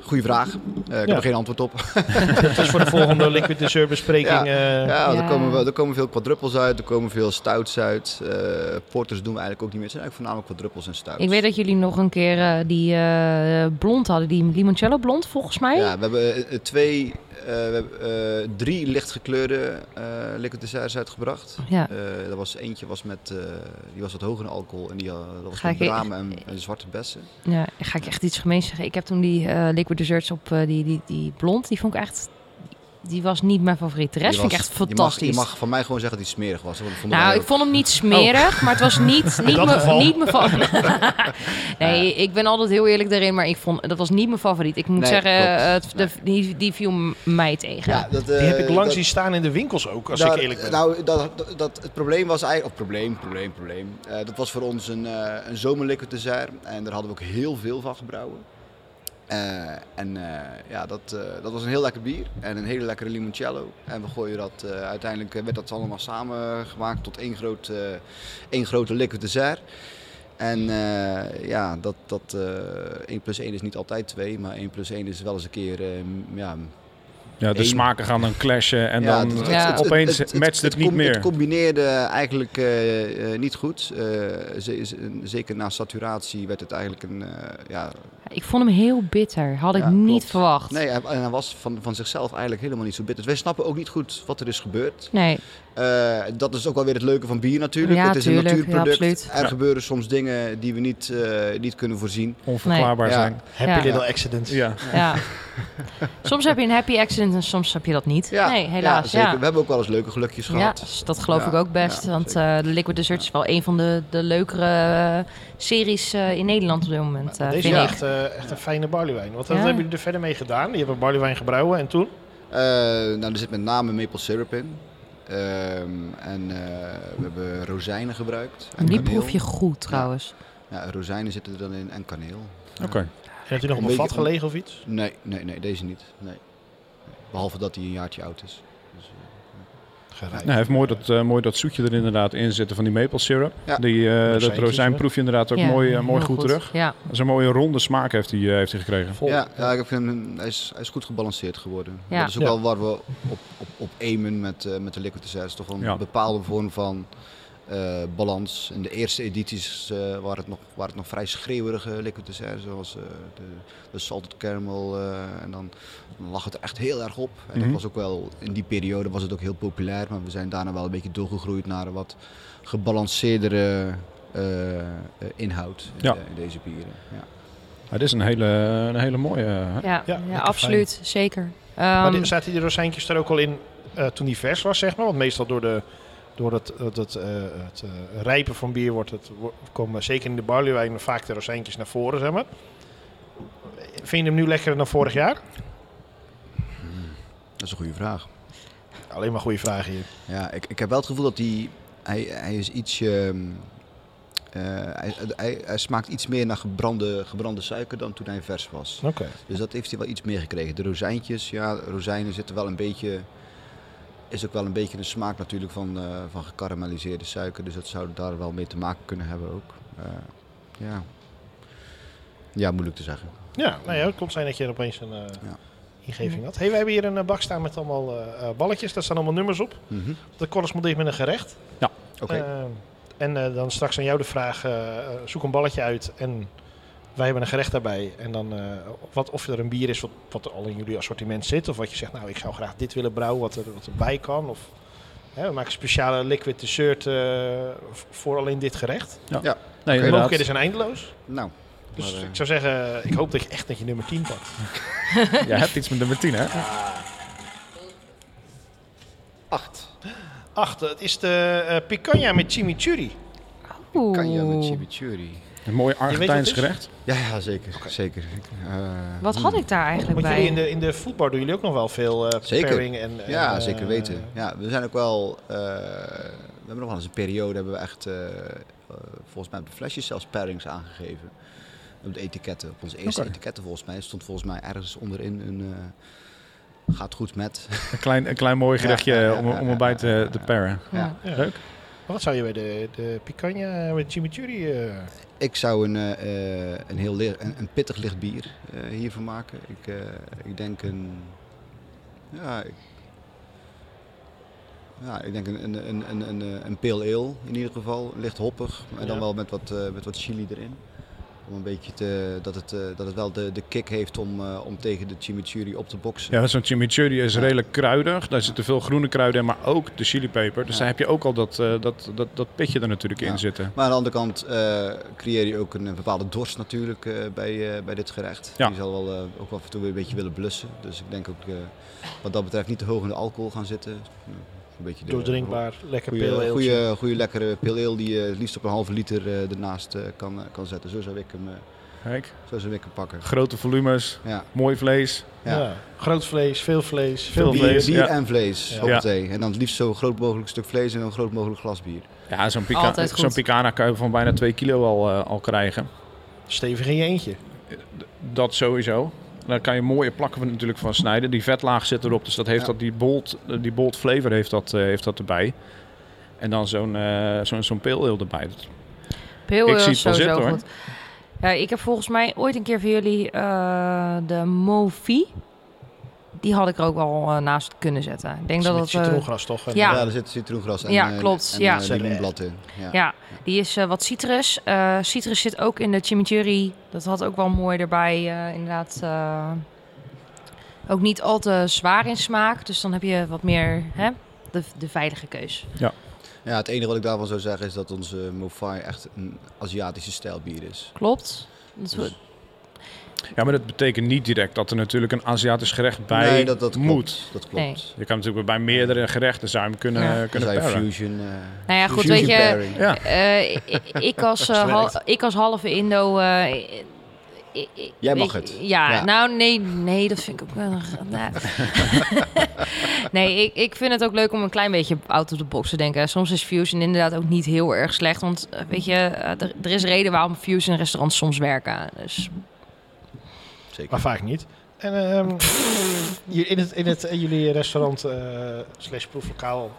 Speaker 14: Goeie vraag. Eh, ik heb
Speaker 1: Ja.
Speaker 14: er geen antwoord op.
Speaker 1: Dat is voor de volgende Liquid Dessert bespreking,
Speaker 14: Ja,
Speaker 1: eh.
Speaker 14: ja,
Speaker 1: Ja.
Speaker 14: Er, komen, wel- er komen veel quadruppels uit, er komen veel stouts uit. Eh, porters doen we eigenlijk ook niet meer. Het zijn eigenlijk voornamelijk quadruppels en stouts.
Speaker 3: Ik weet dat jullie nog een keer eh, die eh, blond hadden, die limoncello blond volgens mij.
Speaker 14: Ja, we hebben eh, eh, twee, eh, we hebben, eh, drie lichtgekleurde eh liquid desserts uitgebracht.
Speaker 3: Ja.
Speaker 14: Eh, dat was, eentje was met, eh, die was wat hoger in alcohol en die had- dat was
Speaker 3: Ga
Speaker 14: met
Speaker 3: ik-
Speaker 14: bramen en, en zwarte bessen.
Speaker 3: Ja, dan ga ik echt iets gemeens zeggen. Ik heb toen die eh, liquid desserts op eh, die, die, die blond, die vond ik echt, die was niet mijn favoriet. De rest
Speaker 14: Die
Speaker 3: vind ik
Speaker 14: was-
Speaker 3: echt
Speaker 14: je mag-
Speaker 3: fantastisch.
Speaker 14: Je mag, van mij gewoon zeggen dat die smerig was. want dat vonden
Speaker 3: nou,
Speaker 14: wij
Speaker 3: ik
Speaker 14: ook.
Speaker 3: vond hem niet smerig,
Speaker 14: Oh.
Speaker 3: maar het was niet,
Speaker 14: In
Speaker 3: niet,
Speaker 14: dat
Speaker 3: mijn,
Speaker 14: geval.
Speaker 3: niet mijn favoriet. nee, ik ben altijd heel eerlijk daarin, maar ik vond, dat was niet mijn favoriet. Ik moet
Speaker 1: Nee,
Speaker 3: zeggen,
Speaker 1: klopt.
Speaker 3: eh, het- de- die, die viel m- mij tegen.
Speaker 1: die heb
Speaker 14: eh,
Speaker 1: ik langs
Speaker 14: dat-
Speaker 1: zien staan in de winkels ook, als
Speaker 14: Daar-
Speaker 1: ik eerlijk ben.
Speaker 14: Nou, dat, dat, dat- het probleem was eigenlijk... Of probleem, probleem, probleem. Eh, dat was voor ons een, eh een zomerliquid dessert. En daar hadden we ook heel veel van gebrouwen. Eh, en eh, ja, dat, eh, dat was een heel lekker bier. En een hele lekkere limoncello. En we gooien dat... eh, uiteindelijk eh, werd dat allemaal samengemaakt tot één, groot, eh, één grote liquid dessert. En eh, ja, dat, dat eh 1 plus 1 is niet altijd 2, maar 1 plus 1 is wel eens een keer eh, m- ja,
Speaker 2: Ja, de
Speaker 14: Eén.
Speaker 2: smaken gaan dan clashen en
Speaker 14: Ja,
Speaker 2: dan
Speaker 14: het- het-
Speaker 2: eh,
Speaker 14: het-
Speaker 2: opeens matcht het, niet
Speaker 14: com-
Speaker 2: meer.
Speaker 14: Het combineerde eigenlijk eh, eh, niet goed. Eh, ze- ze- zeker na saturatie werd het eigenlijk een... eh, ja,
Speaker 3: Ik vond hem heel bitter, had ik
Speaker 14: Ja,
Speaker 3: niet
Speaker 14: klopt.
Speaker 3: verwacht.
Speaker 14: nee, hij- en hij was van, van zichzelf eigenlijk helemaal niet zo bitter. Dus wij snappen ook niet goed wat er is gebeurd.
Speaker 3: Nee.
Speaker 14: Eh, dat is ook wel weer het leuke van bier natuurlijk.
Speaker 3: Ja,
Speaker 14: het is
Speaker 3: tuurlijk.
Speaker 14: een
Speaker 3: Ja,
Speaker 14: natuurproduct.
Speaker 3: absoluut.
Speaker 14: er
Speaker 3: Ja.
Speaker 14: gebeuren soms dingen die we niet, eh, niet kunnen voorzien.
Speaker 2: Onverklaarbaar
Speaker 14: Ja.
Speaker 2: zijn.
Speaker 1: Happy
Speaker 3: Ja.
Speaker 1: little accidents.
Speaker 2: Ja.
Speaker 3: Ja. soms heb je een happy accident en soms heb je dat niet. nee, helaas.
Speaker 14: zeker.
Speaker 3: Ja,
Speaker 14: We hebben ook wel eens leuke gelukjes
Speaker 3: Ja,
Speaker 14: gehad.
Speaker 3: s- dat geloof
Speaker 14: Ja,
Speaker 3: ik ook best.
Speaker 14: ja,
Speaker 3: want eh, de Liquid Desserts is wel een van de, de leukere eh, series eh, in Nederland op dit moment. eh,
Speaker 1: Deze
Speaker 3: vind
Speaker 1: is
Speaker 3: ik.
Speaker 1: echt, eh, echt een fijne barleywijn. Wat wat
Speaker 3: Ja.
Speaker 1: hebben jullie er verder mee gedaan? Je hebt een barleywijn gebrouwen en toen?
Speaker 14: Eh, nou, er zit met name maple syrup in. Ehm, en eh, we hebben rozijnen gebruikt. en
Speaker 3: Die
Speaker 14: kaneel.
Speaker 3: proef je goed trouwens.
Speaker 14: Ja, rozijnen zitten er dan in en kaneel.
Speaker 2: Oké. En
Speaker 1: heeft u nog op een vat gelegen of iets?
Speaker 14: Nee, nee, nee, deze niet. Nee. Behalve dat hij een jaartje oud is. Dus, eh, ja.
Speaker 2: Nou, hij heeft mooi dat, eh, mooi dat zoetje er inderdaad in zitten van die maple syrup.
Speaker 14: Ja.
Speaker 2: Die, eh, dat
Speaker 14: Rozijntjes,
Speaker 2: rozijn
Speaker 14: hè?
Speaker 2: proef je inderdaad ook
Speaker 14: Ja,
Speaker 2: mooi, eh, mooi
Speaker 14: heel
Speaker 2: goed,
Speaker 14: goed.
Speaker 2: terug.
Speaker 3: Ja.
Speaker 2: Dat is een mooie ronde smaak heeft hij, eh, heeft hij gekregen.
Speaker 14: Ja, ja, ik heb hem- hij, is, hij is goed gebalanceerd geworden.
Speaker 3: Ja.
Speaker 14: Dat is ook
Speaker 3: Ja.
Speaker 14: wel waar we op, op, op aimen met, eh, met de liquid desserts. Toch wel een
Speaker 2: Ja.
Speaker 14: bepaalde vorm van eh, balans. In de eerste edities eh waren, het nog, waren het nog vrij schreeuwerige liquid desserts. Zoals eh, de, de salted caramel. eh, en dan, dan lag het er echt heel erg op. En
Speaker 2: Mhm.
Speaker 14: dat was ook wel, in die periode was het ook heel populair. Maar we zijn daarna wel een beetje doorgegroeid naar een wat gebalanceerdere eh, eh, inhoud in,
Speaker 2: Ja.
Speaker 14: de- in deze bieren. Ja.
Speaker 2: Het is een hele, een hele mooie. hè?
Speaker 3: Ja, ja,
Speaker 1: lekker
Speaker 3: absoluut. Zeker.
Speaker 1: maar
Speaker 3: Ehm,
Speaker 1: dit- zaten die rozijntjes er ook al in eh, toen die vers was, zeg maar? Want meestal door, de, door het, het, het, eh, het eh, rijpen van bier wordt het, wo- komen zeker in de barleywijnen vaak de rozijntjes naar voren, zeg maar. Vind je hem nu lekkerder dan vorig jaar?
Speaker 14: Hmm. Dat is een goede vraag.
Speaker 1: Alleen maar goede vragen hier.
Speaker 14: Ja, ik, ik heb wel het gevoel dat die, hij, hij is ietsje... ehm, eh, hij, hij, hij smaakt iets meer naar gebrande, gebrande suiker dan toen hij vers was.
Speaker 1: Oké.
Speaker 14: Dus dat heeft hij wel iets meer gekregen. De rozijntjes, ja, rozijnen zitten wel een beetje... Is ook wel een beetje een smaak natuurlijk van, eh, van gekarameliseerde suiker. Dus dat zou daar wel mee te maken kunnen hebben ook. Eh, ja. ja, moeilijk te zeggen.
Speaker 1: Ja, nou ja, het kon zijn dat je er opeens een eh, ingeving had. Hey, we hebben hier een eh, bak staan met allemaal eh, eh, balletjes. Daar staan allemaal nummers op.
Speaker 14: Mhm.
Speaker 1: Dat correspondeert met een gerecht.
Speaker 2: Ja.
Speaker 14: Oké.
Speaker 1: Eh, en eh, dan straks aan jou de vraag, eh, eh, zoek een balletje uit en wij hebben een gerecht daarbij. En dan eh, wat, of er een bier is wat, wat al in jullie assortiment zit. Of wat je zegt, nou ik zou graag dit willen brouwen, wat, er, wat erbij kan. Of hè, we maken een speciale liquid dessert eh, v- voor alleen dit gerecht.
Speaker 2: Ja.
Speaker 14: Ja.
Speaker 2: Nee,
Speaker 1: de
Speaker 2: inderdaad.
Speaker 1: mogelijkheden zijn eindeloos.
Speaker 14: Nou.
Speaker 1: Dus
Speaker 14: Maar, eh,
Speaker 1: ik zou zeggen, ik hoop dat je echt dat je nummer 10 pakt.
Speaker 2: Jij hebt iets met nummer 10, hè?
Speaker 1: Acht. Acht, dat is de eh, picanha met chimichurri.
Speaker 3: Oeh.
Speaker 14: Kan je met chimichurri?
Speaker 2: Een mooi Argentijns
Speaker 1: het is?
Speaker 2: gerecht.
Speaker 14: Ja, ja zeker. zeker. Ik, eh,
Speaker 3: Wat had ik daar eigenlijk
Speaker 1: Want
Speaker 3: bij?
Speaker 1: jullie in de, in de voetbal doen jullie ook nog wel veel eh
Speaker 14: Zeker.
Speaker 1: pairing en... en,
Speaker 14: ja,
Speaker 1: eh,
Speaker 14: zeker weten. Ja, we zijn ook wel. eh, we hebben nog wel eens een periode hebben we echt, eh, eh, volgens mij op de flesjes zelfs pairings aangegeven. Op de etiketten. Op onze eerste
Speaker 2: Oké.
Speaker 14: etiketten volgens mij stond volgens mij ergens onderin een eh, gaat goed met.
Speaker 2: Een klein, een klein mooi
Speaker 14: Ja,
Speaker 2: gerechtje
Speaker 14: ja, ja,
Speaker 2: om,
Speaker 14: ja,
Speaker 2: om
Speaker 14: ja,
Speaker 2: erbij te, te paren.
Speaker 1: Ja.
Speaker 2: Leuk.
Speaker 1: Maar wat zou je bij de, de picanha met chimichurri... eh,
Speaker 14: Ik zou een, eh, eh, een heel leer- een, een pittig licht bier eh, hiervan maken. Ik, eh, ik denk een. Ja, ik, ja, ik denk een, een, een, een, een, eh, een pale ale in ieder geval. Licht hoppig, en dan
Speaker 1: Ja.
Speaker 14: wel met wat, eh, met wat chili erin. Om een beetje te, dat, het, eh, dat het wel de, de kick heeft om, eh, om tegen de chimichurri op te boksen.
Speaker 2: Ja, want zo'n chimichurri is redelijk kruidig. Daar zitten veel groene kruiden in, maar ook de chilipeper. Dus daar heb je ook al dat, eh, dat, dat, dat pitje er natuurlijk in zitten.
Speaker 14: Maar aan de andere kant eh, creëer je ook een, eh, bepaalde dorst natuurlijk eh, bij, eh, bij dit gerecht.
Speaker 2: Ja.
Speaker 14: Die zal wel, eh, ook af en toe weer een beetje willen blussen. Dus ik denk ook eh, wat dat betreft niet te hoog in de alcohol gaan zitten. Eh, Een beetje de-
Speaker 1: Doordrinkbaar, lekker
Speaker 14: goeie-
Speaker 1: pale ale'tje.
Speaker 14: goeie- Goede lekkere pale ale die je het liefst op een halve liter eh, ernaast eh, kan, eh, kan zetten. Zo zou ik hem, eh,
Speaker 2: Kijk.
Speaker 14: zo zou ik hem pakken.
Speaker 2: Grote volumes,
Speaker 14: Ja.
Speaker 2: mooi vlees.
Speaker 1: ja. Groot vlees, veel vlees, veel,
Speaker 14: Veel bier,
Speaker 1: vlees.
Speaker 14: bier
Speaker 1: Ja.
Speaker 14: en vlees
Speaker 1: Ja.
Speaker 14: op
Speaker 1: Ja.
Speaker 14: het thee. En dan het liefst zo groot mogelijk stuk vlees en een groot mogelijk glas bier.
Speaker 2: Ja, zo'n
Speaker 14: Altijd
Speaker 2: pica-
Speaker 14: goed.
Speaker 2: zo'n picana kan je van bijna 2 kilo al, eh, al krijgen.
Speaker 1: Stevig in je eentje.
Speaker 2: Dat sowieso. Daar kan je mooie plakken van- natuurlijk van snijden. Die vetlaag zit erop, dus dat heeft
Speaker 14: Ja.
Speaker 2: dat, die, bold, die bold flavor heeft dat, eh, heeft dat erbij. En dan zo'n eh, zo'n zo'n pale ale erbij. Dat-
Speaker 3: Heel
Speaker 2: ik zie het wel
Speaker 3: sowieso
Speaker 2: zitten hoor.
Speaker 3: goed. Ja, ik heb volgens mij ooit een keer voor jullie eh, de Mofi. Die had ik er ook wel eh, naast kunnen zetten. Ik denk
Speaker 1: Dat
Speaker 3: dat
Speaker 1: is
Speaker 3: dat.
Speaker 1: met
Speaker 3: eh,
Speaker 1: citroengras, toch? En-
Speaker 3: Ja,
Speaker 14: Ja, er zit citroengras en,
Speaker 3: ja
Speaker 14: eh,
Speaker 3: klopt.
Speaker 14: en,
Speaker 3: ja.
Speaker 14: eh, limoenblad in. Ja.
Speaker 3: Ja. die is eh, wat citrus. Eh, citrus zit ook in de chimichurri. Dat had ook wel mooi erbij. eh, inderdaad, eh, ook niet al te zwaar in smaak. Dus dan heb je wat meer hè, de, de veilige keus.
Speaker 2: Ja.
Speaker 14: Ja, het enige wat ik daarvan zou zeggen is dat onze Mofai echt een Aziatische stijl bier is.
Speaker 3: Klopt. Dat is
Speaker 14: Dus-
Speaker 3: wel-
Speaker 2: Ja, maar dat betekent niet direct dat er natuurlijk een Aziatisch gerecht bij
Speaker 14: Nee, dat- dat klopt.
Speaker 2: moet.
Speaker 14: Dat
Speaker 3: klopt. Nee.
Speaker 2: Je kan natuurlijk bij meerdere gerechten zou je hem kunnen,
Speaker 3: Ja.
Speaker 2: kunnen
Speaker 14: Zij
Speaker 2: paren.
Speaker 14: fusion. eh,
Speaker 3: Nou ja, goed,
Speaker 14: fusion
Speaker 3: weet je,
Speaker 14: pairing.
Speaker 3: eh, ik- ik, als, eh, hal- ik als halve Indo... eh, ik- ik-
Speaker 14: Jij
Speaker 3: weet
Speaker 14: mag
Speaker 3: je-
Speaker 14: het.
Speaker 3: Ja,
Speaker 14: Ja.
Speaker 3: nou nee, nee, dat vind ik ook wel... een- nou. nee, ik, ik vind het ook leuk om een klein beetje out of the box te denken. Soms is fusion inderdaad ook niet heel erg slecht. Want eh, weet je, eh, er, er is reden waarom fusion restaurants soms werken. Dus
Speaker 1: Maar vaak niet. En ehm, hier in, het, in, het, in jullie restaurant eh, slash proeflokaal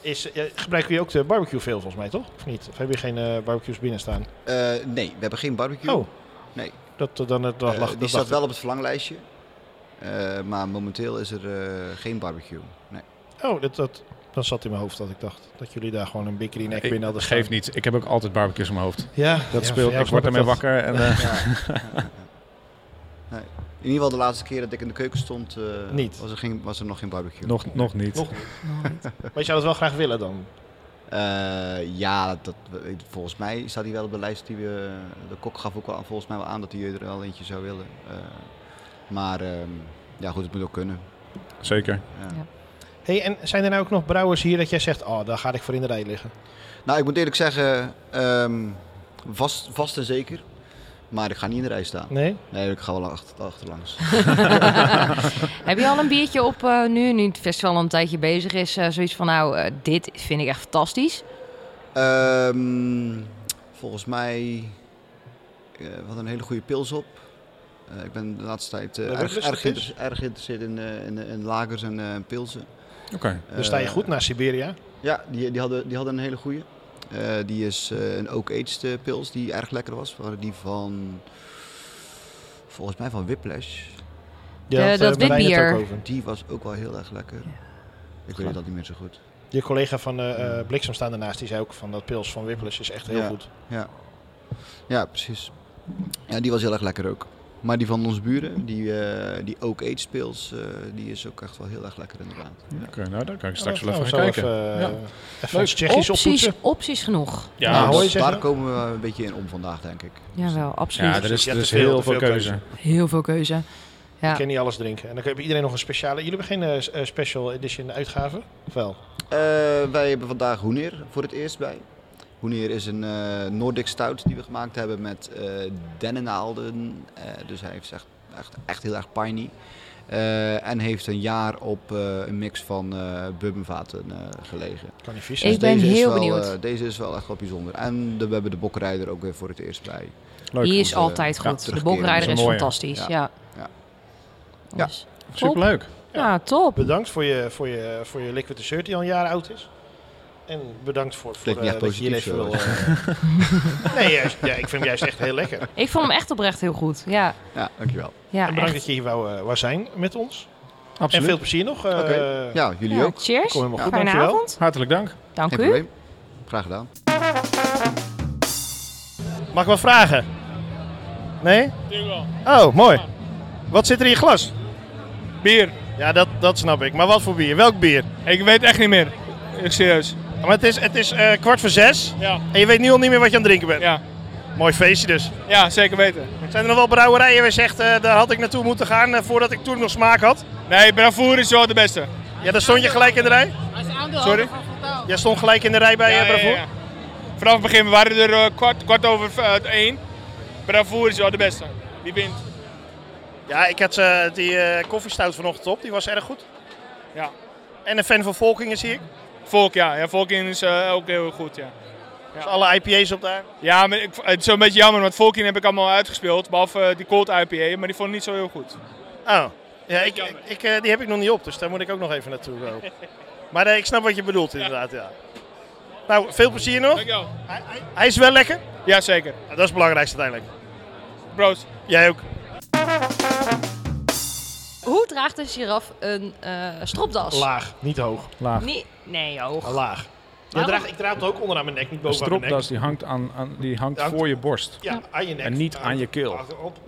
Speaker 1: is, eh, gebruiken jullie ook de barbecue veel volgens mij, toch? Of niet? Of hebben jullie geen eh, barbecues binnen staan?
Speaker 14: Eh, nee, we hebben geen barbecue.
Speaker 1: Oh.
Speaker 14: Nee.
Speaker 1: Dat, dat, dan, dat lag,
Speaker 14: Eh, die
Speaker 1: dat
Speaker 14: staat
Speaker 1: dacht
Speaker 14: wel
Speaker 1: ik.
Speaker 14: op het verlanglijstje. Eh, maar momenteel is er eh, geen barbecue. Nee.
Speaker 1: Oh, dat, dat, dan zat in mijn hoofd dat ik dacht dat jullie daar gewoon een bikini nek
Speaker 2: Ik,
Speaker 1: binnen hadden staan.
Speaker 2: geef niet. Ik heb ook altijd barbecues in mijn hoofd.
Speaker 1: Ja,
Speaker 2: dat
Speaker 1: ja,
Speaker 2: speelt.
Speaker 1: ja,
Speaker 2: ik word
Speaker 1: snap
Speaker 2: ermee
Speaker 1: ik dat.
Speaker 2: wakker. En, eh,
Speaker 14: Nee. In ieder geval de laatste keer dat ik in de keuken stond, eh,
Speaker 1: Niet.
Speaker 14: Was, er geen, was er nog geen barbecue.
Speaker 2: nog, nog niet.
Speaker 1: Nog niet. maar je zou dat wel graag willen dan?
Speaker 14: Eh, ja, dat, ik- volgens mij staat hij wel op de lijst die we. De kok gaf ook wel, volgens mij wel aan dat hij er wel eentje zou willen. Eh, maar ehm, ja, goed, het moet ook kunnen.
Speaker 2: Zeker.
Speaker 14: Ja.
Speaker 1: Hey, en zijn er nou ook nog brouwers hier dat jij zegt, oh, daar ga ik voor in de rij liggen?
Speaker 14: Nou, ik moet eerlijk zeggen, ehm, vast, vast en zeker. Maar ik ga niet in de rij staan.
Speaker 1: Nee?
Speaker 14: Nee, ik ga wel achter, achterlangs.
Speaker 3: Heb je al een biertje op eh, nu, nu het festival al een tijdje bezig is? eh, zoiets van, nou, eh, dit vind ik echt fantastisch.
Speaker 14: Ehm, volgens mij eh, we hadden een hele goede pils op. Eh, ik ben de laatste tijd eh,
Speaker 1: Bij
Speaker 14: erg,
Speaker 1: Wurkers
Speaker 14: erg,
Speaker 1: de
Speaker 14: geïnter- erg geïnteresseerd in, eh, in, in lagers en eh, pilsen.
Speaker 2: Oké.
Speaker 1: dan sta je
Speaker 14: Eh,
Speaker 1: goed naar Siberia.
Speaker 14: Ja, die, die, hadden, die hadden een hele goede. die is eh, een Oak Aged eh, pils die erg lekker was. We hadden die van, volgens mij van Whiplash.
Speaker 1: Ja, dat, dat eh, Marijn het witbier. ook over.
Speaker 14: Die was ook wel heel erg lekker. Ik weet dat niet meer zo goed.
Speaker 1: Je collega van eh, eh, Bliksem staan daarnaast, die zei ook van dat pils van Wippelis is echt heel
Speaker 14: ja.
Speaker 1: goed.
Speaker 14: Ja. ja, precies. Ja, die was heel erg lekker ook. Maar die van onze buren, die, eh, die Oak Aged pils, eh, die is ook echt wel heel erg lekker inderdaad.
Speaker 2: Oké, nou daar kan ik straks
Speaker 1: Ja,
Speaker 2: wel
Speaker 1: dat
Speaker 2: even
Speaker 1: gaan
Speaker 2: naar
Speaker 1: we
Speaker 2: kijken.
Speaker 1: zo even, eh,
Speaker 2: Ja.
Speaker 1: even
Speaker 2: Leuk.
Speaker 1: ons Tsjechisch
Speaker 3: opties,
Speaker 1: oppoetsen.
Speaker 3: opties genoeg.
Speaker 2: Ja,
Speaker 14: Nou,
Speaker 2: hoor
Speaker 14: dat-
Speaker 2: je zeggen.
Speaker 14: daar komen we een beetje in om vandaag, denk ik.
Speaker 3: Jawel, absoluut.
Speaker 2: Ja, er is,
Speaker 1: Ja,
Speaker 2: er
Speaker 1: Dus te
Speaker 2: is
Speaker 1: veel,
Speaker 2: heel
Speaker 1: te
Speaker 2: veel
Speaker 1: veel
Speaker 2: keuze.
Speaker 3: Heel veel keuze.
Speaker 1: Ik
Speaker 3: Ja.
Speaker 1: kan niet alles drinken. En dan heb iedereen nog een speciale... Jullie hebben geen eh, s- eh, special edition uitgave? Of wel?
Speaker 14: Eh, wij hebben vandaag Hoeneer voor het eerst bij. Hoenier is een eh Nordic stout die we gemaakt hebben met eh dennennaalden. Eh, dus hij heeft echt, echt, echt heel erg piney. Eh, en heeft een jaar op eh, een mix van eh bourbonvaten eh, gelegen.
Speaker 1: Kan niet
Speaker 14: vies.
Speaker 1: vissen. Ik ben heel
Speaker 14: wel,
Speaker 1: benieuwd.
Speaker 14: eh, deze is wel echt wel bijzonder. En de, we hebben de bokkerij er ook weer voor het eerst bij.
Speaker 3: Leuk. Die is
Speaker 14: Onze,
Speaker 3: altijd
Speaker 14: ja,
Speaker 3: goed. De
Speaker 14: terugkerende.
Speaker 3: bokkerij is Mooie. fantastisch, ja.
Speaker 14: ja.
Speaker 1: Ja.
Speaker 3: Superleuk. Ja, top.
Speaker 1: Bedankt voor je, voor je, voor je liquid shirt die al een jaar oud is. En bedankt voor, voor
Speaker 14: Klinkt niet
Speaker 1: eh,
Speaker 14: echt
Speaker 1: dat je hier even wil...
Speaker 14: positief,
Speaker 1: eh, nee, juist, ja, ik vind hem juist echt heel lekker.
Speaker 3: Ik vond hem echt oprecht heel goed. Ja.
Speaker 14: Ja, dankjewel.
Speaker 3: Ja,
Speaker 1: en bedankt
Speaker 3: echt.
Speaker 1: dat je hier wou, eh, wou zijn met ons.
Speaker 2: Absoluut.
Speaker 1: En veel plezier nog. eh,
Speaker 14: Oké. Ja, jullie
Speaker 3: Ja,
Speaker 14: ook.
Speaker 3: cheers.
Speaker 1: Kom helemaal goed,
Speaker 3: Fijne
Speaker 1: dankjewel.
Speaker 3: avond.
Speaker 2: Hartelijk dank.
Speaker 3: Dank
Speaker 14: Geen
Speaker 3: u.
Speaker 14: probleem. Graag gedaan.
Speaker 1: Mag ik wat vragen? Nee?
Speaker 5: Tuurlijk
Speaker 1: Oh, mooi. Wat zit er in je glas? Bier. Ja, dat, dat snap ik. Maar wat voor bier? Welk bier? Ik weet echt niet meer. Serieus. Maar het is, het is eh, kwart voor zes.
Speaker 5: Ja.
Speaker 1: En je weet nu al niet meer wat je aan het drinken bent. Ja. Mooi feestje dus.
Speaker 5: Ja, zeker weten.
Speaker 1: Zijn er nog wel brouwerijen waar je zegt, eh, daar had ik naartoe moeten gaan eh, voordat ik toen nog smaak had?
Speaker 5: Nee, Bravoer is wel de beste.
Speaker 1: Ja, daar stond je gelijk in de rij?
Speaker 5: Hij is
Speaker 1: Sorry? Jij stond gelijk in de rij bij eh, Bravoer?
Speaker 5: Vanaf het begin we waren er eh, kwart, kwart over eh, één. Bravoer is wel de beste. Die wint.
Speaker 1: Ja, ik had eh, die eh, koffiestout vanochtend op, die was erg goed.
Speaker 5: Ja.
Speaker 1: En een fan van Volkingen zie ik.
Speaker 5: Volk, ja. ja Volkin is eh, ook heel goed, ja.
Speaker 1: Dus alle IPA's op daar.
Speaker 5: Ja, maar ik, het is een beetje jammer, want Volkin heb ik allemaal uitgespeeld. Behalve eh, die cold IPA, maar die vond ik niet zo heel goed.
Speaker 1: Oh, ja, ik, ik, eh, die heb ik nog niet op, dus daar moet ik ook nog even naartoe lopen. Maar eh, ik snap wat je bedoelt inderdaad, ja. Nou, veel plezier nog.
Speaker 5: Dankjewel.
Speaker 1: Hij is wel lekker? Jazeker. dat is het belangrijkste uiteindelijk. Brood. Jij ook.
Speaker 3: Hoe draagt een giraf een eh, stropdas?
Speaker 1: Laag, Oh. niet hoog.
Speaker 2: Laag.
Speaker 3: Nee, nee, hoog.
Speaker 1: Laag. Jij
Speaker 3: Waarom?
Speaker 1: draagt, ik draag het ook onder aan mijn nek, niet
Speaker 2: Een
Speaker 1: boven aan mijn nek.
Speaker 2: stropdas die hangt, aan, aan, die hangt
Speaker 1: Hangt-
Speaker 2: voor je borst.
Speaker 1: Ja, aan je nek.
Speaker 2: En niet aan je keel.
Speaker 3: Dat
Speaker 1: aan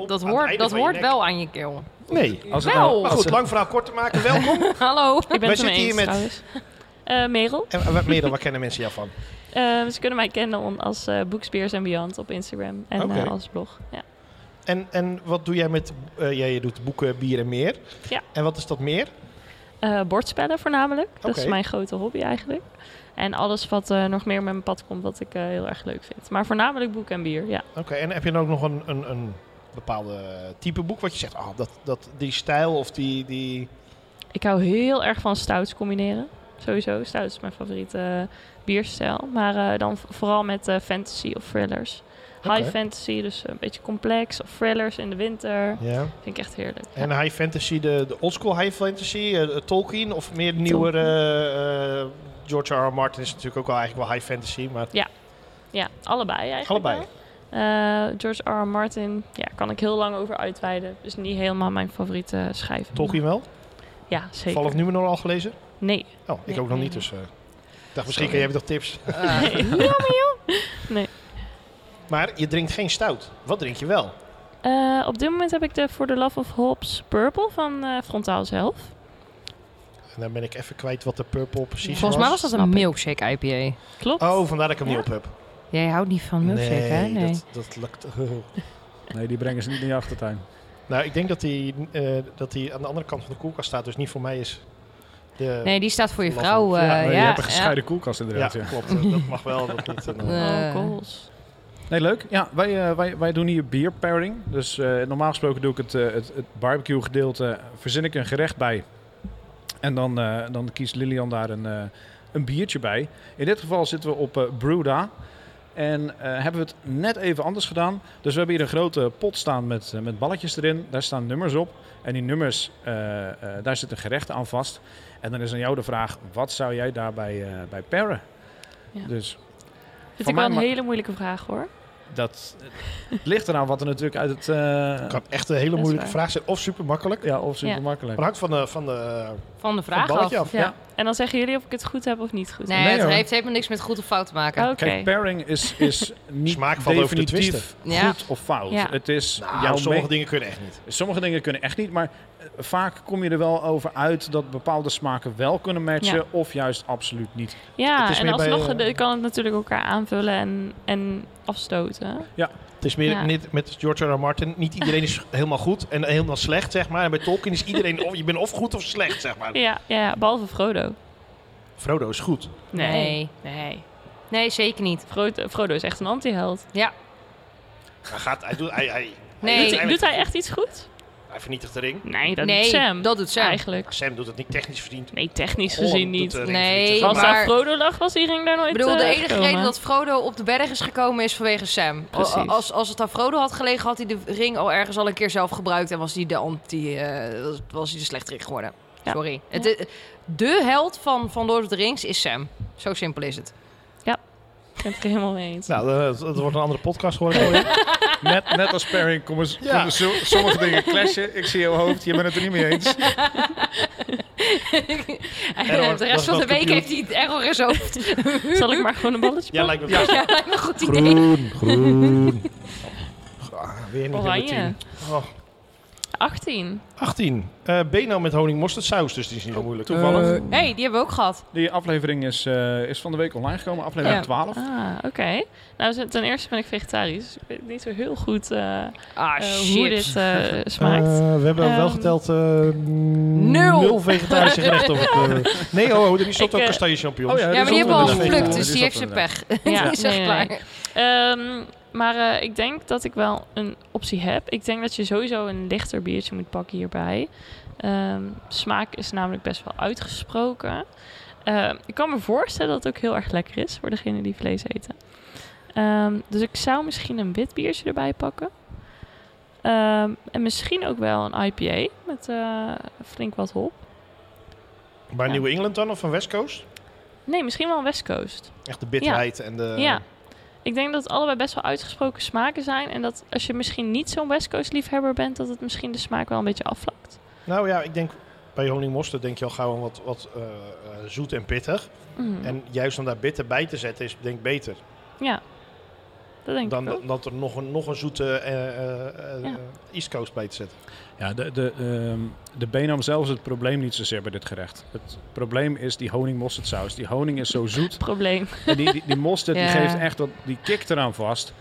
Speaker 1: het
Speaker 3: hoort,
Speaker 1: einde
Speaker 3: dat
Speaker 1: van je
Speaker 3: hoort
Speaker 1: nek.
Speaker 3: wel aan je keel.
Speaker 2: Nee. Als het
Speaker 3: Wel.
Speaker 2: nou-
Speaker 1: Maar
Speaker 2: als
Speaker 1: goed,
Speaker 2: het-
Speaker 1: lang verhaal kort te maken. Welkom.
Speaker 15: Hallo, ik ben
Speaker 1: Wij
Speaker 15: het er
Speaker 1: zitten
Speaker 15: mee
Speaker 1: hier
Speaker 15: eens
Speaker 1: met-
Speaker 15: trouwens. Eh, Merel.
Speaker 1: En wat meer dan, waar kennen mensen jou van?
Speaker 15: Eh, ze kunnen mij kennen on- als eh Bookspears and Beyond op Instagram en
Speaker 1: Oké.
Speaker 15: eh, als blog. Ja.
Speaker 1: En, en wat doe jij met, eh, jij doet boeken, bier en meer.
Speaker 15: Ja.
Speaker 1: En wat is dat meer?
Speaker 15: Eh, bordspellen voornamelijk. Dat is
Speaker 1: Oké.
Speaker 15: mijn grote hobby eigenlijk. En alles wat eh, nog meer met mijn pad komt, wat ik eh, heel erg leuk vind. Maar voornamelijk boek en bier, ja.
Speaker 1: Oké, en heb je dan ook nog een, een, een bepaalde type boek wat je zegt, oh, dat, dat, die stijl of die... die...
Speaker 15: Ik hou heel erg van stouts combineren. Sowieso, stout is mijn favoriete eh, bierstijl. Maar eh, dan v- vooral met eh, fantasy of thrillers.
Speaker 1: Oké.
Speaker 15: High fantasy, dus een beetje complex. Of thrillers in de winter.
Speaker 1: Ja.
Speaker 15: Vind ik echt heerlijk.
Speaker 1: En high fantasy, de, de oldschool high fantasy, eh, Tolkien of meer de nieuwere... eh, eh, George R. R. Martin is natuurlijk ook wel eigenlijk wel high fantasy, maar...
Speaker 15: Ja, ja allebei eigenlijk.
Speaker 1: Allebei.
Speaker 15: wel. Eh, George R. R. Martin, ja, kan ik heel lang over uitweiden. Dus niet helemaal mijn favoriete eh, schrijver.
Speaker 1: Tolkien wel?
Speaker 15: Ja, zeker.
Speaker 1: Val of Numenor al gelezen?
Speaker 15: Nee.
Speaker 1: Oh, ik
Speaker 15: Nee,
Speaker 1: ook nog
Speaker 15: nee, nee.
Speaker 1: niet, dus... eh, ik dacht, misschien kun jij toch tips?
Speaker 15: Nee,
Speaker 3: Ah.
Speaker 15: jammer joh. Nee.
Speaker 1: Maar je drinkt geen stout. Wat drink je wel?
Speaker 15: Eh, op dit moment heb ik de For the Love of Hobbes Purple van eh, Frontaal zelf.
Speaker 1: En dan ben ik even kwijt wat de purple precies was. Nou,
Speaker 3: Volgens mij was dat een milkshake IPA.
Speaker 15: Klopt.
Speaker 1: Oh, vandaar dat ik hem niet op heb.
Speaker 3: Jij houdt niet van milkshake, hè? Nee.
Speaker 1: Dat, dat lukt.
Speaker 2: Nee, die brengen ze niet in je achtertuin.
Speaker 1: nou, ik denk dat die, eh, dat die aan de andere kant van de koelkast staat, dus niet voor mij is. De
Speaker 3: Nee, die staat voor je vrouw, eh,
Speaker 2: je
Speaker 3: ja,
Speaker 2: hebt een gescheiden
Speaker 3: ja.
Speaker 2: koelkast inderdaad.
Speaker 1: Ja,
Speaker 2: Ja,
Speaker 1: klopt. Eh, dat mag wel, dat niet. En, eh,
Speaker 3: Eh.
Speaker 2: Nee, leuk. Ja, wij, eh, wij, wij doen hier beer pairing. Dus eh, normaal gesproken doe ik het, eh, het, het barbecue gedeelte. Verzin ik een gerecht bij. En dan, eh, dan kiest Lilian daar een, eh, een biertje bij. In dit geval zitten we op eh Bruda. En eh, hebben we het net even anders gedaan. Dus we hebben hier een grote pot staan met, eh, met balletjes erin. Daar staan nummers op. En die nummers, eh, eh, daar zit een gerecht aan vast. En dan is aan jou de vraag, wat zou jij daarbij eh, bij paren?
Speaker 15: Ja.
Speaker 2: Dus
Speaker 15: Vind ik
Speaker 2: van
Speaker 15: wel
Speaker 2: mij
Speaker 15: een
Speaker 2: ma-
Speaker 15: hele moeilijke vraag hoor.
Speaker 2: dat het ligt eraan wat er natuurlijk uit het... Het
Speaker 1: kan echt een hele
Speaker 15: is
Speaker 1: moeilijke
Speaker 15: waar.
Speaker 1: vraag zijn. Of super makkelijk.
Speaker 2: Ja, of super makkelijk.
Speaker 1: Maar hangt van de, van de,
Speaker 3: Van de
Speaker 1: van het
Speaker 3: vraag
Speaker 1: balletje af.
Speaker 3: af. Ja.
Speaker 15: En dan zeggen jullie of ik het goed heb of niet goed.
Speaker 3: Nee,
Speaker 2: Nee,
Speaker 3: het
Speaker 2: hoor.
Speaker 3: heeft helemaal niks met goed of fout te maken.
Speaker 15: Oké.
Speaker 2: Kijk, pairing is, is niet
Speaker 1: valt over te
Speaker 2: definitief
Speaker 1: twisten.
Speaker 2: goed
Speaker 3: Ja.
Speaker 2: of fout.
Speaker 3: Ja.
Speaker 2: Het is
Speaker 1: Nou,
Speaker 2: jouw
Speaker 1: sommige
Speaker 2: me-
Speaker 1: dingen kunnen echt niet.
Speaker 2: Sommige dingen kunnen echt niet, maar eh, vaak kom je er wel over uit dat bepaalde smaken wel kunnen matchen
Speaker 15: Ja.
Speaker 2: of juist absoluut niet.
Speaker 15: Ja,
Speaker 2: Het is
Speaker 15: en
Speaker 2: meer bij,
Speaker 15: alsnog
Speaker 2: eh,
Speaker 15: de- kan het natuurlijk elkaar aanvullen en, en afstoten.
Speaker 2: Ja.
Speaker 1: Het is meer
Speaker 15: Ja.
Speaker 1: niet, met George R. R. Martin, niet iedereen is helemaal goed en helemaal slecht, zeg maar. En bij Tolkien is iedereen, of, je bent of goed of slecht, zeg maar.
Speaker 15: Ja, ja, behalve Frodo.
Speaker 1: Frodo is goed.
Speaker 3: Nee. Nee. Nee, zeker niet.
Speaker 15: Frodo, Frodo is echt een antiheld.
Speaker 3: Ja.
Speaker 1: Hij gaat, hij doet, hij, hij,
Speaker 15: Nee, doet, doet hij
Speaker 1: hij
Speaker 15: echt iets goed?
Speaker 1: Hij vernietigt de ring.
Speaker 15: Nee, dat doet Sam.
Speaker 3: dat doet Sam.
Speaker 15: Eigenlijk.
Speaker 1: Sam doet het niet technisch verdiend.
Speaker 15: Nee,
Speaker 2: Oh,
Speaker 15: technisch
Speaker 1: Gollum
Speaker 15: gezien
Speaker 1: doet
Speaker 15: niet.
Speaker 1: de ring
Speaker 3: Nee,
Speaker 1: verdiend.
Speaker 15: Als daar
Speaker 3: maar-
Speaker 15: Frodo lag, was die ring daar nooit
Speaker 3: Ik bedoel, de
Speaker 15: eh,
Speaker 3: enige
Speaker 15: gekomen.
Speaker 3: reden dat Frodo op de berg is gekomen is vanwege Sam. O-
Speaker 15: Precies.
Speaker 3: Als, als het aan Frodo had gelegen, had hij de ring al ergens al een keer zelf gebruikt. En was hij de, anti, eh, was- was hij de slechterik geworden.
Speaker 15: Ja.
Speaker 3: Sorry. Het, eh, de held van, van Lord of the Rings is Sam. Zo simpel is het.
Speaker 15: Ja, ik ben het er helemaal mee eens.
Speaker 1: Nou, dat, dat wordt een andere podcast geworden.
Speaker 2: Net, net als Perry komen s-
Speaker 1: Ja.
Speaker 2: komen zo- sommige dingen clashen. Ik zie jouw hoofd, je bent het er niet mee eens.
Speaker 3: eh, de rest van de week heeft hij het error in zijn hoofd.
Speaker 15: Zal ik maar gewoon een balletje
Speaker 1: Ja, lijkt me
Speaker 3: Ja,
Speaker 1: best.
Speaker 3: lijkt me een goed idee.
Speaker 1: Groen, groen. Ah, weer niet nummer
Speaker 15: Oranje.
Speaker 1: 10. Oh,
Speaker 15: 18.
Speaker 1: 18. Eh, Beno met honing mosterdsaus, dus die is niet zo moeilijk.
Speaker 2: Eh,
Speaker 1: Toevallig.
Speaker 15: Eh,
Speaker 3: Hé, hey, die hebben we ook gehad.
Speaker 2: Die aflevering is, eh, is van de week online gekomen, aflevering
Speaker 15: Ja.
Speaker 2: 12.
Speaker 15: Ah, oké. Nou, ze- ten eerste ben ik vegetarisch. Dus ik weet niet zo heel goed eh,
Speaker 3: Ah,
Speaker 15: eh, hoe
Speaker 3: shit.
Speaker 15: dit eh, smaakt.
Speaker 1: Eh, we hebben wel
Speaker 15: Ehm,
Speaker 1: geteld eh, nul. vegetarische gerechten. Op het, eh, nee, oh, oh, er is
Speaker 15: Ik,
Speaker 1: ook
Speaker 15: eh,
Speaker 1: kastanje champignons.
Speaker 2: oh ja, Ja, maar die
Speaker 3: Die hebben we al
Speaker 2: Dat is
Speaker 3: geplukt,
Speaker 2: wel- dat
Speaker 3: dus
Speaker 2: is
Speaker 3: die heeft
Speaker 2: wel
Speaker 3: zijn pech.
Speaker 15: Ja,
Speaker 3: die is echt
Speaker 15: nee, nee,
Speaker 3: klaar.
Speaker 15: nee. Ehm, maar eh, ik denk dat ik wel een optie heb. Ik denk dat je sowieso een lichter biertje moet pakken hierbij. Ehm, smaak is namelijk best wel uitgesproken. Ehm, ik kan me voorstellen dat het ook heel erg lekker is voor degene die vlees eten. Ehm, dus ik zou misschien een wit biertje erbij pakken. Ehm, en misschien ook wel een IPA met eh, flink wat hop.
Speaker 1: Bij New England dan, of van West Coast?
Speaker 15: Nee, misschien wel een West Coast.
Speaker 1: Echt de bitterheid en de...
Speaker 15: Ja. Ik denk dat het allebei best wel uitgesproken smaken zijn. En dat als je misschien niet zo'n West Coast liefhebber bent, dat het misschien de smaak wel een beetje afvlakt.
Speaker 1: Nou ja, ik denk bij honing mosterd denk je al gauw aan wat, wat eh, eh, zoet en pittig.
Speaker 15: Mhm.
Speaker 1: En juist om daar bitter bij te zetten is denk ik beter.
Speaker 15: Ja, dat denk
Speaker 1: Dan
Speaker 15: ik ook.
Speaker 1: dat- dat er nog een, nog een zoete eh, eh, eh,
Speaker 15: Ja.
Speaker 1: East Coast bij te zetten.
Speaker 2: Ja, de, de, ehm, de benam zelf is het probleem niet zozeer bij dit gerecht. Het probleem is die honing-mosterdsaus. Die honing is zo zoet.
Speaker 15: Probleem.
Speaker 2: En die, die, die mosterd
Speaker 15: Ja.
Speaker 2: die geeft echt dat, die kick eraan vast.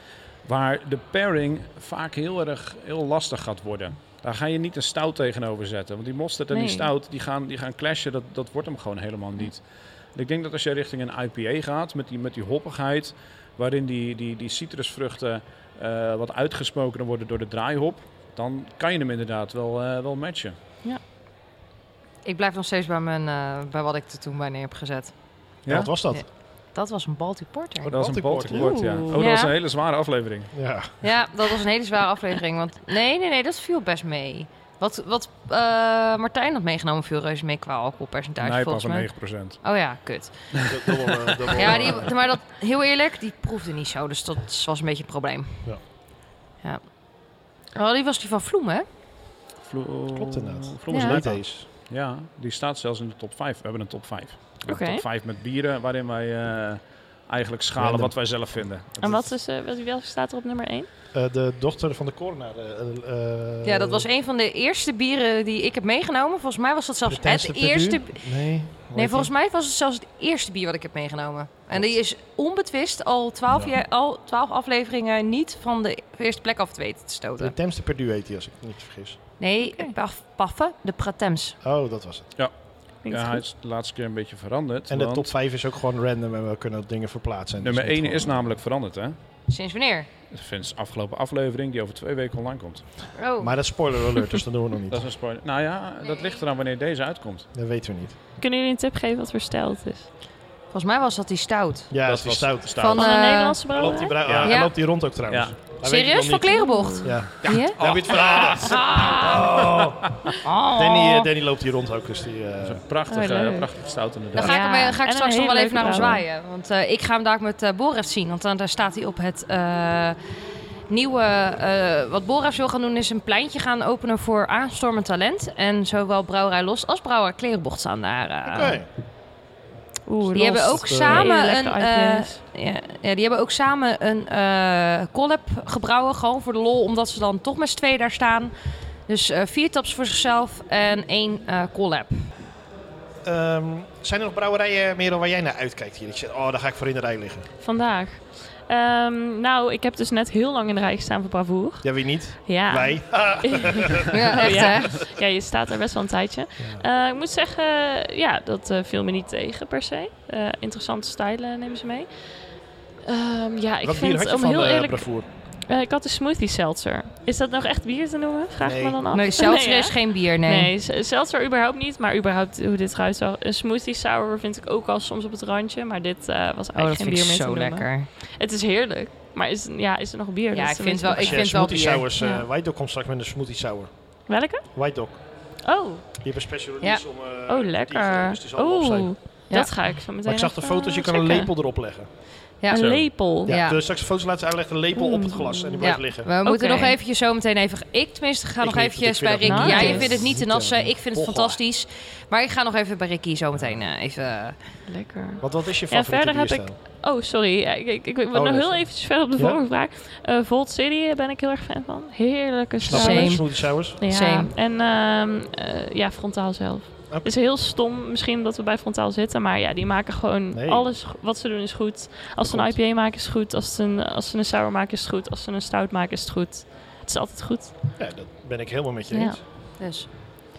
Speaker 2: Waar de pairing vaak heel erg heel lastig gaat worden. Daar ga je niet een stout tegenover zetten. Want die mosterd en
Speaker 15: Nee.
Speaker 2: die stout die gaan, die gaan clashen. Dat, dat wordt hem gewoon helemaal niet. En ik denk dat als je richting een IPA gaat met die, met die hoppigheid. Waarin die, die, die citrusvruchten eh, wat uitgesprokener worden door de draaihop. Dan kan je hem inderdaad wel, eh, wel matchen.
Speaker 3: Ik blijf nog steeds bij, mijn, eh, bij wat ik er toen bij neer heb gezet.
Speaker 2: Ja? Wat was dat?
Speaker 3: Ja, dat was een Baltic Porter.
Speaker 2: Oh, dat was een
Speaker 1: Baltic
Speaker 2: Baltic Port, ja.
Speaker 3: Oeh.
Speaker 2: Oh, dat was
Speaker 3: Ja.
Speaker 2: een hele zware aflevering.
Speaker 1: Ja.
Speaker 3: Ja, dat was een hele zware aflevering. Want nee, nee, nee, dat viel best mee. Wat, wat eh, Martijn had meegenomen viel reuze mee qua alcoholpercentage
Speaker 2: Nijpa
Speaker 3: volgens
Speaker 2: van
Speaker 3: mij.
Speaker 2: 9%.
Speaker 3: Oh ja, kut.
Speaker 1: dubbel, eh, dubbel,
Speaker 3: ja,
Speaker 1: eh,
Speaker 3: die, maar dat, heel eerlijk, die proefde niet zo. Dus dat was een beetje een probleem.
Speaker 1: Ja.
Speaker 3: ja. Oh, die was die van Vloem, hè?
Speaker 1: Klopt inderdaad.
Speaker 2: Vloem is
Speaker 3: Ja.
Speaker 2: leuk.
Speaker 1: Deze.
Speaker 2: Ja, die staat zelfs in de top 5. We hebben een top 5.
Speaker 15: Oké.
Speaker 2: Een top 5 met bieren waarin wij eh, eigenlijk schalen
Speaker 1: Random.
Speaker 2: wat wij zelf vinden.
Speaker 15: En wat, is, eh, wat, wat staat er op nummer 1?
Speaker 1: Eh, de dochter van de coroner. eh, eh,
Speaker 3: Ja, dat was een van de eerste bieren die ik heb meegenomen. Volgens mij was dat zelfs
Speaker 1: Tijdens
Speaker 3: het
Speaker 1: de Perdue?
Speaker 3: eerste...
Speaker 1: Nee. hoe
Speaker 3: Nee,
Speaker 1: heet
Speaker 3: volgens mij was het zelfs het eerste bier wat ik heb meegenomen. En die is onbetwist al 12,
Speaker 1: Ja.
Speaker 3: jaar, al 12 afleveringen niet van de eerste plek af te weten te
Speaker 1: die? De
Speaker 3: stoten.
Speaker 1: Temste Perdue heet die, als ik me niet vergis.
Speaker 3: Nee, paf, Paffen, de Pratems.
Speaker 1: Oh, dat was het.
Speaker 2: Ja.
Speaker 15: Klinkt
Speaker 2: Ja, hij
Speaker 15: goed.
Speaker 2: is de laatste keer een beetje veranderd.
Speaker 1: En de
Speaker 2: want
Speaker 1: top 5 is ook gewoon random en we kunnen dingen verplaatsen. En
Speaker 2: nummer
Speaker 1: dat is
Speaker 2: 1
Speaker 1: niet
Speaker 2: is
Speaker 1: gewoon-
Speaker 2: namelijk veranderd, hè?
Speaker 3: Sinds wanneer?
Speaker 2: Vinds de afgelopen aflevering die over twee weken online komt.
Speaker 3: Oh.
Speaker 1: Maar dat is spoiler alert, dus dat doen we nog
Speaker 2: Dat
Speaker 1: niet.
Speaker 2: is een spoiler. Nou ja, dat ligt eraan wanneer deze uitkomt.
Speaker 1: Dat weten we niet.
Speaker 15: Kunnen jullie een tip geven wat voor stijl het is?
Speaker 3: Volgens mij was dat die stout.
Speaker 1: Ja, dat
Speaker 2: Dat
Speaker 1: is
Speaker 2: was
Speaker 1: stout.
Speaker 2: stout. Van,
Speaker 15: Van
Speaker 3: eh,
Speaker 15: een Nederlandse
Speaker 1: Hij loopt die,
Speaker 15: brouwerij?
Speaker 1: brui-
Speaker 2: Ja.
Speaker 1: hij
Speaker 3: Ja.
Speaker 1: loopt die rond ook trouwens.
Speaker 2: Ja.
Speaker 1: Dat weet ik nog
Speaker 3: Serieus? Van
Speaker 1: niet.
Speaker 3: klerenbocht?
Speaker 1: Ja.
Speaker 3: Die, hè?
Speaker 1: Daar heb je het verhaal. Oh.
Speaker 3: Oh.
Speaker 1: Danny, eh, Danny loopt hier rond ook, dus die... eh,
Speaker 2: Dat is een
Speaker 15: Oh,
Speaker 2: prachtige,
Speaker 15: leuk.
Speaker 2: prachtige stout
Speaker 3: Dan
Speaker 2: inderdaad.
Speaker 3: ga ik,
Speaker 15: Ja.
Speaker 3: hem, eh, ga
Speaker 15: En
Speaker 3: ik
Speaker 15: een
Speaker 3: straks nog
Speaker 15: hele
Speaker 3: wel
Speaker 15: leuke
Speaker 3: even naar hem
Speaker 15: brouwer.
Speaker 3: zwaaien. Want eh, ik ga hem daar met eh Boref zien. Want dan, daar staat hij op het eh, nieuwe... eh, wat Boref wil gaan doen is een pleintje gaan openen voor aanstormend talent. En zowel Brouwerij Los als Brouwerij Klerenbocht staan daar. eh.
Speaker 1: Oké.
Speaker 15: Oeh,
Speaker 3: Die hebben ook
Speaker 15: Hele
Speaker 3: samen een...
Speaker 15: lekkere
Speaker 3: eh,
Speaker 15: IPA's.
Speaker 3: ja, ja, die hebben ook samen een eh, collab gebrouwen. Gewoon voor de lol. Omdat ze dan toch met z'n tweeën daar staan. Dus eh, vier taps voor zichzelf en één eh, collab.
Speaker 1: Ehm, zijn er nog brouwerijen, Merel, waar jij naar uitkijkt hier? Ik zeg, oh, daar ga ik voor in de rij liggen.
Speaker 15: Vandaag. Ehm, nou, ik heb dus net heel lang in de rij gestaan voor Bravoer.
Speaker 1: Ja, wie niet?
Speaker 15: Ja.
Speaker 1: Wij.
Speaker 3: Ja,
Speaker 15: Oh,
Speaker 3: echt
Speaker 15: ja.
Speaker 3: hè?
Speaker 15: ja, je staat er best wel een tijdje. Eh, ik moet zeggen, ja, dat eh, viel me niet tegen per se. Eh, interessante stijlen nemen ze mee. Ehm, ja, ik
Speaker 1: Wat bier
Speaker 15: vind
Speaker 1: had je
Speaker 15: om
Speaker 1: van
Speaker 15: heel
Speaker 1: de
Speaker 15: eerlijk.
Speaker 1: Bravoer?
Speaker 15: Eh, ik had een smoothie seltzer. Is dat nog echt bier te noemen? Vraag ik me
Speaker 3: Nee.
Speaker 15: dan af.
Speaker 3: Nee, seltzer
Speaker 15: hè?
Speaker 3: is geen bier, nee.
Speaker 15: Nee, s- seltzer überhaupt niet. Maar überhaupt hoe dit ruikt wel. Een smoothie sour vind ik ook al soms op het randje. Maar dit eh, was
Speaker 3: Oh, dat
Speaker 15: eigenlijk
Speaker 3: vind
Speaker 15: geen
Speaker 3: ik
Speaker 15: bier meer te
Speaker 3: zo
Speaker 15: noemen.
Speaker 3: lekker.
Speaker 15: Het is heerlijk. Maar is, ja, is er nog bier?
Speaker 3: Ja,
Speaker 15: Dat is
Speaker 3: ik
Speaker 15: de
Speaker 3: vind
Speaker 15: minste
Speaker 3: wel-
Speaker 15: vraag.
Speaker 3: ik vind wel
Speaker 1: smoothie
Speaker 3: bier.
Speaker 1: sours. eh,
Speaker 15: Ja.
Speaker 1: White Dog komt straks met een smoothie sour.
Speaker 15: Welke?
Speaker 1: White Dog.
Speaker 15: Oh.
Speaker 1: Die hebben een special
Speaker 15: Ja.
Speaker 1: release om... eh,
Speaker 15: Oh,
Speaker 1: die, eh,
Speaker 15: lekker.
Speaker 1: dus die zal wel op
Speaker 15: Oeh,
Speaker 1: zijn.
Speaker 15: dat ga ik zo meteen
Speaker 1: Maar ik zag de
Speaker 15: even,
Speaker 1: foto's, je
Speaker 15: eh,
Speaker 1: kan een
Speaker 15: checken.
Speaker 1: lepel erop leggen.
Speaker 3: Ja. Een
Speaker 1: Zo.
Speaker 15: lepel?
Speaker 1: Ja,
Speaker 3: Ja.
Speaker 1: dus straks de foto's laten uitleggen, een lepel
Speaker 15: Mm.
Speaker 1: op het glas en die blijft
Speaker 3: Ja,
Speaker 1: liggen.
Speaker 3: We moeten nog eventjes zo meteen even... Ik tenminste ga
Speaker 1: Ik
Speaker 3: nog
Speaker 1: niet,
Speaker 3: eventjes bij
Speaker 1: want ik
Speaker 3: Rick...
Speaker 1: vind dat
Speaker 3: Ja,
Speaker 1: niet,
Speaker 3: je
Speaker 1: eh,
Speaker 3: vindt het niet te
Speaker 1: niet, eh,
Speaker 3: nassen. Ik vind het
Speaker 1: pochen.
Speaker 3: fantastisch. Maar ik ga nog even bij Ricky zo meteen eh, even...
Speaker 15: Lekker.
Speaker 1: Want wat is je
Speaker 15: Ja,
Speaker 1: favoriete
Speaker 15: verder heb ik...
Speaker 1: bierstijl?
Speaker 15: Oh, sorry. Ja, ik, ik, ik wil
Speaker 1: Oh,
Speaker 15: nog
Speaker 1: nee,
Speaker 15: heel
Speaker 1: sorry.
Speaker 15: eventjes verder op de
Speaker 1: Ja.
Speaker 15: vorige vraag. Eh, Volt City eh, ben ik heel erg fan van. Heerlijke
Speaker 1: Snap
Speaker 15: sour.
Speaker 1: ik, smoothie sours.
Speaker 15: Ja,
Speaker 1: Same.
Speaker 15: en ehm, eh, ja, Frontaal zelf. Het is heel stom misschien dat we bij Frontaal zitten, maar ja, die maken gewoon
Speaker 3: Nee.
Speaker 15: alles go- wat ze doen is goed. Als ze een IPA maken is het goed, als ze een, als ze een sour maken is het goed, als ze een stout maken is het goed. Het is altijd goed.
Speaker 1: Ja, dat ben ik helemaal met je
Speaker 15: Ja.
Speaker 1: eens.
Speaker 3: Dus.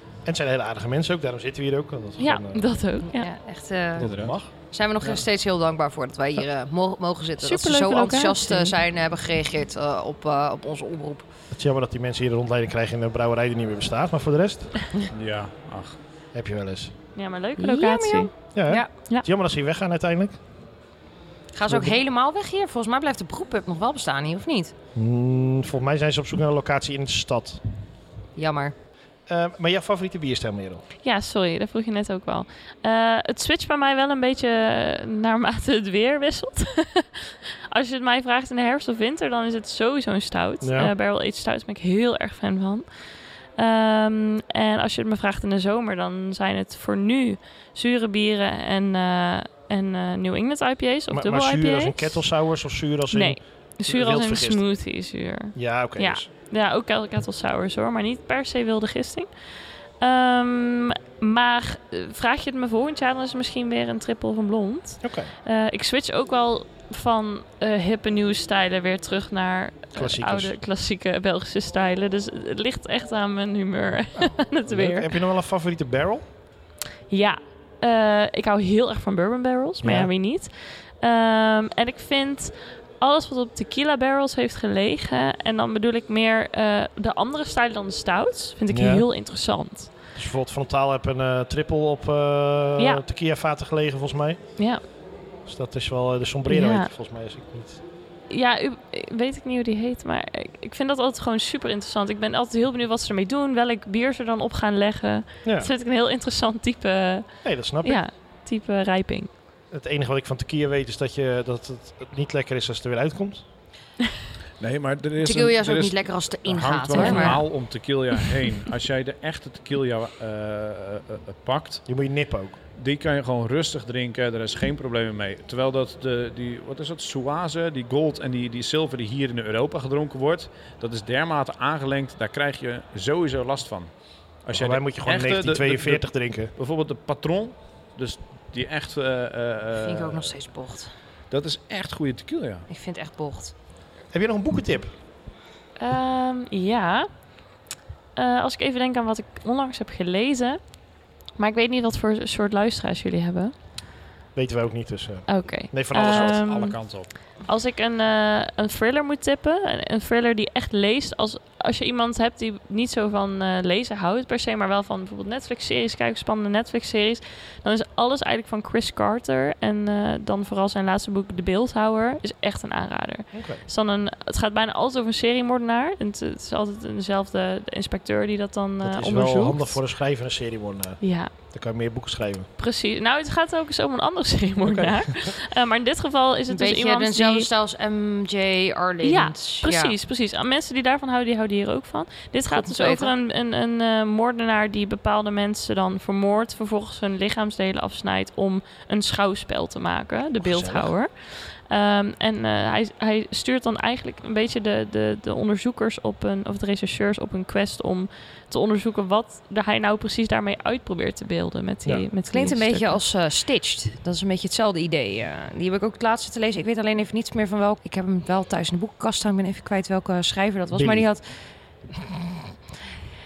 Speaker 1: En het zijn hele aardige mensen ook, daarom zitten we hier ook. want we
Speaker 3: Ja,
Speaker 1: gewoon, eh,
Speaker 15: dat ook.
Speaker 3: Ja, echt... eh,
Speaker 1: Dat mag.
Speaker 3: zijn we nog
Speaker 1: Ja.
Speaker 3: steeds heel dankbaar voor dat wij hier eh, mo- mogen zitten. dat ze
Speaker 15: Superleuke
Speaker 3: zo enthousiast eh,
Speaker 15: locatie.
Speaker 3: zijn en hebben gereageerd eh, op, eh, op onze oproep.
Speaker 1: Het is jammer dat die mensen hier een rondleiding krijgen in een brouwerij die niet meer bestaat. Maar voor de rest
Speaker 2: Ja, ach.
Speaker 1: heb je wel eens.
Speaker 15: Ja, maar leuke
Speaker 3: Jammer,
Speaker 15: locatie.
Speaker 3: joh.
Speaker 1: Ja, hè?
Speaker 3: Ja.
Speaker 1: Het is jammer dat ze hier weggaan uiteindelijk.
Speaker 3: Gaan ze ook helemaal weg hier? Volgens mij blijft de beroeppub nog wel bestaan hier, of niet?
Speaker 1: Hmm, volgens mij zijn ze op zoek naar een locatie in de stad. Eh,
Speaker 3: Jammer.
Speaker 1: maar jouw favoriete bierstijl, Merel?
Speaker 15: Ja, sorry, dat vroeg je net ook wel. Eh, het switcht bij mij wel een beetje eh, naarmate het weer wisselt. Als je het mij vraagt in de herfst of winter, dan is het sowieso een stout.
Speaker 3: Ja.
Speaker 15: Eh, barrel aged stout ben ik heel erg fan van. Ehm, en als je het me vraagt in de zomer, dan zijn het voor nu zure bieren en, eh, en eh, New England IPA's of
Speaker 1: maar,
Speaker 15: dubbel
Speaker 1: maar zuur als
Speaker 15: IPA's.
Speaker 1: in kettle sours of zuur als in...
Speaker 15: Nee, zuur als
Speaker 1: wild
Speaker 15: een
Speaker 1: vergist?
Speaker 15: smoothie zuur.
Speaker 1: Ja, oké,
Speaker 15: ja.
Speaker 1: dus.
Speaker 15: ja, ook kettle kettle sours hoor, maar niet per se wilde gisting. Ehm, maar eh, vraag je het me volgend jaar, dan is het misschien weer een triple of een blond.
Speaker 1: Oké.
Speaker 15: ik switch ook wel van eh hippe nieuwe stijlen weer terug naar eh,
Speaker 1: Klassiekers.
Speaker 15: oude klassieke Belgische stijlen. Dus het ligt echt aan mijn humeur en het
Speaker 1: Leuk.
Speaker 15: weer.
Speaker 1: Heb je nog wel een favoriete barrel?
Speaker 15: Ja, eh, ik hou heel erg van bourbon barrels, maar ja,
Speaker 1: Ja.
Speaker 15: wie niet. Ehm, en ik vind alles wat op tequila barrels heeft gelegen, en dan bedoel ik meer eh, de andere stijlen dan de stouts, vind ik
Speaker 1: Ja.
Speaker 15: heel interessant.
Speaker 1: Dus bijvoorbeeld Frontaal heb een eh triple op eh
Speaker 15: Ja.
Speaker 1: tequila vaten gelegen, volgens mij.
Speaker 15: Ja.
Speaker 1: Dus dat is wel eh, de sombrero,
Speaker 15: Ja.
Speaker 1: heet die, volgens mij. Is ik niet.
Speaker 15: Ja, u- weet ik niet hoe die heet, maar ik, ik vind dat altijd gewoon super interessant. Ik ben altijd heel benieuwd wat ze ermee doen, welk bier ze dan op gaan leggen.
Speaker 1: Ja.
Speaker 15: Dat vind ik een heel interessant type,
Speaker 1: Nee, dat snap ik.
Speaker 15: ja, type rijping.
Speaker 1: Het enige wat ik van tequila weet is dat, je, dat het, het niet lekker is als het er weer uitkomt.
Speaker 2: Nee, maar er is
Speaker 3: Tequila
Speaker 2: een-
Speaker 3: is
Speaker 2: er
Speaker 3: ook niet lekker als het erin
Speaker 2: hangt
Speaker 3: gaat,
Speaker 2: wel een
Speaker 3: hè, maar-
Speaker 2: verhaal om tequila heen. Als jij de echte tequila eh, eh, eh, pakt...
Speaker 1: Die moet je nippen ook.
Speaker 2: Die kan je gewoon rustig drinken, daar is geen probleem mee. Terwijl dat de, die, wat is dat, Suaze, die gold en die, die zilver die hier in Europa gedronken wordt, dat is dermate aangelengd, daar krijg je sowieso last van. Als jij
Speaker 1: Wij
Speaker 2: de
Speaker 1: moet je gewoon
Speaker 2: echte- de- de- de-
Speaker 1: 1942 drinken.
Speaker 2: Bijvoorbeeld de patron, dus die echt... eh, eh,
Speaker 3: Vind ik ook
Speaker 2: eh,
Speaker 3: nog steeds bocht.
Speaker 2: Dat is echt goede tequila, ja.
Speaker 3: Ik vind het echt bocht.
Speaker 1: Heb je nog een boekentip?
Speaker 15: Ehm, ja. Eh, als ik even denk aan wat ik onlangs heb gelezen. Maar ik weet niet wat voor soort luisteraars jullie hebben.
Speaker 1: Weten wij ook niet, dus... eh,
Speaker 15: Oké.
Speaker 1: Nee, van alles wat.
Speaker 15: Ehm, Als ik een, eh, een thriller moet tippen, een, een thriller die echt leest. Als, als je iemand hebt die niet zo van eh, lezen houdt per se, maar wel van bijvoorbeeld Netflix-series, kijken spannende Netflix-series. Dan is alles eigenlijk van Chris Carter. En eh, dan vooral zijn laatste boek, De Beeldhouwer, is echt een aanrader.
Speaker 1: Oké.
Speaker 15: Is dan een, het gaat bijna altijd over een seriemoordenaar. En het, het is altijd dezelfde de inspecteur die dat dan eh
Speaker 1: Dat is
Speaker 15: onderzoekt.
Speaker 1: wel handig voor een schrijver en een seriemoordenaar.
Speaker 15: Ja.
Speaker 1: Dan kan je meer boeken schrijven.
Speaker 15: Precies. Nou, het gaat ook eens om een andere seriemoordenaar. Eh, maar in dit geval is
Speaker 3: Is het
Speaker 15: het dus
Speaker 3: een beetje
Speaker 15: iemand
Speaker 3: dezelfde
Speaker 15: die...
Speaker 3: stijl als MJ Arlind.
Speaker 15: Ja, precies, precies. Ah, Mensen die daarvan houden, die houden hier ook van. Dit gaat
Speaker 3: Goed
Speaker 15: dus
Speaker 3: om te
Speaker 15: over een, een, een eh, moordenaar die bepaalde mensen dan vermoordt, vervolgens hun lichaamsdelen afsnijdt om een schouwspel te maken, de beeldhouwer. Ehm, en eh, hij, hij stuurt dan eigenlijk een beetje de, de, de onderzoekers op een, of de rechercheurs op een quest om te onderzoeken wat de, hij nou precies daarmee uit probeert te beelden. Met die,
Speaker 3: Ja.
Speaker 15: met die
Speaker 3: Klinkt een beetje
Speaker 15: stukken.
Speaker 3: als eh, Stitched. Dat is een beetje hetzelfde idee. eh. die heb ik ook het laatste te lezen. Ik weet alleen even niets meer van welk. Ik heb hem wel thuis in de boekenkast staan. Ik ben even kwijt welke schrijver dat was. Maar die
Speaker 15: Billy.
Speaker 3: had.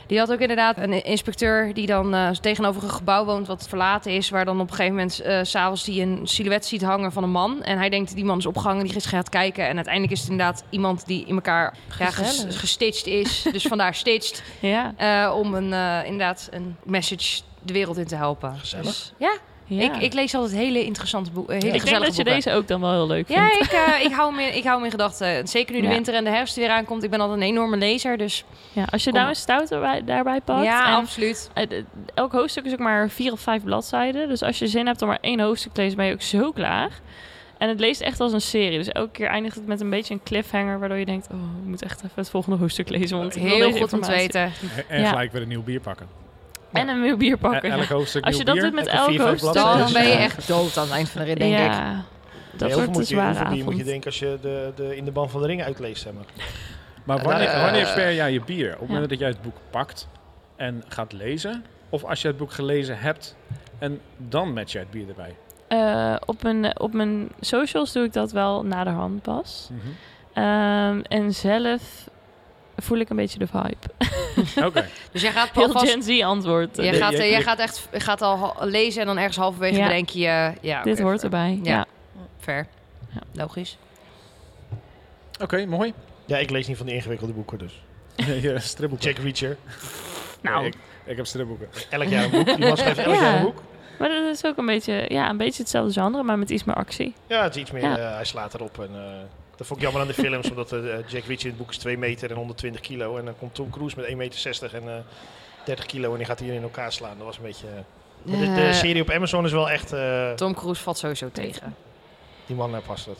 Speaker 3: Die had ook inderdaad een inspecteur die dan eh, tegenover een gebouw woont wat verlaten is. Waar dan op een gegeven moment eh, s s'avonds die een silhouet ziet hangen van een man. En hij denkt die man is opgehangen, die is gaat kijken. En uiteindelijk is het inderdaad iemand die in elkaar ja, ges-
Speaker 15: Gezellig.
Speaker 3: gestitcht is. Dus vandaar stitched.
Speaker 15: Ja.
Speaker 3: Eh, om een, eh, inderdaad een message de wereld in te helpen. Dus, ja.
Speaker 15: Ja.
Speaker 3: Ik, ik lees altijd hele interessante boeken. Hele
Speaker 15: Ik denk
Speaker 3: gezellige
Speaker 15: dat je
Speaker 3: boeken.
Speaker 15: deze ook dan wel heel leuk
Speaker 3: Ja,
Speaker 15: vindt.
Speaker 3: ik, eh, ik hou me, ik hou me in gedachten. Zeker nu de
Speaker 15: Ja.
Speaker 3: winter en de herfst weer aankomt. Ik ben altijd een enorme lezer, dus...
Speaker 15: Ja, als je
Speaker 3: Kom.
Speaker 15: nou een stout erbij- daarbij pakt.
Speaker 3: Ja,
Speaker 15: absoluut. Elk hoofdstuk is ook maar vier of vijf bladzijden. Dus als je zin hebt om maar één hoofdstuk te lezen, ben je ook zo klaar. En het leest echt als een serie. Dus elke keer eindigt het met een beetje een cliffhanger. Waardoor je denkt, oh, ik moet echt even het volgende hoofdstuk lezen. Want ik wil
Speaker 3: Heel
Speaker 15: deze
Speaker 3: goed om te
Speaker 15: informatie.
Speaker 3: weten.
Speaker 2: En, en
Speaker 15: Ja.
Speaker 2: gelijk weer een nieuw bier pakken.
Speaker 15: En een nieuw bier pakken.
Speaker 2: E-, Elk
Speaker 15: ja.
Speaker 2: hoofdstuk
Speaker 15: Als je
Speaker 2: nieuw
Speaker 15: dat
Speaker 2: bier,
Speaker 15: doet met
Speaker 2: even
Speaker 15: elk
Speaker 2: vier, vijf
Speaker 15: hoofdstuk.
Speaker 2: bladzijden.
Speaker 3: Dan ben je echt dood aan het eind van de rit, denk ik.
Speaker 15: ja. Dat
Speaker 1: heel
Speaker 15: wordt
Speaker 1: veel
Speaker 15: de
Speaker 1: moet je,
Speaker 15: zware
Speaker 1: hoeveel bier moet je
Speaker 15: avond.
Speaker 1: denken als je de, de, in de band van de ring uitleest. Zeg maar.
Speaker 2: Maar
Speaker 1: Eh,
Speaker 2: wanneer,
Speaker 15: Nou,
Speaker 1: daar-
Speaker 2: wanneer
Speaker 1: eh,
Speaker 2: ver jij je bier? Op het
Speaker 1: ja.
Speaker 2: moment dat jij het boek pakt en gaat lezen? Of als je het boek gelezen hebt en dan met jij het bier erbij?
Speaker 15: Eh, op, mijn, op mijn socials doe ik dat wel naderhand pas.
Speaker 2: Mhm.
Speaker 15: Ehm, en zelf voel ik een beetje de vibe.
Speaker 2: Oké.
Speaker 3: Dus jij gaat
Speaker 15: Heel
Speaker 3: alvast-
Speaker 15: Gen Z antwoord.
Speaker 3: Jij gaat, eh, jij gaat echt je gaat al ha- lezen en dan ergens halverwege
Speaker 15: Ja.
Speaker 3: bedenk je... eh, ja,
Speaker 15: Dit
Speaker 3: oké,
Speaker 15: hoort
Speaker 3: fair.
Speaker 15: erbij, ja.
Speaker 3: Fair. Logisch.
Speaker 2: Oké, mooi.
Speaker 1: Ja, ik lees niet van die ingewikkelde boeken dus.
Speaker 2: ja, stripboeken.
Speaker 1: Jack Reacher.
Speaker 2: Nou. ik, ik heb stripboeken.
Speaker 1: Elk jaar een boek. Die man schrijft elk
Speaker 15: Ja.
Speaker 1: jaar een boek.
Speaker 15: Maar dat is ook een beetje, ja, een beetje hetzelfde genre, maar met iets meer actie.
Speaker 1: Ja, het is iets meer,
Speaker 15: Ja.
Speaker 1: eh, hij slaat erop. En, eh, dat vond ik jammer aan de films, omdat eh, Jack Reacher in het boek is 2 meter en 120 kilo. En dan komt Tom Cruise met 1,60 meter 60 en eh, 30 kilo en die gaat hier in elkaar slaan. Dat was een beetje... eh, maar de, de
Speaker 3: Eh.
Speaker 1: serie op Amazon is wel echt... eh,
Speaker 3: Tom Cruise valt sowieso tegen.
Speaker 1: die man eh, past het.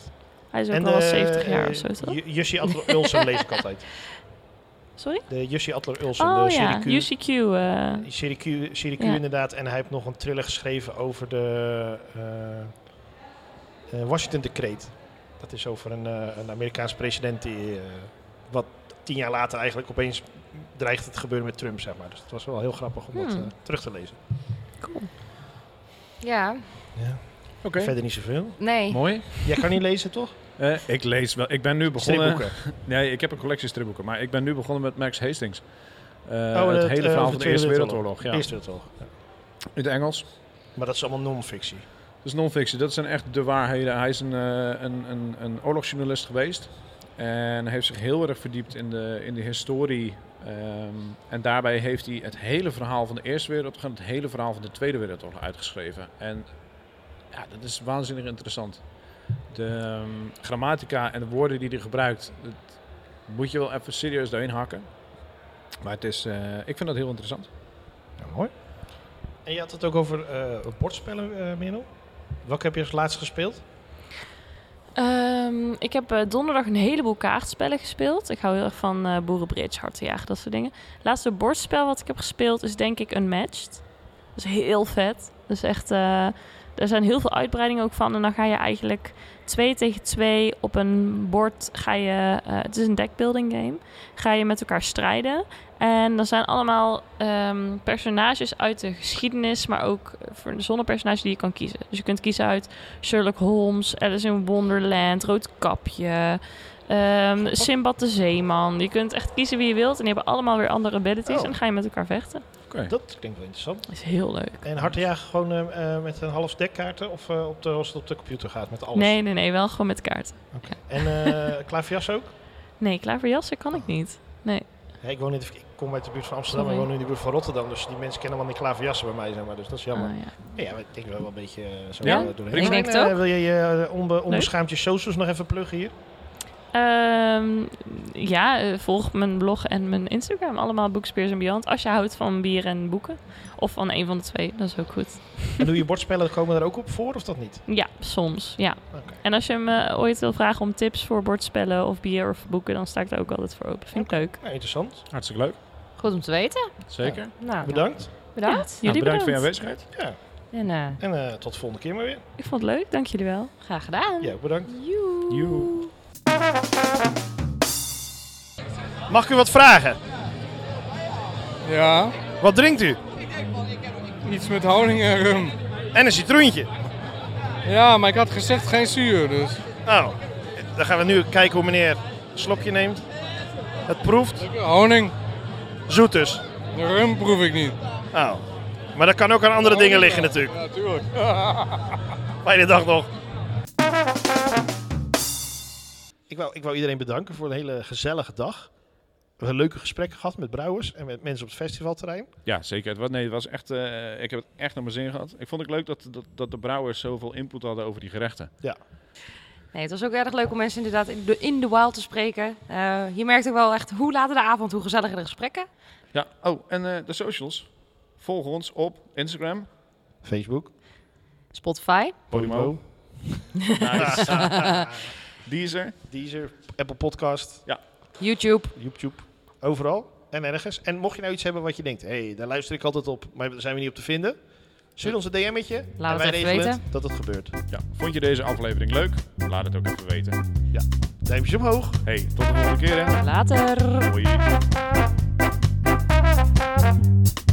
Speaker 15: Hij is ook
Speaker 1: En,
Speaker 15: al wel
Speaker 1: eh,
Speaker 15: 70 jaar
Speaker 1: eh,
Speaker 15: of zo, toch?
Speaker 1: Ju- Jussi Adler Ulsen lees ik altijd.
Speaker 15: Sorry?
Speaker 1: De Jussi Adler Ulsen,
Speaker 15: Oh
Speaker 1: de
Speaker 15: ja,
Speaker 1: serie Q.
Speaker 15: UCQ. eh,
Speaker 1: Die Serie Q, serie Q
Speaker 15: Ja.
Speaker 1: inderdaad. En hij heeft nog een thriller geschreven over de eh, eh, Washington Decreet. Dat is over een, eh een Amerikaans president die eh, wat tien jaar later eigenlijk opeens dreigt het te gebeuren met Trump, zeg maar. Dus het was wel heel grappig om dat
Speaker 3: Hmm.
Speaker 1: eh, terug te lezen.
Speaker 3: Ja.
Speaker 2: Oké.
Speaker 1: Verder niet zoveel.
Speaker 3: Nee.
Speaker 2: Mooi.
Speaker 1: Jij kan niet lezen, toch?
Speaker 2: Eh, ik lees wel. Ik ben nu begonnen.
Speaker 1: Stripboeken.
Speaker 2: Nee, ik heb een collectie stripboeken. Maar ik ben nu begonnen met Max Hastings. Eh,
Speaker 1: Oh,
Speaker 2: het
Speaker 1: dat,
Speaker 2: hele
Speaker 1: eh,
Speaker 2: verhaal
Speaker 1: over
Speaker 2: van de
Speaker 1: Tweede
Speaker 2: Eerste Wereldoorlog. Ja.
Speaker 1: Eerste Wereldoorlog. ja.
Speaker 2: In het Engels.
Speaker 1: Maar dat is allemaal non-fictie.
Speaker 2: Dat is non-fictie. Dat zijn echt de waarheden. Hij is een, eh, een, een, een oorlogsjournalist geweest. En heeft zich heel erg verdiept in de, in de historie. Ehm, en daarbij heeft hij het hele verhaal van de Eerste Wereldoorlog... en het hele verhaal van de Tweede Wereldoorlog uitgeschreven. En ja, dat is waanzinnig interessant. De ehm, grammatica en de woorden die hij gebruikt... dat moet je wel even serieus doorheen hakken. Maar het is, eh, ik vind dat heel interessant.
Speaker 1: mooi. En je had het ook over eh bordspellen, eh, Merel. Welke heb je als laatst gespeeld?
Speaker 15: Ehm, ik heb eh, donderdag een heleboel kaartspellen gespeeld. Ik hou heel erg van eh boerenbridge, hartenjagen, dat soort dingen. laatste bordspel wat ik heb gespeeld is denk ik Unmatched. Dat is heel vet. Dat is echt, eh, er zijn heel veel uitbreidingen ook van. En dan ga je eigenlijk twee tegen twee op een bord. Ga je, eh, het is een deckbuilding game. Ga je met elkaar strijden. En dan zijn allemaal ehm, personages uit de geschiedenis, maar ook eh, voor een zonnepersonage die je kan kiezen. Dus je kunt kiezen uit Sherlock Holmes, Alice in Wonderland, Roodkapje, ehm Simbad de Zeeman. Je kunt echt kiezen wie je wilt en die hebben allemaal weer andere abilities
Speaker 1: Oh.
Speaker 15: en dan ga je met elkaar vechten.
Speaker 1: Dat klinkt wel interessant.
Speaker 15: is heel leuk.
Speaker 1: En hartenjagen gewoon eh, eh, met een half dekkaarten of eh, op de, als het op de computer gaat met alles?
Speaker 15: Nee, nee, nee, wel gewoon met kaarten.
Speaker 1: En eh klaverjas ook?
Speaker 15: Nee, klaverjassen kan ik niet. Nee.
Speaker 1: Ja, ik, woon in de, ik kom uit de buurt van Amsterdam, maar ik
Speaker 15: Sorry.
Speaker 1: woon in de buurt van Rotterdam. Dus die mensen kennen allemaal die klaverjassen bij mij, zeg maar. Dus dat is jammer.
Speaker 15: Ah,
Speaker 1: ja. maar ik denk wel wel een beetje eh, zo
Speaker 15: Ja?
Speaker 1: eh, doorheen.
Speaker 15: Ik denk het
Speaker 1: eh,
Speaker 15: ook.
Speaker 1: wil je je onbe, onbeschaamd je socials nog even pluggen hier?
Speaker 15: Ehm, ja, eh, volg mijn blog en mijn Instagram. Allemaal Bookspears and Beyond. Als je houdt van bier en boeken. Of van een van de twee, dat is ook goed.
Speaker 1: En doe je bordspellen komen er ook op voor of dat niet?
Speaker 15: Ja, soms. Ja. En als je me ooit wil vragen om tips voor bordspellen of bier of boeken, dan sta ik daar ook altijd voor open. Vind ik leuk.
Speaker 1: Nou, interessant.
Speaker 2: Hartstikke leuk.
Speaker 3: Goed om te weten.
Speaker 2: Zeker.
Speaker 3: Nou,
Speaker 1: Bedankt.
Speaker 3: Bedankt.
Speaker 2: Ja,
Speaker 15: Nou,
Speaker 2: bedankt voor je aanwezigheid.
Speaker 1: Ja.
Speaker 3: En,
Speaker 1: En eh, tot de volgende keer maar weer.
Speaker 15: Ik vond het leuk, dank jullie wel.
Speaker 3: Graag gedaan.
Speaker 1: Ja, ook bedankt.
Speaker 2: Joe.
Speaker 1: Mag ik u wat vragen?
Speaker 14: Ja,
Speaker 1: Wat drinkt u?
Speaker 14: iets met honing en rum.
Speaker 1: En een citroentje.
Speaker 14: Ja, maar ik had gezegd geen zuur, dus.
Speaker 1: Nou, dan gaan we nu kijken hoe meneer een slokje neemt. Het proeft.
Speaker 14: Honing.
Speaker 1: Zoet dus.
Speaker 16: De rum proef ik niet.
Speaker 1: Oh. Maar dat kan ook aan andere
Speaker 16: Oh,
Speaker 1: dingen
Speaker 16: ja.
Speaker 1: liggen natuurlijk.
Speaker 16: Ja, tuurlijk.
Speaker 1: Fijne dag nog. Ik wou, ik wou iedereen bedanken voor een hele gezellige dag. We hebben leuke gesprekken gehad met brouwers en met mensen op het festivalterrein.
Speaker 2: Ja, zeker. Het was, nee, het was echt, eh, ik heb het echt naar mijn zin gehad. Ik vond het leuk dat, dat, dat de brouwers zoveel input hadden over die gerechten.
Speaker 1: Ja.
Speaker 3: Nee, het was ook erg leuk om mensen inderdaad in de, in de wild te spreken. Eh, je merkt ook wel echt hoe later de avond, hoe gezelliger de gesprekken.
Speaker 2: ja. Oh, en eh, de socials. Volg ons op Instagram.
Speaker 1: Facebook.
Speaker 3: Spotify.
Speaker 2: Podimo. Nice. Deezer.
Speaker 1: Deezer, Apple Podcast.
Speaker 2: Ja.
Speaker 3: YouTube.
Speaker 1: YouTube. Overal en ergens. En mocht je nou iets hebben wat je denkt, hé, hey, daar luister ik altijd op, maar daar zijn we niet op te vinden. Stuur ons een DM'tje. en
Speaker 3: Laat het
Speaker 1: wij
Speaker 3: even
Speaker 1: regelen
Speaker 3: weten.
Speaker 1: dat het gebeurt.
Speaker 2: Ja. Vond je deze aflevering leuk? Laat het ook even weten.
Speaker 1: Ja. Duimpjes omhoog.
Speaker 2: Hey, tot de volgende keer hè.
Speaker 3: Later.
Speaker 2: Hoi.